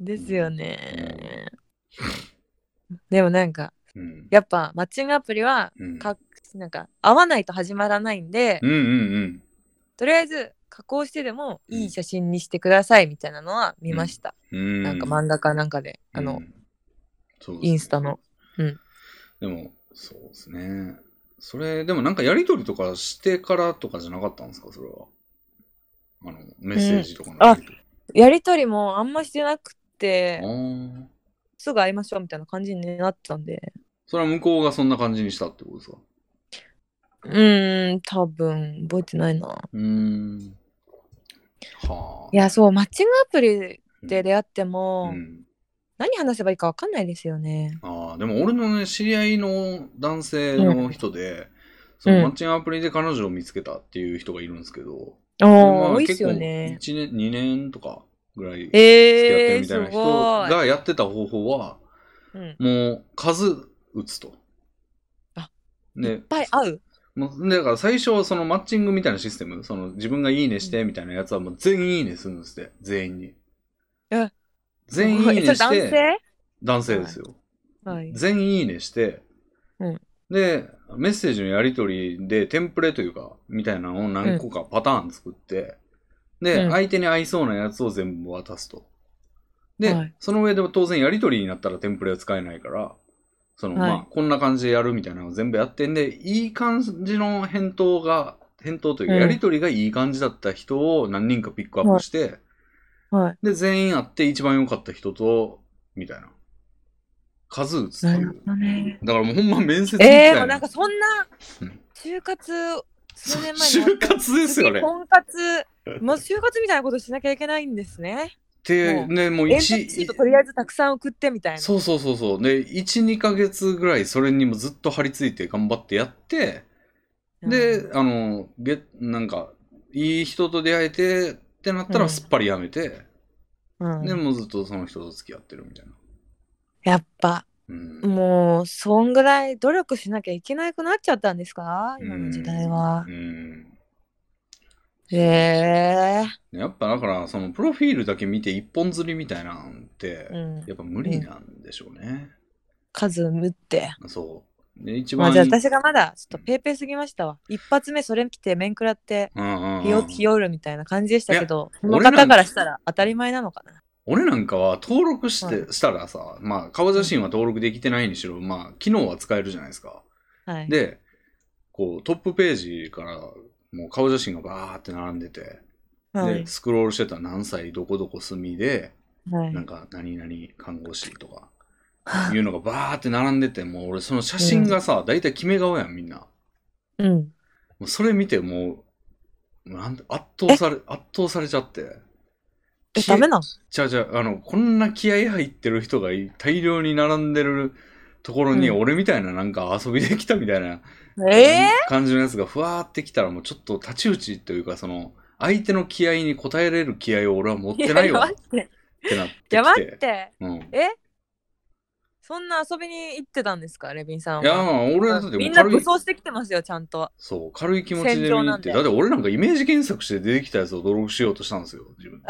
ですよね。でもなんか、うん。やっぱマッチングアプリは、うんかなんか、合わないと始まらないんで、うんうんうん。とりあえず加工してでもいい写真にしてくださいみたいなのは見ました。うん、なんか漫画かなんかで、あの、うんそうですねインスタの。でも、そうですね。それ、でもなんかやりとりとかしてからとかじゃなかったんですか、それは。あの、メッセージとかのやりとり。やりとりもあんましてなくて、ああ。すぐ会いましょうみたいな感じになったんで、それは向こうがそんな感じにしたってことですかうーん、多分覚えてないな。うーん。はあ。いや、そう、マッチングアプリでで出会っても、うん。何話せばいいか分かんないですよね。ああ、でも俺のね、知り合いの男性の人で、そのマッチングアプリで彼女を見つけたっていう人がいるんですけど、おー、まあ多いっ結す構よね。 1年、2年とかぐらい付き合ってえるー、みたいすな人ごい。がやってた方法は、うん、もう数打つと。あいっで、ぱい会うもうだから最初はそのマッチングみたいなシステム、その自分がいいねしてみたいなやつはもう全員いいねするんですって、全員に。え全員いいねそれし男て、性男性ですよ。はい。全員いいねして、うんで、メッセージのやり取りでテンプレというか、みたいなのを何個かパターン作って、で、うん相手に合いそうなやつを全部渡すと。で、はいその上でも当然やり取りになったらテンプレは使えないから、その、はいまあ、こんな感じでやるみたいなのを全部やってんで、いい感じの返答が、返答というか、うんやり取りがいい感じだった人を何人かピックアップして、はい。で、全員会って一番良かった人と、みたいな。数打つっなているほう。どね。だからもうほんま面接みたえいー、な。もうなんかそんなうん就活 数年前に就活ですよね。婚活もう就活みたいなことしなきゃいけないんですね。で、もうね、もうエントリーシー一トとりあえずたくさん送ってみたいな。そうそうそうそう。で、1、2ヶ月ぐらいそれにもずっと張り付いて頑張ってやって、うんで、あの、げ、なんか、いい人と出会えてってなったうらんすっぱりやめて、うんで、もうずっとその人と付き合ってるみたいな。やっぱうん。もうそんぐらい努力しなきゃいけなくなっちゃったんですか今の時代はう。ん。へえやっぱだから、そのプロフィールだけ見て一本釣りみたいなんて、うん、やっぱ無理なんでしょうね。数打って。そう。で、一ま番あいい。じゃあ私がまだちょっとペーペーすぎましたわ。一発目それ来て面食らってうんうんうん日よ日よるみたいな感じでしたけど、こやの俺なん方からしたら当たり前なのかな。俺なんかは登録して、したらさ、まあ、顔写真は登録できてないにしろ、まあ、機能は使えるじゃないですか。はい。で、こう、トップページから、もう顔写真がバーって並んでて、はいで、スクロールしてたら何歳、どこどこ住みで、はいなんか、何々看護師とか、はいいうのがバーって並んでて、もう俺その写真がさ、大体決め顔やん、みんな。うん。もうそれ見てもう、なんて圧倒され、圧倒されちゃって。え、ダメなのじゃあじゃあ、あの、こんな気合入ってる人がい大量に並んでるところに、うん俺みたいななんか遊びできたみたいなえ感じのやつがふわーってきたら、もうちょっと太刀打ちというか、その、相手の気合に応えれる気合を俺は持っー、てないやわ待っって。てなってきいて。や待って。うん。えそんな遊びに行ってたんですか、レビンさんは。いや、まあ俺だってもみうんな軽武い、装してきてますよ、ちゃんと。そう、軽い気持ちで戦場見に行なっんて、でだって俺なんかイメージ検索して出てきたやつを登録しようとしたんですよ、自分で。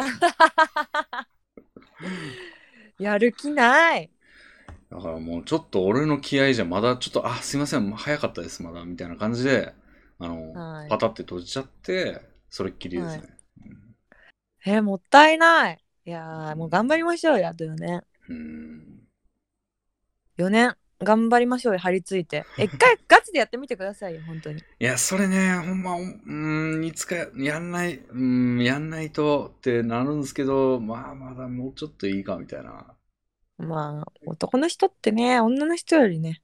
やる気ない。だからもうちょっと俺の気合じゃまだちょっと、あ、すいません、早かったです、まだ、みたいな感じで、あの、はいパタって閉じちゃって、それっきりですね。はえーもったいないいやーもう頑張りましょうよあと4年うん。 4年頑張りましょうよ張り付いてえ一回ガチでやってみてくださいよ本当にいや、それね、ほんま、うーん、いつかやんない、うーん、やんないとってなるんですけど、まあ、まだもうちょっといいか、みたいな。まあ男の人ってね女の人よりね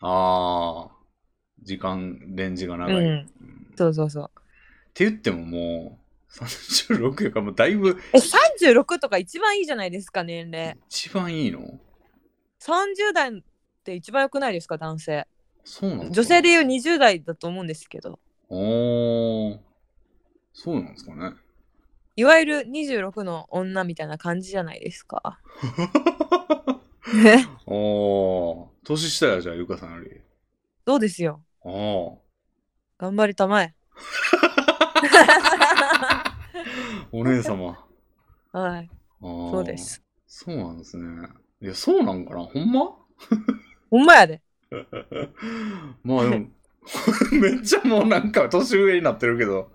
ああ、時間、レンジが長い。うんっそうそうそうて言ってももう、36やから、もうだいぶ、え36とか一番いいじゃないですか年齢一番いいの30代って一番良くないですか男性そうなんですか女性でいう20代だと思うんですけどおー、そうなんですか ね。いわゆる26の女みたいな感じじゃないですかおー、年下や、じゃあ、ゆかさんより。 そうですよあー。頑張りたま えお姉 様。はいあーそうで。すそうなんですね。いや、そうなんかなほん まほんまやでまあでも、 めっちゃもうなんか年上になってるけ ど。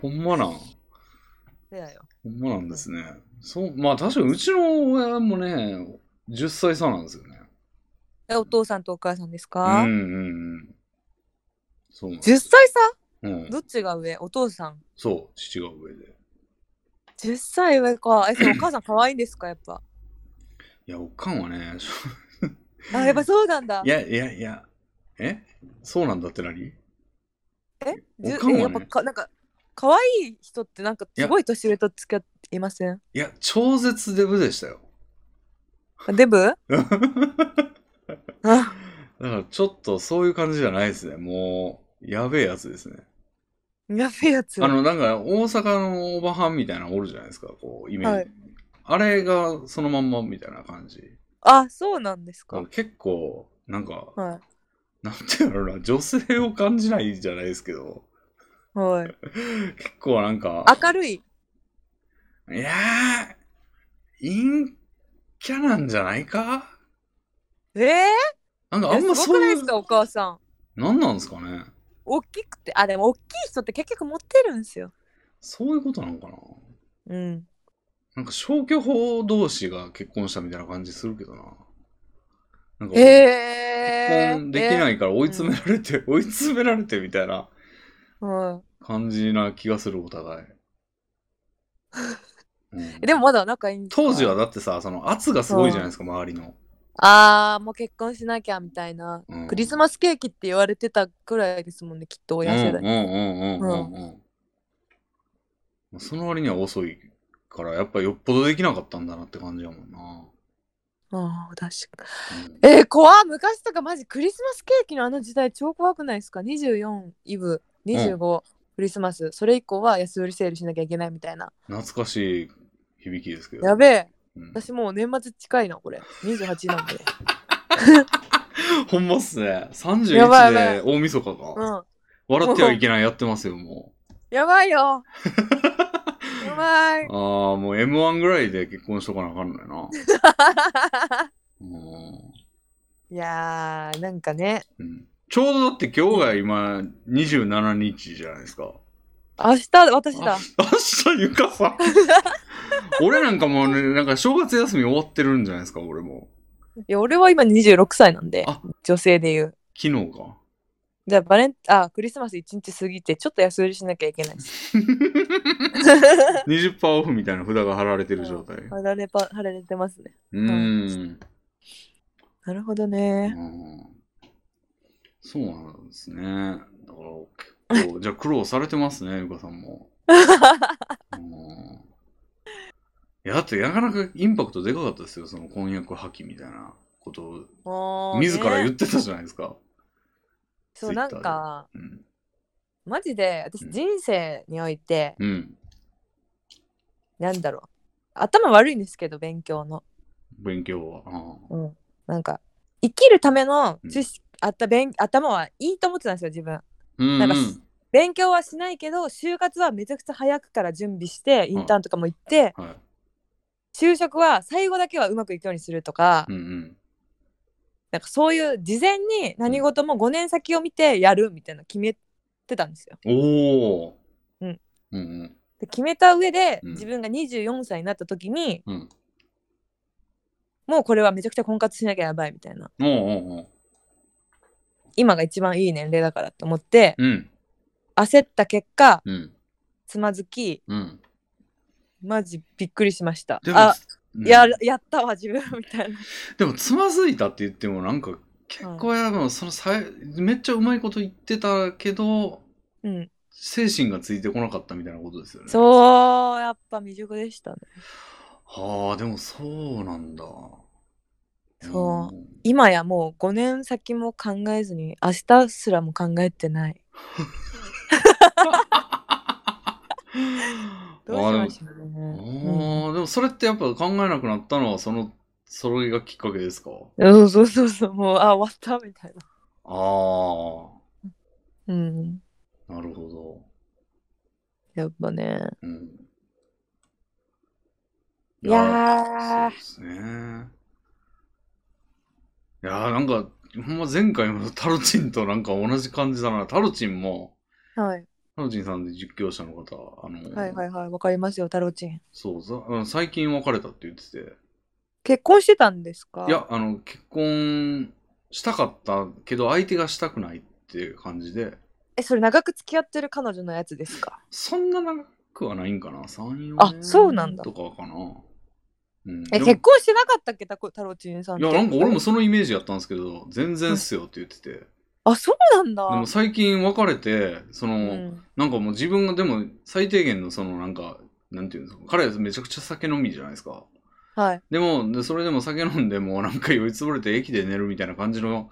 ほんまなん。そうやよほんまなんですね。そう、まあ確かにうちの親もね、10歳差なんですよね。えお父さんとお母さんですうか、んうんうん。そうなんです。 10歳差うんど、っちが上お父さんそう、父が上で。 10歳上かえそのお 母さん可愛いんですかやっぱいや、おかんはね、 あやっぱそうなんだいやいやいや、えそうなんだって何じゅおかんはねえやっぱかなんか可愛い人ってなんかすごい年上と付き合っていませんいや、超絶デブでしたよ。 デブだかあらちょっとそういう感じじゃないですね。もう、やべえやつですね。やべえやつあの、なんか大阪のオーバーハンみたいなのおるじゃないですか、こう、イメージ。はいあれがそのまんまみたいな感じ。あそうなんですか、結構、なんか、はなんていうのかな、女性を感じないじゃないですけど、いはい結構なんか、明るいいやー、陰キャなんじゃないかえー、なんかああんんますそごくうないいですうか、お母さんなんなんですかね。大きくてあでも大きい人って結局持ってるんですよそういうことなのかなうんなんか消去法同士が結婚したみたいな感じするけどな。なんか、へえ、結婚できないいから追い詰められて、追い詰められてみたいなえは感じな気がする、お 互い。うんい、でもまだ仲いいんですか当時はだってさ、その圧がすごいじゃないですか、周りの。あーもう結婚しなきゃみたいな、うんクリスマスケーキって言われてたくらいですもんねきっと親世代、うんうんうんうんうんうん。その割には遅いから、やっぱよっぽどできなかったんだなって感じやもんな。ああ確かうんえー、怖っ昔とかマジクリスマスケーキのあの時代超怖くないですか24イブ25、クリスマスそれ以降は安売りセールしなきゃいけないみたいな懐かしい響きですけど。やべえうん 私もう年末近いなこれ28なんでほんまっすね。やばいやば31いで大晦日か。うん笑ってはいけないやってますよ、も。やばいよやばい うああ、もう M1 ぐらいで結婚しとかなあかんのよな。うんいやーなんかねうんちょうどだって今日が今27日じゃないですか。明日私だあ明日ゆか さん。俺なんかもうね、なんか正月休み終わってるんじゃないですか、俺も。いや俺は今26歳なんであ女性で言う昨日か。じゃあバレンあクリスマス1日過ぎてちょっと安売りしなきゃいけないです20%オフみたいな札が貼られてる状態。貼られば貼られてますねうーん。なるほどねうんそうなんですね。だから結構、じゃあ苦労されてますね、ゆかさんも。うんいや、だってなかなかインパクトでかかったですよ、その婚約破棄みたいなこともを、う自ら言ねってたじゃないですか。そうなんかうん。マジで私うん人生において、うん。なんだろう頭悪いんですけど勉強の、勉強は。あうん、なんか生きるための知識、あった勉頭はいいと思ってたんですよ自分あなんかうんうし勉強はしないけど就活はめちゃくちゃ早くから準備してインターンとかも行って、はい昼食は最後だけはうまくいくようにするとか、うんうん。なんかそういう事前に何事も5年先を見てやるみたいなの決めてたんですよ。おお。うん。うんうん。で決めた上でうん自分が24歳になった時に、うんもうこれはめちゃくちゃ婚活しなきゃやばいみたいなおうおうおう。今が一番いい年齢だからって思ってうん。焦った結果うん。つまずきうん。マジびっくりしました。でも、あ、うんややったわ自分みたいな。でも、つまずいたって言っても、なんか、結構や、もうそのさい、めっちゃうまいこと言ってたけど、うん、精神がついてこなかったみたいなことですよね。う。そうやっぱ未熟でしたね。はあ、でもそうなんだ。そうん。今やもう5年先も考えずに明日すらも考えてない。どうしましょうあね。うんーでもそれってやっぱ考えなくなったのはそのそれがきっかけですかうん、そうそうそう、もう、あ、終わったみたいああな。うん。なるほやっぱね。ど、うん、いやそうー、ですねいやーなんかほんま前回のタロチンとなんか同じ感じだなタロチンもはい、タロチンさんで実況者の方あの、はい、はい、はい、わかりますよ、太郎ちん。そうざうん最近別れたって言ってて結婚してたんですかいや、あの、結婚したかったけど、相手がしたくないっていう感じで、え、それ長く付き合ってる彼女のやつですかそんな長くはないんかな、3、4あそうなんだとかかな。うん、でえ、も結婚してなかったっけ、たこ太郎ちんさんっいて。や、なんか俺もそのイメージやったんですけど、全然っすよって言ってて。であ、そうなんだ。も最近別れて、その、うん、なんかもう自分がでも最低限のそのなんか、なんていうんですか、彼はめちゃくちゃ酒飲みじゃないですか。はい、でも、でそれでも酒飲んでもうなんか酔いつぶれて駅で寝るみたいな感じの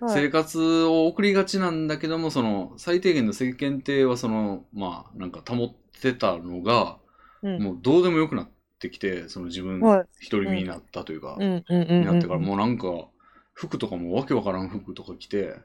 は生い。活を送りがちなんだけどもその最低限の世間体はそのまあなんか保ってたのが、うんもうどうでもよくなってきてその自分はい一人身になったというか、うん、うん、うんになってからうん。もうなんか服とかもわけわからん服とか着て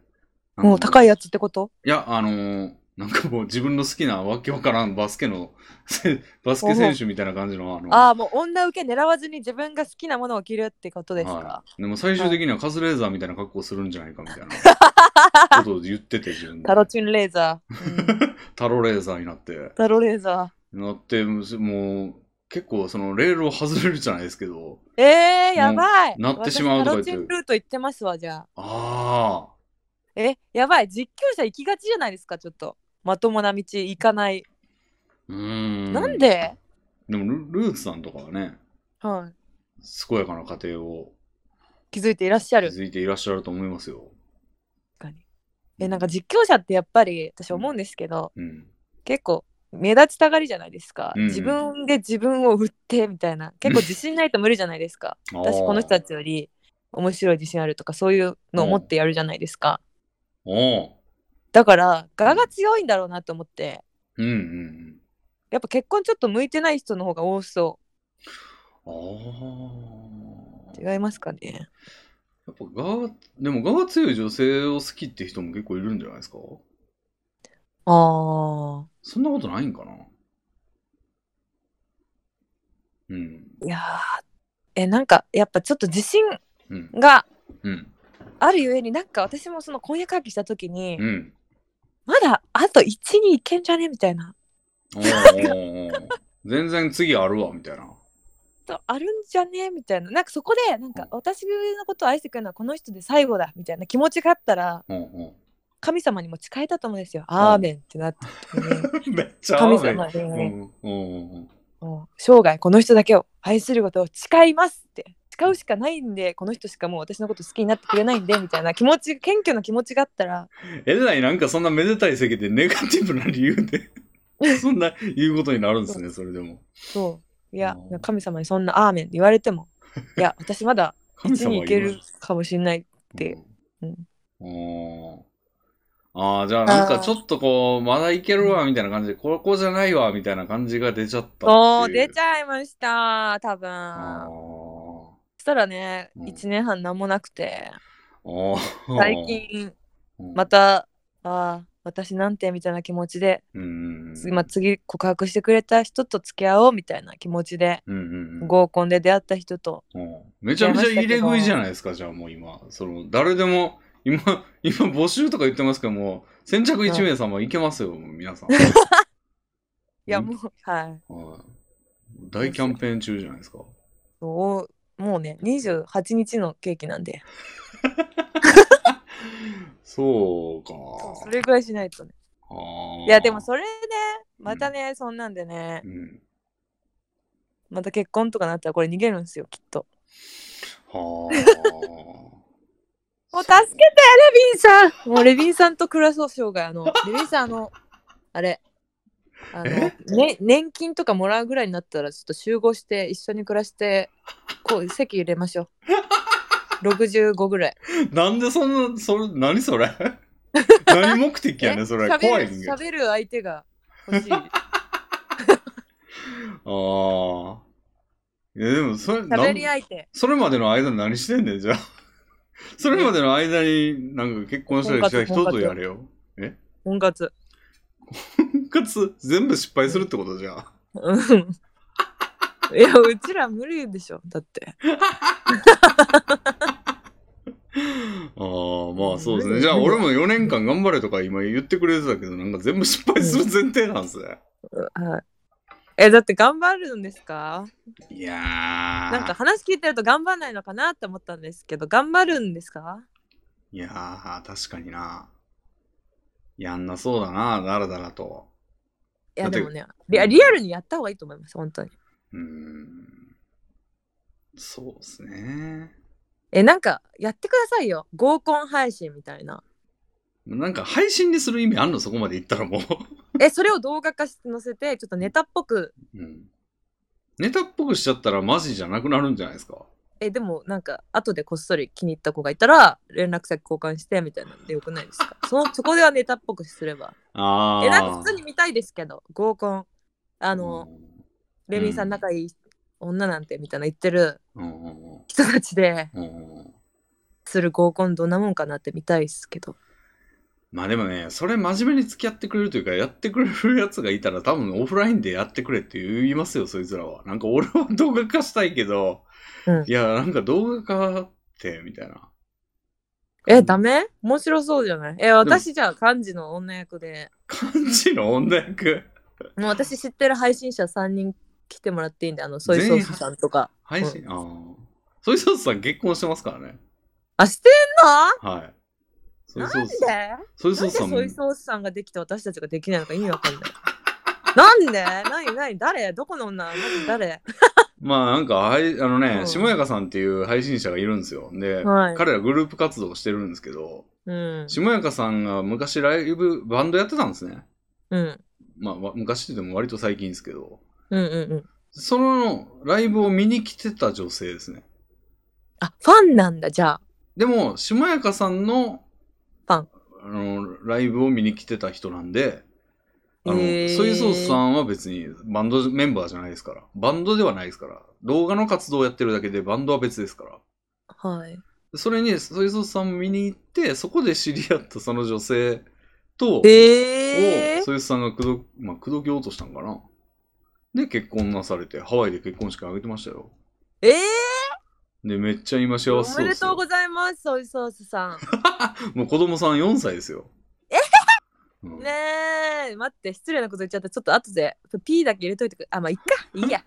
もう高いいやつってこといやあのーなんかもう自分の好きなわけわからんバスケの バスケ選手みたいな感じのあのああ、もう女受け狙わずに自分が好きなものを着るってことですはか。い、でも最終的にはカズレーザーみたいな格好するんじゃないかみたいな ことを言ってて自分でタロチンレーザー。うん、 タロレーザーになってタロレーザなってむしもう結構そのレールを外れるじゃないですけどー。えー、やばい。なってしまうとか言って私タロチンルート行ってますわ、じゃあ。ああえ、やばい、実況者行きがちじゃないですか、ちょっと。まともな道行かない。うーんなんででもルルーツさんとかはねはい。健やかな家庭を気づいていらっしゃる。築いていらっしゃると思いますよ確かにえ、なんか実況者ってやっぱり、私思うんですけど、うん結構、目立ちたがりじゃないですか、うんうん自分で自分を売ってみたいな結構自信ないと無理じゃないですか あー私この人たちより面白い自信あるとかそういうのを持ってやるじゃないですか、おうだから我が強いんだろうなと思ってうんうんやっぱ結婚ちょっと向いてない人の方が多そうんああう違いますかねやっぱがでも我が強い女性を好きって人も結構いるんじゃないですかああそんなことないんかなうんいやーえなんかやっぱちょっと自信うんがうんあるゆえになんか私もその婚約破棄した時に、うんまだあと1にいけんじゃねみたいなおーおーおー全然次あるわみたいな。とあるんじゃねみたいななんかそこでなんか私のことを愛してくれるのはこの人で最後だみたいな気持ちがあったらうんう神様にも誓えたと思うんですよ「アーメン」ってなった 時にん、めっちゃ神雨様に、うんうんうんもう生涯この人だけを愛することを誓いますって誓うしかないんでこの人しかもう私のこと好きになってくれないんでみたいな気持ち謙虚な気持ちがあったらえらいなんかそんなめでたい席でネガティブな理由 でそんな言うことになるんですねそれでもそういやうん神様にそんな「アーメン」って言われてもいや私まだ神一様には行言けいまるかもしれないてうんうんああじゃあなんかちょっとこうまだいけるわみたいな感じでここじゃないわみたいな感じが出ちゃったっていうそう出ちゃいました多あ分ーそしたらねうん1年半何もなくてあー最近うんまたあー私なんてみたいな気持ちで、うん。今次告白してくれた人と付き合おうみたいな気持ちで、うんうんうん合コンで出会った人とうんめちゃめちゃ入れ食いじゃないですか、じゃあもう今。その、誰でも、今、 今募集とか言ってますけども、先着1名様いけますよ、もう皆 さん。いやもう、ははいい大キャンペーン中じゃないですか。そうもうね28日のケーキなんでそうか。そうそれぐらいしないとねあーいやでも、それねまたね、そんなんでねうん。また結婚とかなったらこれ逃げるんですよきっとはあ。もう助けてレビンさんもうレビンさんと暮らそう生涯あのレビンさんあのあれあの、えね、年金とかもらうぐらいになったらちょっと集合して一緒に暮らしてこう席入れましょう65ぐらい なんでそんな、それ、何そ れ何目的やねんそれ。喋る怖いんや。あ喋る相手が 欲しいあー。いや、でも、それ、喋なんり相手それまでの間に何してんねん、じゃあ。それまでの間に、なんか結婚したりした人とやれよ。婚活婚活、全部失敗するってことじゃ あ。うん いやうちら無理でしょだってああ、まあそうですね。じゃあ、俺も4年間頑張れとか今言ってくれてたけど、なんか全部失敗する前提なんですね。はいえだって頑張るんですかいやー。なんか話聞いてると頑張らないのかなって思ったんですけど頑張るんですかいやー、確かにな。やんなそうだな、だらだらと。いだやってでもねリアリアルにやった方がいいと思います本当にうーん。そうですね。えなんかやってくださいよ合コン配信みたいななんか配信にする意味あんのそこまでいったらもう。えそれを動画化して載せてちょっとネタっぽくうん。ネタっぽくしちゃったらマジじゃなくなるんじゃないですか。えでもなんか後でこっそり気に入った子がいたら連絡先交換してみたいなんでよくないですか そのそこではネタっぽくすればあー。えなんか普通に見たいですけど合コンああの、レミンさん仲いい女なんてみたいな言ってるうんうんうん人たちでうんうん。する合コンどんなもんかなって見たいっすけどまあでもね、それ真面目に付き合ってくれるというか、やってくれるやつがいたら多分オフラインでやってくれって言いますよ、そいつらは。なんか俺は動画化したいけど、うんいや、なんか動画化って、みたいな。えダメ面白そうじゃないえ私じゃあ漢字の女役で漢字の女役。もう私知ってる配信者3人来てもらっていいんであのソイソースさんとか配信、ああ。ソイソースさん結婚してますからね。あしてはい。ソんイのソなんーでスさん。ソイソースなんでさんソイソースさんができて私たちができないのか意味わかんない。なんで何何誰どこの女マジ誰まあなんか、はい、あのね、うんしもやかさんっていう配信者がいるんですよ。で、はい彼らグループ活動してるんですけど、うん。しもやかさんが昔ライブ、バンドやってたんですね。うん。まあ、わ昔でも割と最近ですけど、うんうんうん。そのライブを見に来てた女性ですね。あ、ファンなんだ、じゃあ。でも、しもやかさんの、ファンあの、ライブを見に来てた人なんで、あの、へーソイソースさんは別にバンドメンバーじゃないですから、バンドではないですから、動画の活動をやってるだけでバンドは別ですから、はい。それにソイソースさんを見に行って、そこで知り合ったその女性と、えをー、そいつさんが口説、まあ、口説き落としたんかな。で、結婚なされて、ハワイで結婚式挙げてましたよ。えー、で、めっちゃ今幸おせそめうでですとうよ。ございます、ソイソースさもう子供さん4歳ですよ。えん。ねえ、待って、失礼なこと言っちゃった。ちょっと後で、ピーだけ入れといてくれ。あ、まあ、いっか。いいや。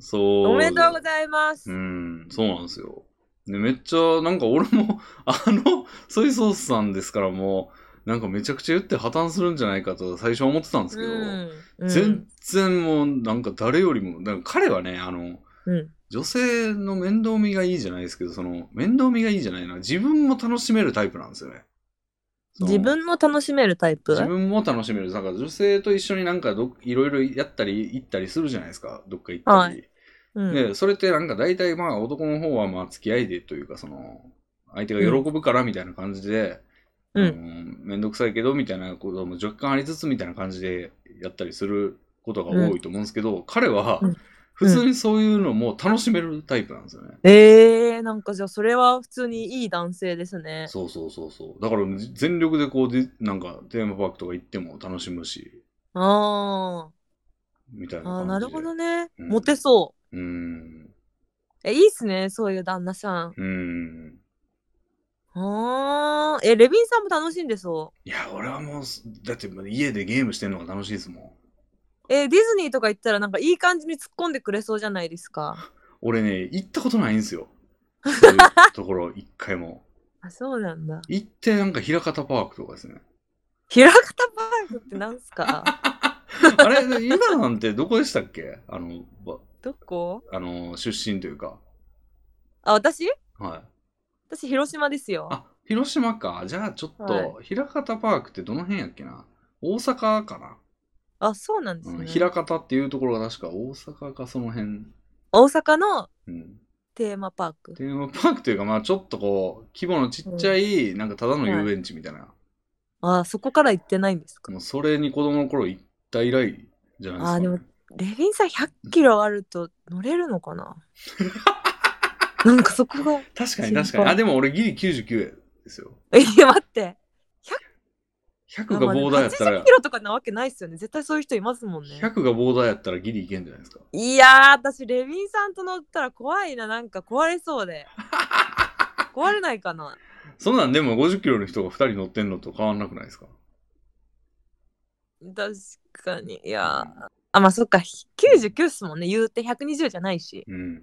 そう。おめでとうございます。うん、そうなんですよ。で、めっちゃ、なんか俺も、 あの、ソイソースさんですからもう、なんかめちゃくちゃ言って破綻するんじゃないかと最初は思ってたんですけど、うん。全然もう、なんか誰よりも、なんか彼はね、あの、うん。女性の面倒見がいいじゃないですけど、その、面倒見がいいじゃないな。自分も楽しめるタイプなんですよね。その自分も楽しめるタイプ自分も楽しめる。なんか女性と一緒になんかどっいろいろやったり行ったりするじゃないですか。どっか行ったり。うん。で、それってなんか大体まあ男の方はまあ付き合いでというか、その、相手が喜ぶからみたいな感じで、うんあのめんどくさいけどみたいなことも若干ありつつみたいな感じでやったりすることが多いと思うんですけど、彼はうん普通にそういうのも楽しめるタイプなんですよね。えー、なんかじゃあそれは普通にいい男性ですね。そうそうそうそう。だから全力でこうで、なんかテーマパークとか行っても楽しむし、あみたいーなあ感じー、で。なるほどね。うんモテそうーん。う。え、いいっすね、そういう旦那さうん。ーん。あーえ、レビンさんも楽しんでそいや、俺はもう、だって家でゲームしてるのが楽しいですもん。う。え、ディズニーとか行ったらなんかいい感じに突っ込んでくれそうじゃないですか。 俺ね、行ったことないんですよ。そういうところ、 一回も。あ、そうなんだ。行って、なんか、平方パークとかですね。平方パークってなんす かあれ、今なんてどこでしたっけあの、ばどこあの、出身というか。あ、私はい。私、広島ですよ。あ、広島か。じゃあ、ちょっはと、平方パークってどの辺やっけな大阪かな、あ、そうなんですうん、ね。平方っていうところが確か大阪かその辺。大阪のうん。テーマパーク。テーマパークというか、まあ、ちょっとこう、規模のちっちゃい、なんか、ただの遊園地みたいな。あ、そこから行ってないんですか。もうそれに子供の頃行った以来じゃないですか、ね。あでもレビンさん100キロあると乗れるのか ななんかそこが。 確かに心配確かに。あ、でも俺ギリ99ですよ。え、待って。 100がボーダーやったまあでもら80キ、ロとかなわけないっすよね。絶対そういう人いますもんね。 100がボーダーやったらギリいけんじゃないですか。いやー、私、レビンさんと乗ったら怖いな。なんか壊れそ うで。壊れないかな。そんなんでも50キロの人が2人乗ってんのと変わんなくないですか確かに。いやー。あ、まあそっか。99っすもんね。言うて120じゃないし。うん。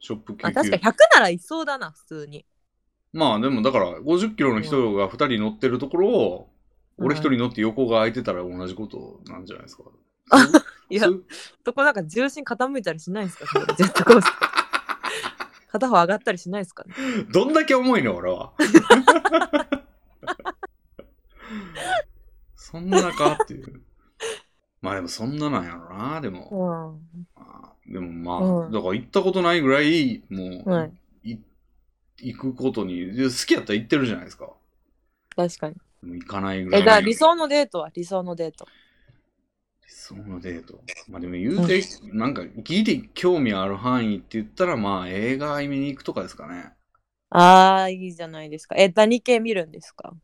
ショップ99。あ、確か100ならいそうだな、普通に。まあでもだから50キロの人が2人乗ってるところを、俺1人乗って横が空いてたら同じことなんじゃないですか。いやそうそこなんか重心傾いたりしないんですかそれジェットコースター片方上がったりしないですかねどんだけ重いの俺 は。そんなかっていう。まあでもそんななんやろな、でも。うまあでもまあ、うんだから行ったことないぐらい、もう、はいい行くことに、で好きやったら行ってるじゃないですか。確かに。でも行かないぐらえ、い。だから理想のデートは理想のデート。理想のデート。まあでも言うて、なんか、ギリ興味ある範囲って言ったら、まあ映画見に行くとかですかね。ああ、いいじゃないですか。え、何系見るんですか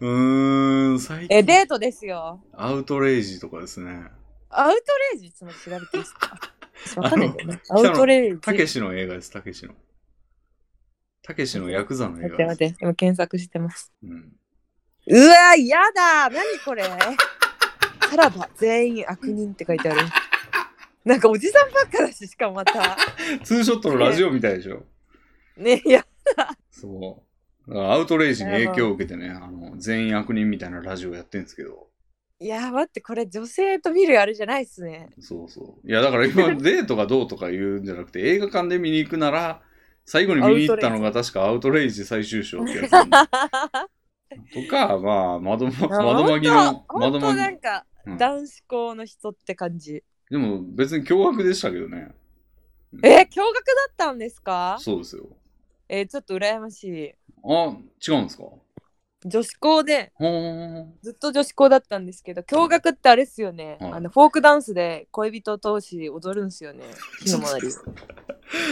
うーん、最近、え、デートですよ。アウトレイジとかですね。アウトレイジその調べていいですか私わかんないんだ よね。あアのウトレイジ。たけしの映画です、たけしの。たけしのヤクザの映待って画待でって、今検索してます。す。うん。うわ、やだ何これさらば全員悪人って書いてある。なんかおじさんばっかだし、しかもまた。ツーショットのラジオみたいでしょ。ね、いや、そう。だからアウトレイジに影響を受けてね、あの、全員悪人みたいなラジオやってんですけど。いや待ってこれ女性と見るあれじゃないっすねそうそう。いや、だから今、 デートがどうとか言うんじゃなくて、映画館で見に行くなら、最後に見に行ったのが確かアウトレイジ最終章ってやつなんだと か、まあ、窓ま、窓まぎの、本窓当まぎ。なんか、うん男子校の人って感じでも、別に驚愕でしたけどね。えー、驚愕だったんですかそうですよ。えー、ちょっと羨ましいあ、違うんですかほ女子校でーずっと女子校だったんですけど驚愕ってあれっすよね、はいあのフォークダンスで恋人同士踊るんすよ ね火の周り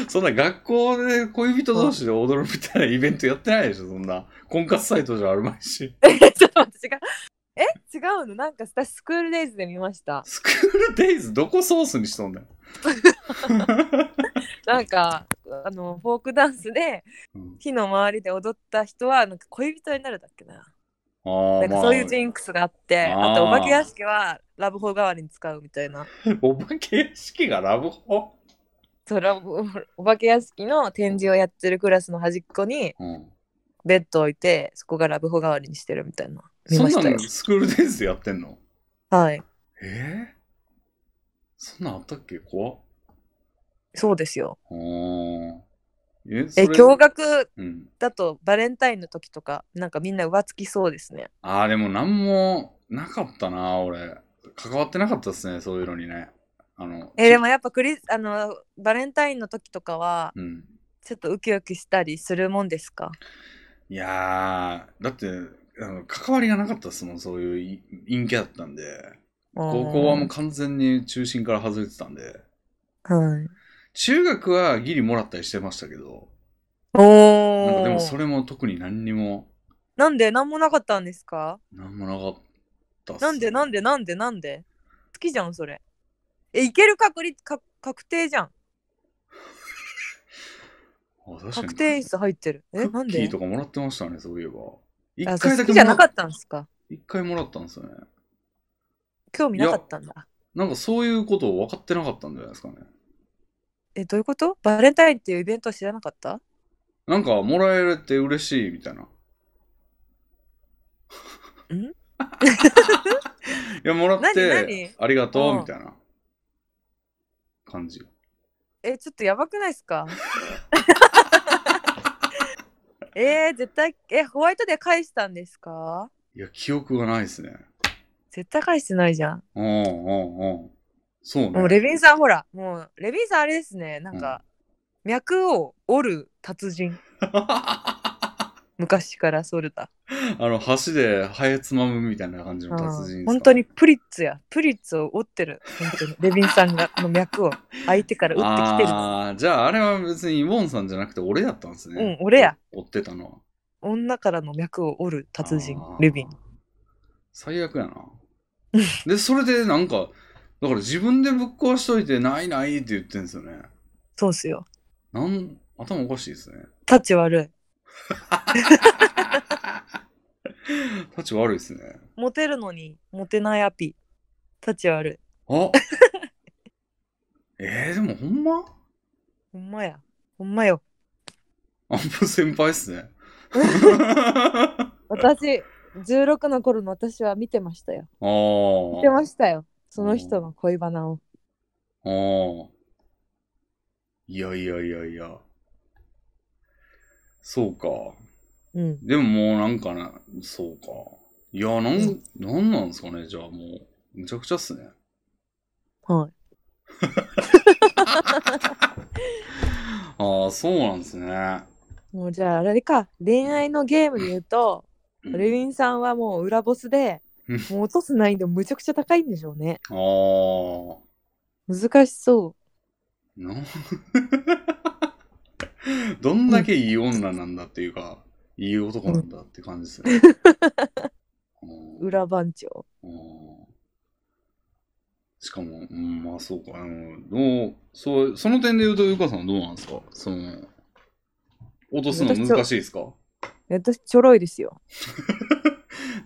そんな学校で恋人同士で踊るみたいなイベントやってないでしょ、そんな。婚活サイトじゃあるまいし。え ちょっと待って違うえ違うのなんか私スクールデイズで見ましたスクールデイズどこソースにしとんだよ。なんかあのフォークダンスでうん火の周りで踊った人はなんか恋人になるだっけなあーなんかそういうジンクスがあって、まああとお化け屋敷はラブホ代わりに使うみたいな。 お化け屋敷がラブホ、そうラブ お化け屋敷の展示をやってるクラスの端っこにうん、ベッドを置いて、そこがラブホ代わりにしてるみたいな。見そまんしなたよの。スクールデイズでやってんのはい。えー、そんなんあったっけ怖っ。そうですよ。あーえ、そえ、れ驚愕うん。だとバレンタインの時とか、なんかみんな浮つきそうですね。ああ、でもなんもなかったな、俺。関わってなかったですね、そういうのにね。あの、え、でもやっぱクリスあの、バレンタインの時とかは、うん。ちょっとウキウキしたりするもんですかいやー、だって、あの関わりがなかったですもん、そういうい陰キャだったんで。高校はもう完全に中心から外れてたんで、はい。中学はギリもらったりしてましたけど、なんおかお。でもそれも特に何にも、なんで何もなかったんですかなんもなかったっすなんでなんでなんでなんで好きじゃんそれ。え、いける確率か確定じゃん。あ確かに確定椅子入ってる。え、クなんッキーでとかもらってましたね、そういえば。一あ、それ回だけ好きもじゃならかっったんですか一回もらったんですよね。興味なかったんだ。なんかそういうことを分かってなかったんじゃないですかね。え、どういうことバレンタインっていうイベント知らなかったなんかもらえるって嬉しいみたいな。ん いや、もらって何何ありがとううんみたいな感じ。え、ちょっとやばくないです かえー、絶対、え、ホワイトで返したんですかいや、記憶がないですね。絶対返してないじゃん。うんうんうん。そうもうレね。ビンさんほら、もうレビンさんあれですね、なんか、脈を折る達人、 あ昔からソルタ。の、箸でハエつまむみたいな感じの達人ですうかん本当にプリッツや、プリッツを折ってる、本当にレビンさんがこの脈を 相手から打ってきてる。ああ、じゃああれは別にイボンさんじゃなくて俺やったんですね。うん俺や。追ってたのは。女からの脈を折る達人あ、ーレビン。。最悪やな。で、それでなんか、だから自分でぶっ壊しといて、ないないって言ってんですよね。そうっすよ。なん、頭おかしいですね。タチ悪立ち悪いですね。い。モテるのに、モテないアピ。タチ悪い。 あえー、でもほんまほんまや。ほんまよ。アンプ先輩っす ね。私、16の頃の私は見てましたよ。あー見てましたよ。その人の恋バナを。ああ。いやいやいやいや。そうか。うん。でももうなんかね、そうか。いや、なん、うんなんなんですかね、じゃあもう。むちゃくちゃっすね。はい。 ああ、そうなんですね。もうじゃああれか恋愛のゲームで言うと、うんレビンさんはもう裏ボスで、うんもう落とす難易度むちゃくちゃ高いんでしょうねああ。難しそな どんだけいい女なんだっていうか、いい男なんだって感じですね。ううん 裏番長うんしかも、うん、まあそうか、あの、どう、そう、その点で言うと、ゆかさんはどうなんですかその、落とすの難しいですか私ちょろいですよ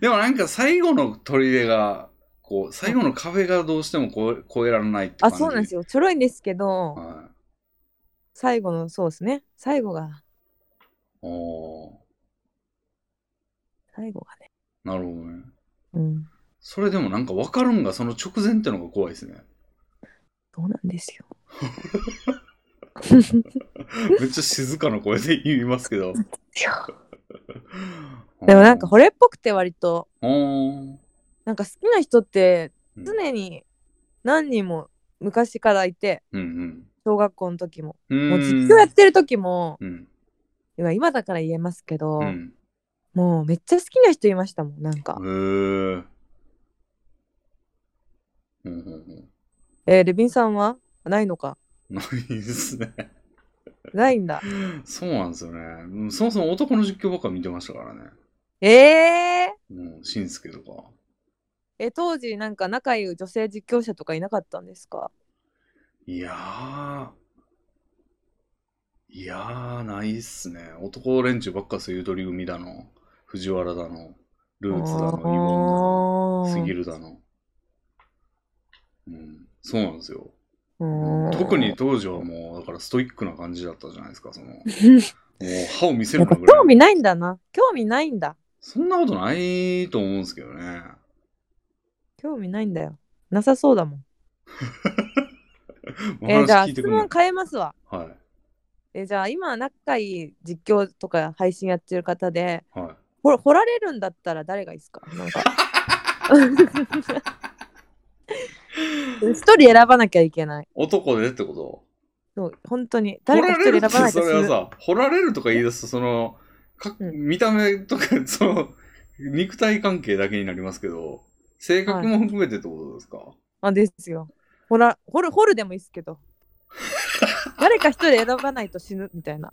でもなんか最後の砦が、こう、最後の壁がどうしても越え越えられないって感あじ。そうなんですよ。よちょろいんですけど、はい。最後のそうですね最後がおー最後がねなるほどね。うんそれでもなんか分かるんが、その直前ってのが怖いですね。そうなんで すよめっちゃ静かな声で言いますけど。でもなんか惚れっぽくて割とうん、なんか好きな人ってうん常に何人も昔からいてうん小学校の時もうん。もう実実況やってる時も、うん。今今だから言えますけど、うん。もうめっちゃ好きな人いましたもんなんかへ、ーうんうんうん。えーレビンさんはないのかないですね。ないんだそうなんですよね。うんそもそも男の実況ばっか見てましたからね。えー、うん、しんすけとか。え当時なんか仲いい女性実況者とかいなかったんですかいやー。いやー、ないっすね。男連中ばっかすゆとり組だの、藤原だの、ルーツだの、イボンだの。すぎるるだの。うん、そうなんですよ。特に当時はもう、だからストイックな感じだったじゃないですか、 その。もう歯を見せやるっぱのぐら興い。味ないんだな興味ないんだそんなことないと思うんですけどね。興味ないんだよなさそうだもんおえーじゃあ話聞いて質くんな問い。変えますわはえーじゃあ今仲いい実況とか配信やってる方でい。はほ掘られるんだったら誰がいいですかな んか一人選ばなきゃいけないい。男でってことそう本当に掘誰らかれ一人る選ってばないそと死れはぬさ、掘られるとか言い出すと、その、かうん見た目とか、その、肉体関係だけになりますけど、性格も含めてってことですか、あですよほら掘る掘るでもいいですけど誰か一人選ばないと死ぬみたいな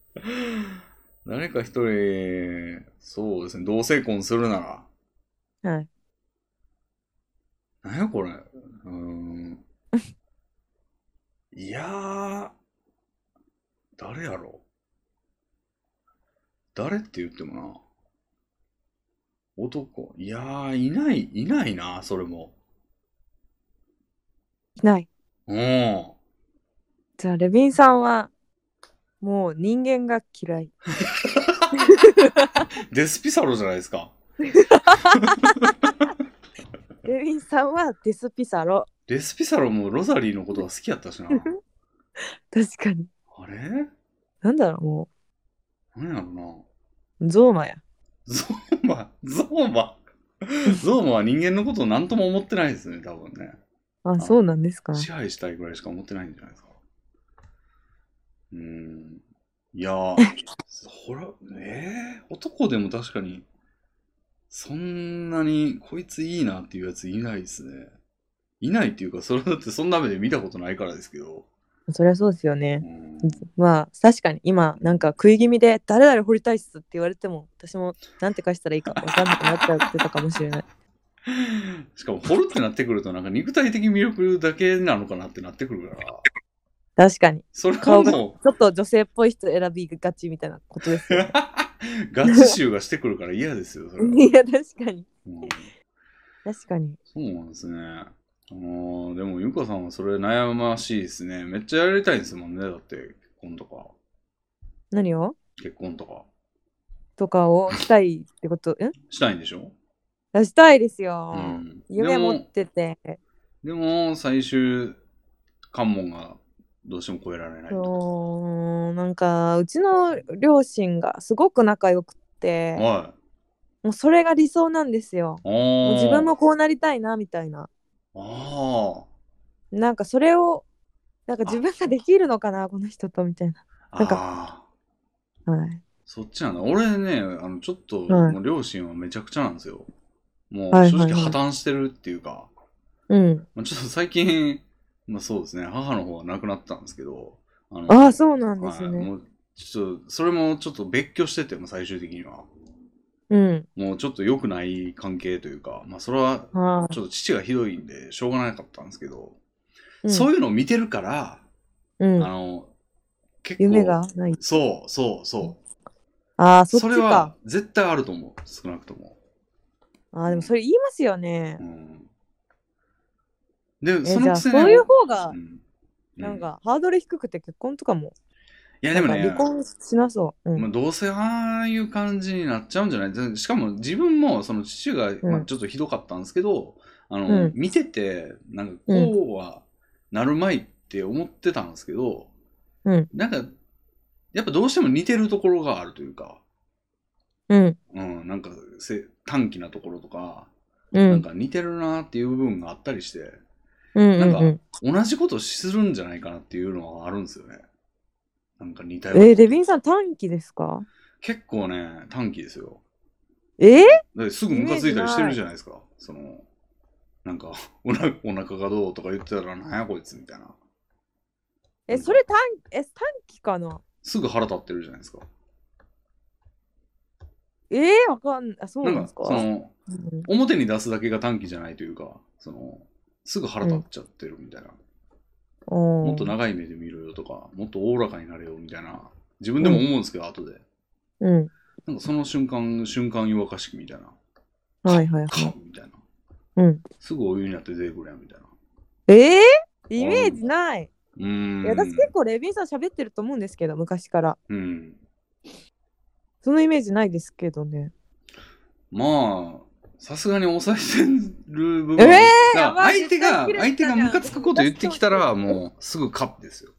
誰か一人、そうですね、同性婚するなら。はいなんやこれ。うーん。いやー、誰やろ誰って言ってもな。男。いやー、いない、いないな、それも。いないうん。じゃあレビンさんはもう人間が嫌いデスピサロじゃないですか。レビンさんはデスピサロデスピサロもロザリーのことが好きやったし な。確かにあれなんだろうなもんやろな。うゾーマやゾーマ、ゾーマ。ゾーマは人間のことを何とも思ってないですね、多分ね。あそうなんですか支配したいぐらいしか思ってないんじゃないですか。うーん。いやー、ほら、えー、男でも確かに、そんなに、こいついいなっていうやついないですね。いないっていうか、それだってそんな目で見たことないからですけど。そりゃそうですよねうんまあ確かに今なんか食い気味で「誰々掘りたいっす」って言われても私もなんて返したらいいか分かんなくなっちゃってたかもしれない。しかも、掘るってなってくると、なんか肉体的魅力だけなのかなってなってくるから、確かにちそれは顔がもう、ょっと女性っぽい人選びがちみたいなことですよ。 ガチ臭がしてくるから嫌ですよ、それは。いや確かにうん確かにそうなんですね。あのーでも、ゆかさんはそれ悩ましいですね。めっちゃやりたいんですもんね。だって、結婚とか、何を結婚とか、とかをしたいってことんしたいんでしょあしたいですうよ、ん。夢持でっも、ててでも最終関門がどうしても越えられないと。そうなんかうちの両親がすごく仲良くってはい。もうそれが理想なんですよ。あもーう自分もこうなりたいなみたいな。あなんかそれをなんか自分ができるのかなこの人とみたいな。あ。なんかああ。はい、そっちなんだ。俺ね、あの、ちょっと、はいもう両親はめちゃくちゃなんですよ。もう、はい正はいはい直破綻してるっていうか、うん。まあ、ちょっと最近、まあそうですね、母の方が亡くなったんですけど、あのああそうなんですはいね。もうちょっと、それもちょっと別居してて、もう最終的には。うん。もうちょっと良くない関係というか、まあそれは、はちょっと父がひどいんで、しょうがなかったんですけど、い。そういいうのを見てるから、うん、うあん、の、結構、夢がない。そう、そう、そああう。そっそれちかは。絶対あると思う、少なくとも。ああでもそれ言いますよねう。んで、えそじゃのあくそせういう方がうんなんかハードル低くて結婚とかも。うんいや、なでんもかね、離婚しなそう。うまあ、ん。どうせああいう感じになっちゃうんじゃないでしかも自分も、その父が、まあ、ちょっとひどかったんですけど、あの、うん見てて、なんかこうはなるまいって思ってたんですけど、うんなんか、やっぱどうしても似てるところがあるというか、うん。うん、なんかせ短気なところとか、うなんん。か似てるなっていう部分があったりして、うん。うなんんかうん。同じことするんじゃないかなっていうのはあるんですよね。なんか似たような。えー、レビンさん短期ですか結構ね、短期ですよ。えー、だってすぐムカついたりしてるじゃないですか。その、なんか おな、お腹がどうとか言ってたら、なんやこいつみたいな。えそれ短え短期かなすぐ腹立ってるじゃないですか。えー、わかんあそうななんんでかす、かその、うん表に出すだけが短期じゃないというか、その、すぐ腹立っちゃってるみたいな。うんもっと長い目で見ろよとか、もっとおおらかになれよみたいな。自分でも思うんですけど、後で。うん。なんかその瞬間、瞬間湯沸かし器みたいな。はい はいはカンい。みたいな。うん。すぐお湯になって出てくれやみたいな。えー、イメージない。うーん。いや私結構レビンさん喋ってると思うんですけど昔からうん。そのイメージないですけどねまあ、さすがに抑えてる部分。えーだやからばい相手が、絶対相手切れてたじゃんがムカつくこと言ってきたら、もうすぐカップですよ。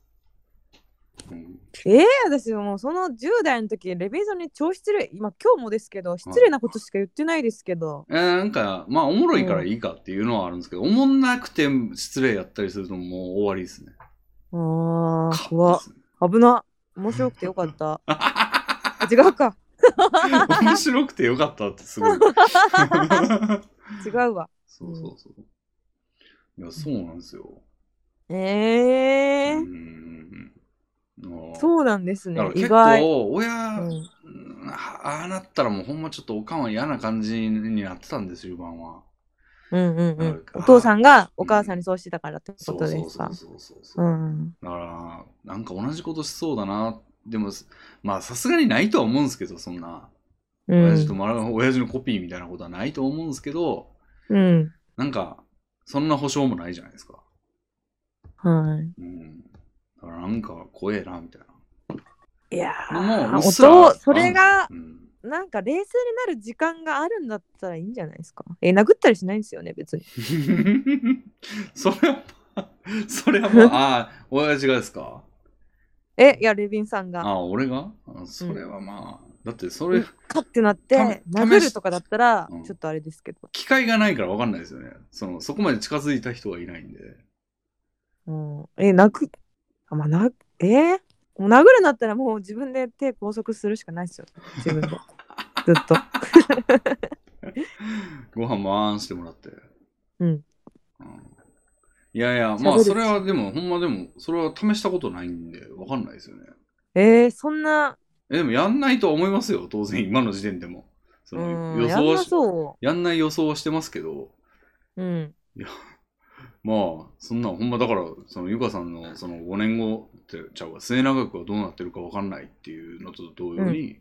うん、えー、私もうその10代の時レビンさんに超失礼今今日もですけど失礼なことしか言ってないですけど、えーなんか、まあ、おもろいからいいかっていうのはあるんですけど、おもんなくて失礼やったりするともう終わりですね。あカあッ怖プですね。っ危な面白くてよかった あ違うか 面白くてよかったってすごい。違うわそうそうそう。いや、そうなんですよ。えうえんうんうんあーそうなんですだかねら。意結外。構、親、ううんんああなったらもうほんまちょっとおかんは嫌な感じになってたんですよ、晩は。うんうんうなんんか。お父さんがお母さんにそうしてたからってこそうとそでうすそかう。そうそうそうう。ん。だから、なんか同じことしそうだな。でも、まあさすがにないとは思うんですけど、そんな。う親父とん。まる親父のコピーみたいなことはないと思うんですけど、うん。なんか、そんな保証もないじゃないですか。はうん。だからなんか怖えな、みたいな。い。いやもうー、うっおすら父、それが、 うん。なんか冷静になる時間があるんだったらいいんじゃないですか。え、殴ったりしないんですよね、別に。それは、それはもう、ああ、親父がですかえ、いや、レビンさんあが、あ、俺があそれはまあ、だってそれ、カッてなったて、殴るとかだったらうん、ちょっとあれですけど。機会がないから分かんないですよね。その、そこまで近づいた人がいないんで。うん、え、泣く、あまあ、なえーもう殴るなったらもう自分で手拘束するしかないですよ。自分で。ずっと。ご飯もあーんしてもらって。うんうん。いやいや、ま喋あ、るそれはでも、ほんまでも、それは試したことないんで、分かんないですよね。えー、そんな、え、でも、やんないとは思いますよ、当然、今の時点でも。そのう予ん、や想んはなしそやんない予想はしてますけど、う。うん。まあ、そんな、ほんまだから、その、ゆかさんの、その、5年後って、ちゃうわ、末永くはどうなってるか分かんないっていうのと同様に、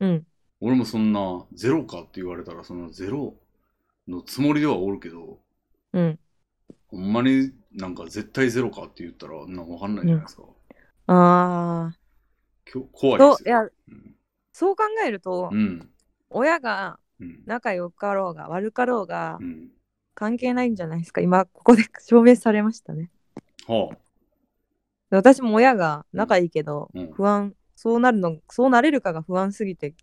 うん。俺もそんな、ゼロかって言われたら、その、ゼロのつもりではおるけど、うん。ほんまになんか絶対ゼロかって言ったら、なんかわかんないじゃないですか。あきょ怖あ。いでと、すいやよ。、うんそう考えると、うん。親がうん。仲良かろうが悪かろうがうん。関係ないんじゃないですか。今、ここで 証明されましたね。はあ。私も親が仲いいけど、うんうん不安、そうなるの、そうなれるかが不安すぎて結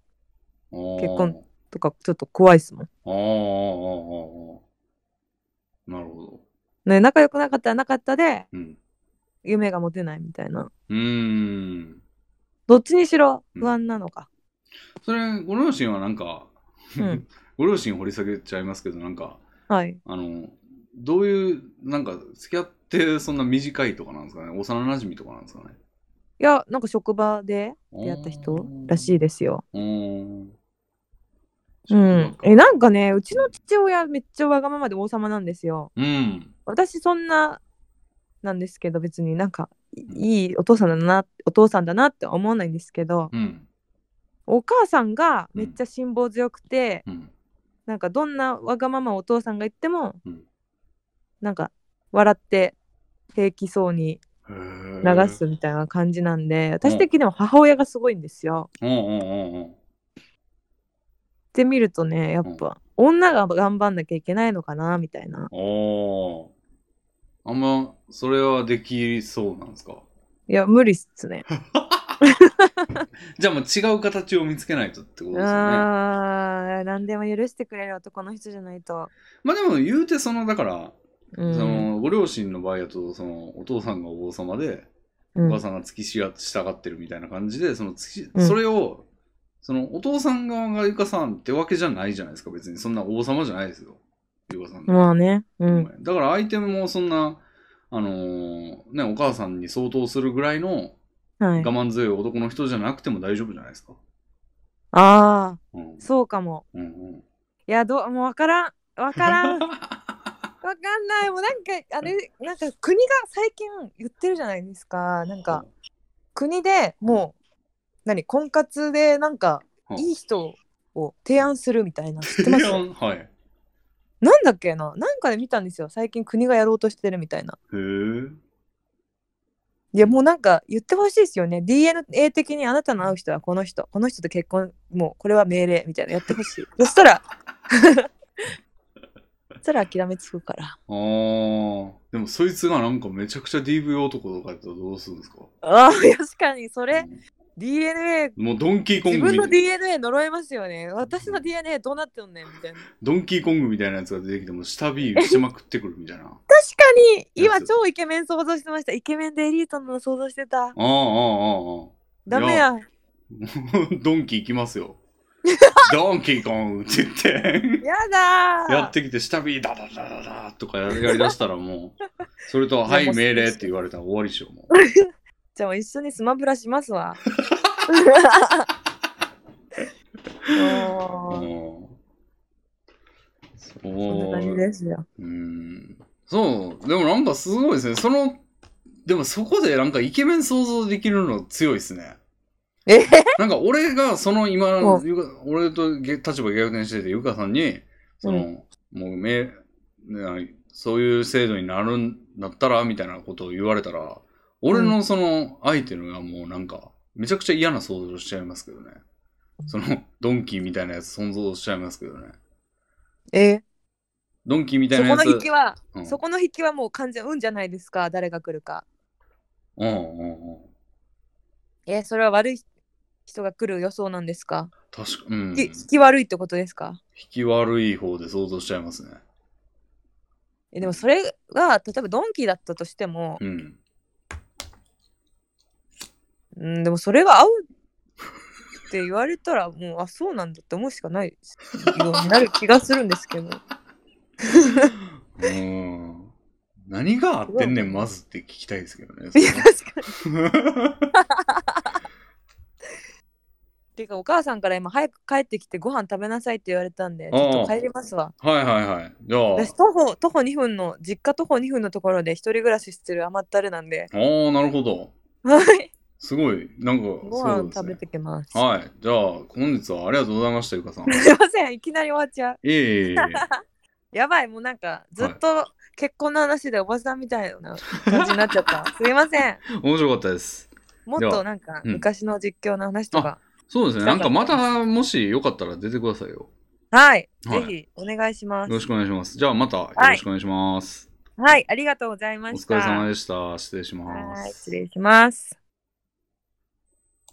婚。とか、ちょっと怖いですもん。あーあー、あーあー、なるほど。ね、仲良くなかったらなかったで、うん。夢が持てないみたいな。うーん。どっちにしろうん不安なのか。それ、ご両親はなんか、うん、 ご両親掘り下げちゃいますけど、なんか、はい。あの、どういう、なんか、付き合ってそんな短いとかなんですかね幼馴染とかなんですかねいや、なんか職場で出会った人らしいで。ですよ。うーん。うん。え、なんかね、うちの父親めっちゃわがままで王様なんですよ。うん。私そんな、なんですけど、別になんか、いいいお父さんだな、お父さんだなって思わないんですけど、うん。お母さんがめっちゃ辛抱強くて、うん。なんかどんなわがままお父さんが言っても、うんなんか笑って平気そうにへー流すみたいな感じなんで、私的には母親がすごいんですよ。うんうんうんうん。って見るとねやっぱ、女が頑張んなきゃいけないのかなみたいな。おーあんま、それはできそうなんですかいや無理っすね。じゃあもう違う形を見つけないとってことですよね。あー何でも許してくれる男の人じゃないと。まあでも言うて、その、だから、うんその、ご両親の場合だと、その、お父さんがお王様で、うおん母さんが付き従ってるみたいな感じで、その、付うき、んそれを、その、お父さん側がゆかさんってわけじゃないじゃないですか、別に。そんな王様じゃないですよ。ゆかさんの。まあね。うん。だから相手もそんな、あのーね、お母さんに相当するぐらいのはい我。慢強い男の人じゃなくても大丈夫じゃないですか。ああうん。そうかも。うんうん。いやどうもうわからんわからんわかんないもうなんかあれなんか国が最近言ってるじゃないですかなんか。国でもう何婚活でなんかうんいい人を提案するみたいな知って提ます案 はい。へなんだっけななんかで見たんですよ最近国がやろうとしてるみたいなえ。うんいやもうなんか言ってほしいですよね DNA 的にあなたの会う人はこの人この人と結婚もうこれは命令みたいなやってほ しいそしたらそしたら諦めつくからあーでもそいつがなんかめちゃくちゃ DV 男とかやったらどうするんですかああ確かにそれうん DNA もうドンキーコン自グ分みたいなの DNA 呪えますよね私の DNA どうなってんねんみたいなドンキーコングみたいなやつが出てきても下火しまくってくるみたいなあ確かにや今つ超イケメン想像してましたイケメンでエリートなの想像してあたあああああダメや ドンキー行きますよドンキーコンって言って、やだーやってきて、下火ダダダダダとかやりだしたらもう、それと、はもい、う命令って言われたら終わりでしょ、もう。じゃあもう一緒にスマブラしま すわ。もううんそこんな感じう。ですよ。うん。そう、でもなんかすごいですね。その、でもそこでなんかイケメン想像できるの強いですね。えなんか俺がその今う、ゆか俺とげ立場逆転してて、ゆかさんに、その、もうめ、ねそういう制度になるんだったら、みたいなことを言われたら、俺のその相手のがもうなんか、めちゃくちゃ嫌な想像しちゃいますけどね。その、ドンキーみたいなやつ想像しちゃいますけどね。えドンキーみたいそなこやつ。の引きは、うんそこの引きはもう完全運じゃないですか、誰が来るか。うんうんうん。え、それは悪い人が来る予想なんですか、確か、うん。き引引き悪いってことですかき悪い方で想像しちゃいますね。えでもそれが、例えばドンキーだったとしても、うん。うん、でもそれが合うって言われたら、もう、あ、そうなんだって思うしかないようになる気がするんですけど。うん。何が合ってんねん、まずって聞きたいですけどね。いや、確かに。そのていうか、お母さんから今、早く帰ってきてご飯食べなさいって言われたんで、ちああょっと帰りますわ。 はいはいはい。じゃあ、私徒歩徒歩2分の実家徒歩2分のところで一人暮らししてる甘ったれなんで、ああ、なるほど。はい、すごい、なんか、ごそう飯です食べね。てきます。はい。じゃあ、本日はありがとうございました、ゆか さん。いすいません、いきなり終わっちゃう。えいえいえ。やばい、もうなんかずっと結婚の話でおばさんみたいな感じになっちゃった。すいません、面白かったです。もっとなんかうん昔の実況の話とか、そうですね。なんかまた、もしよかったら出てくださいよ。はい、はいぜひお願いしまよす。ろしくお願いします。じゃあ、またよろしくお願いします。はい、ありがとうございまおした。疲れ様でした。失礼しまはい、す失。礼します。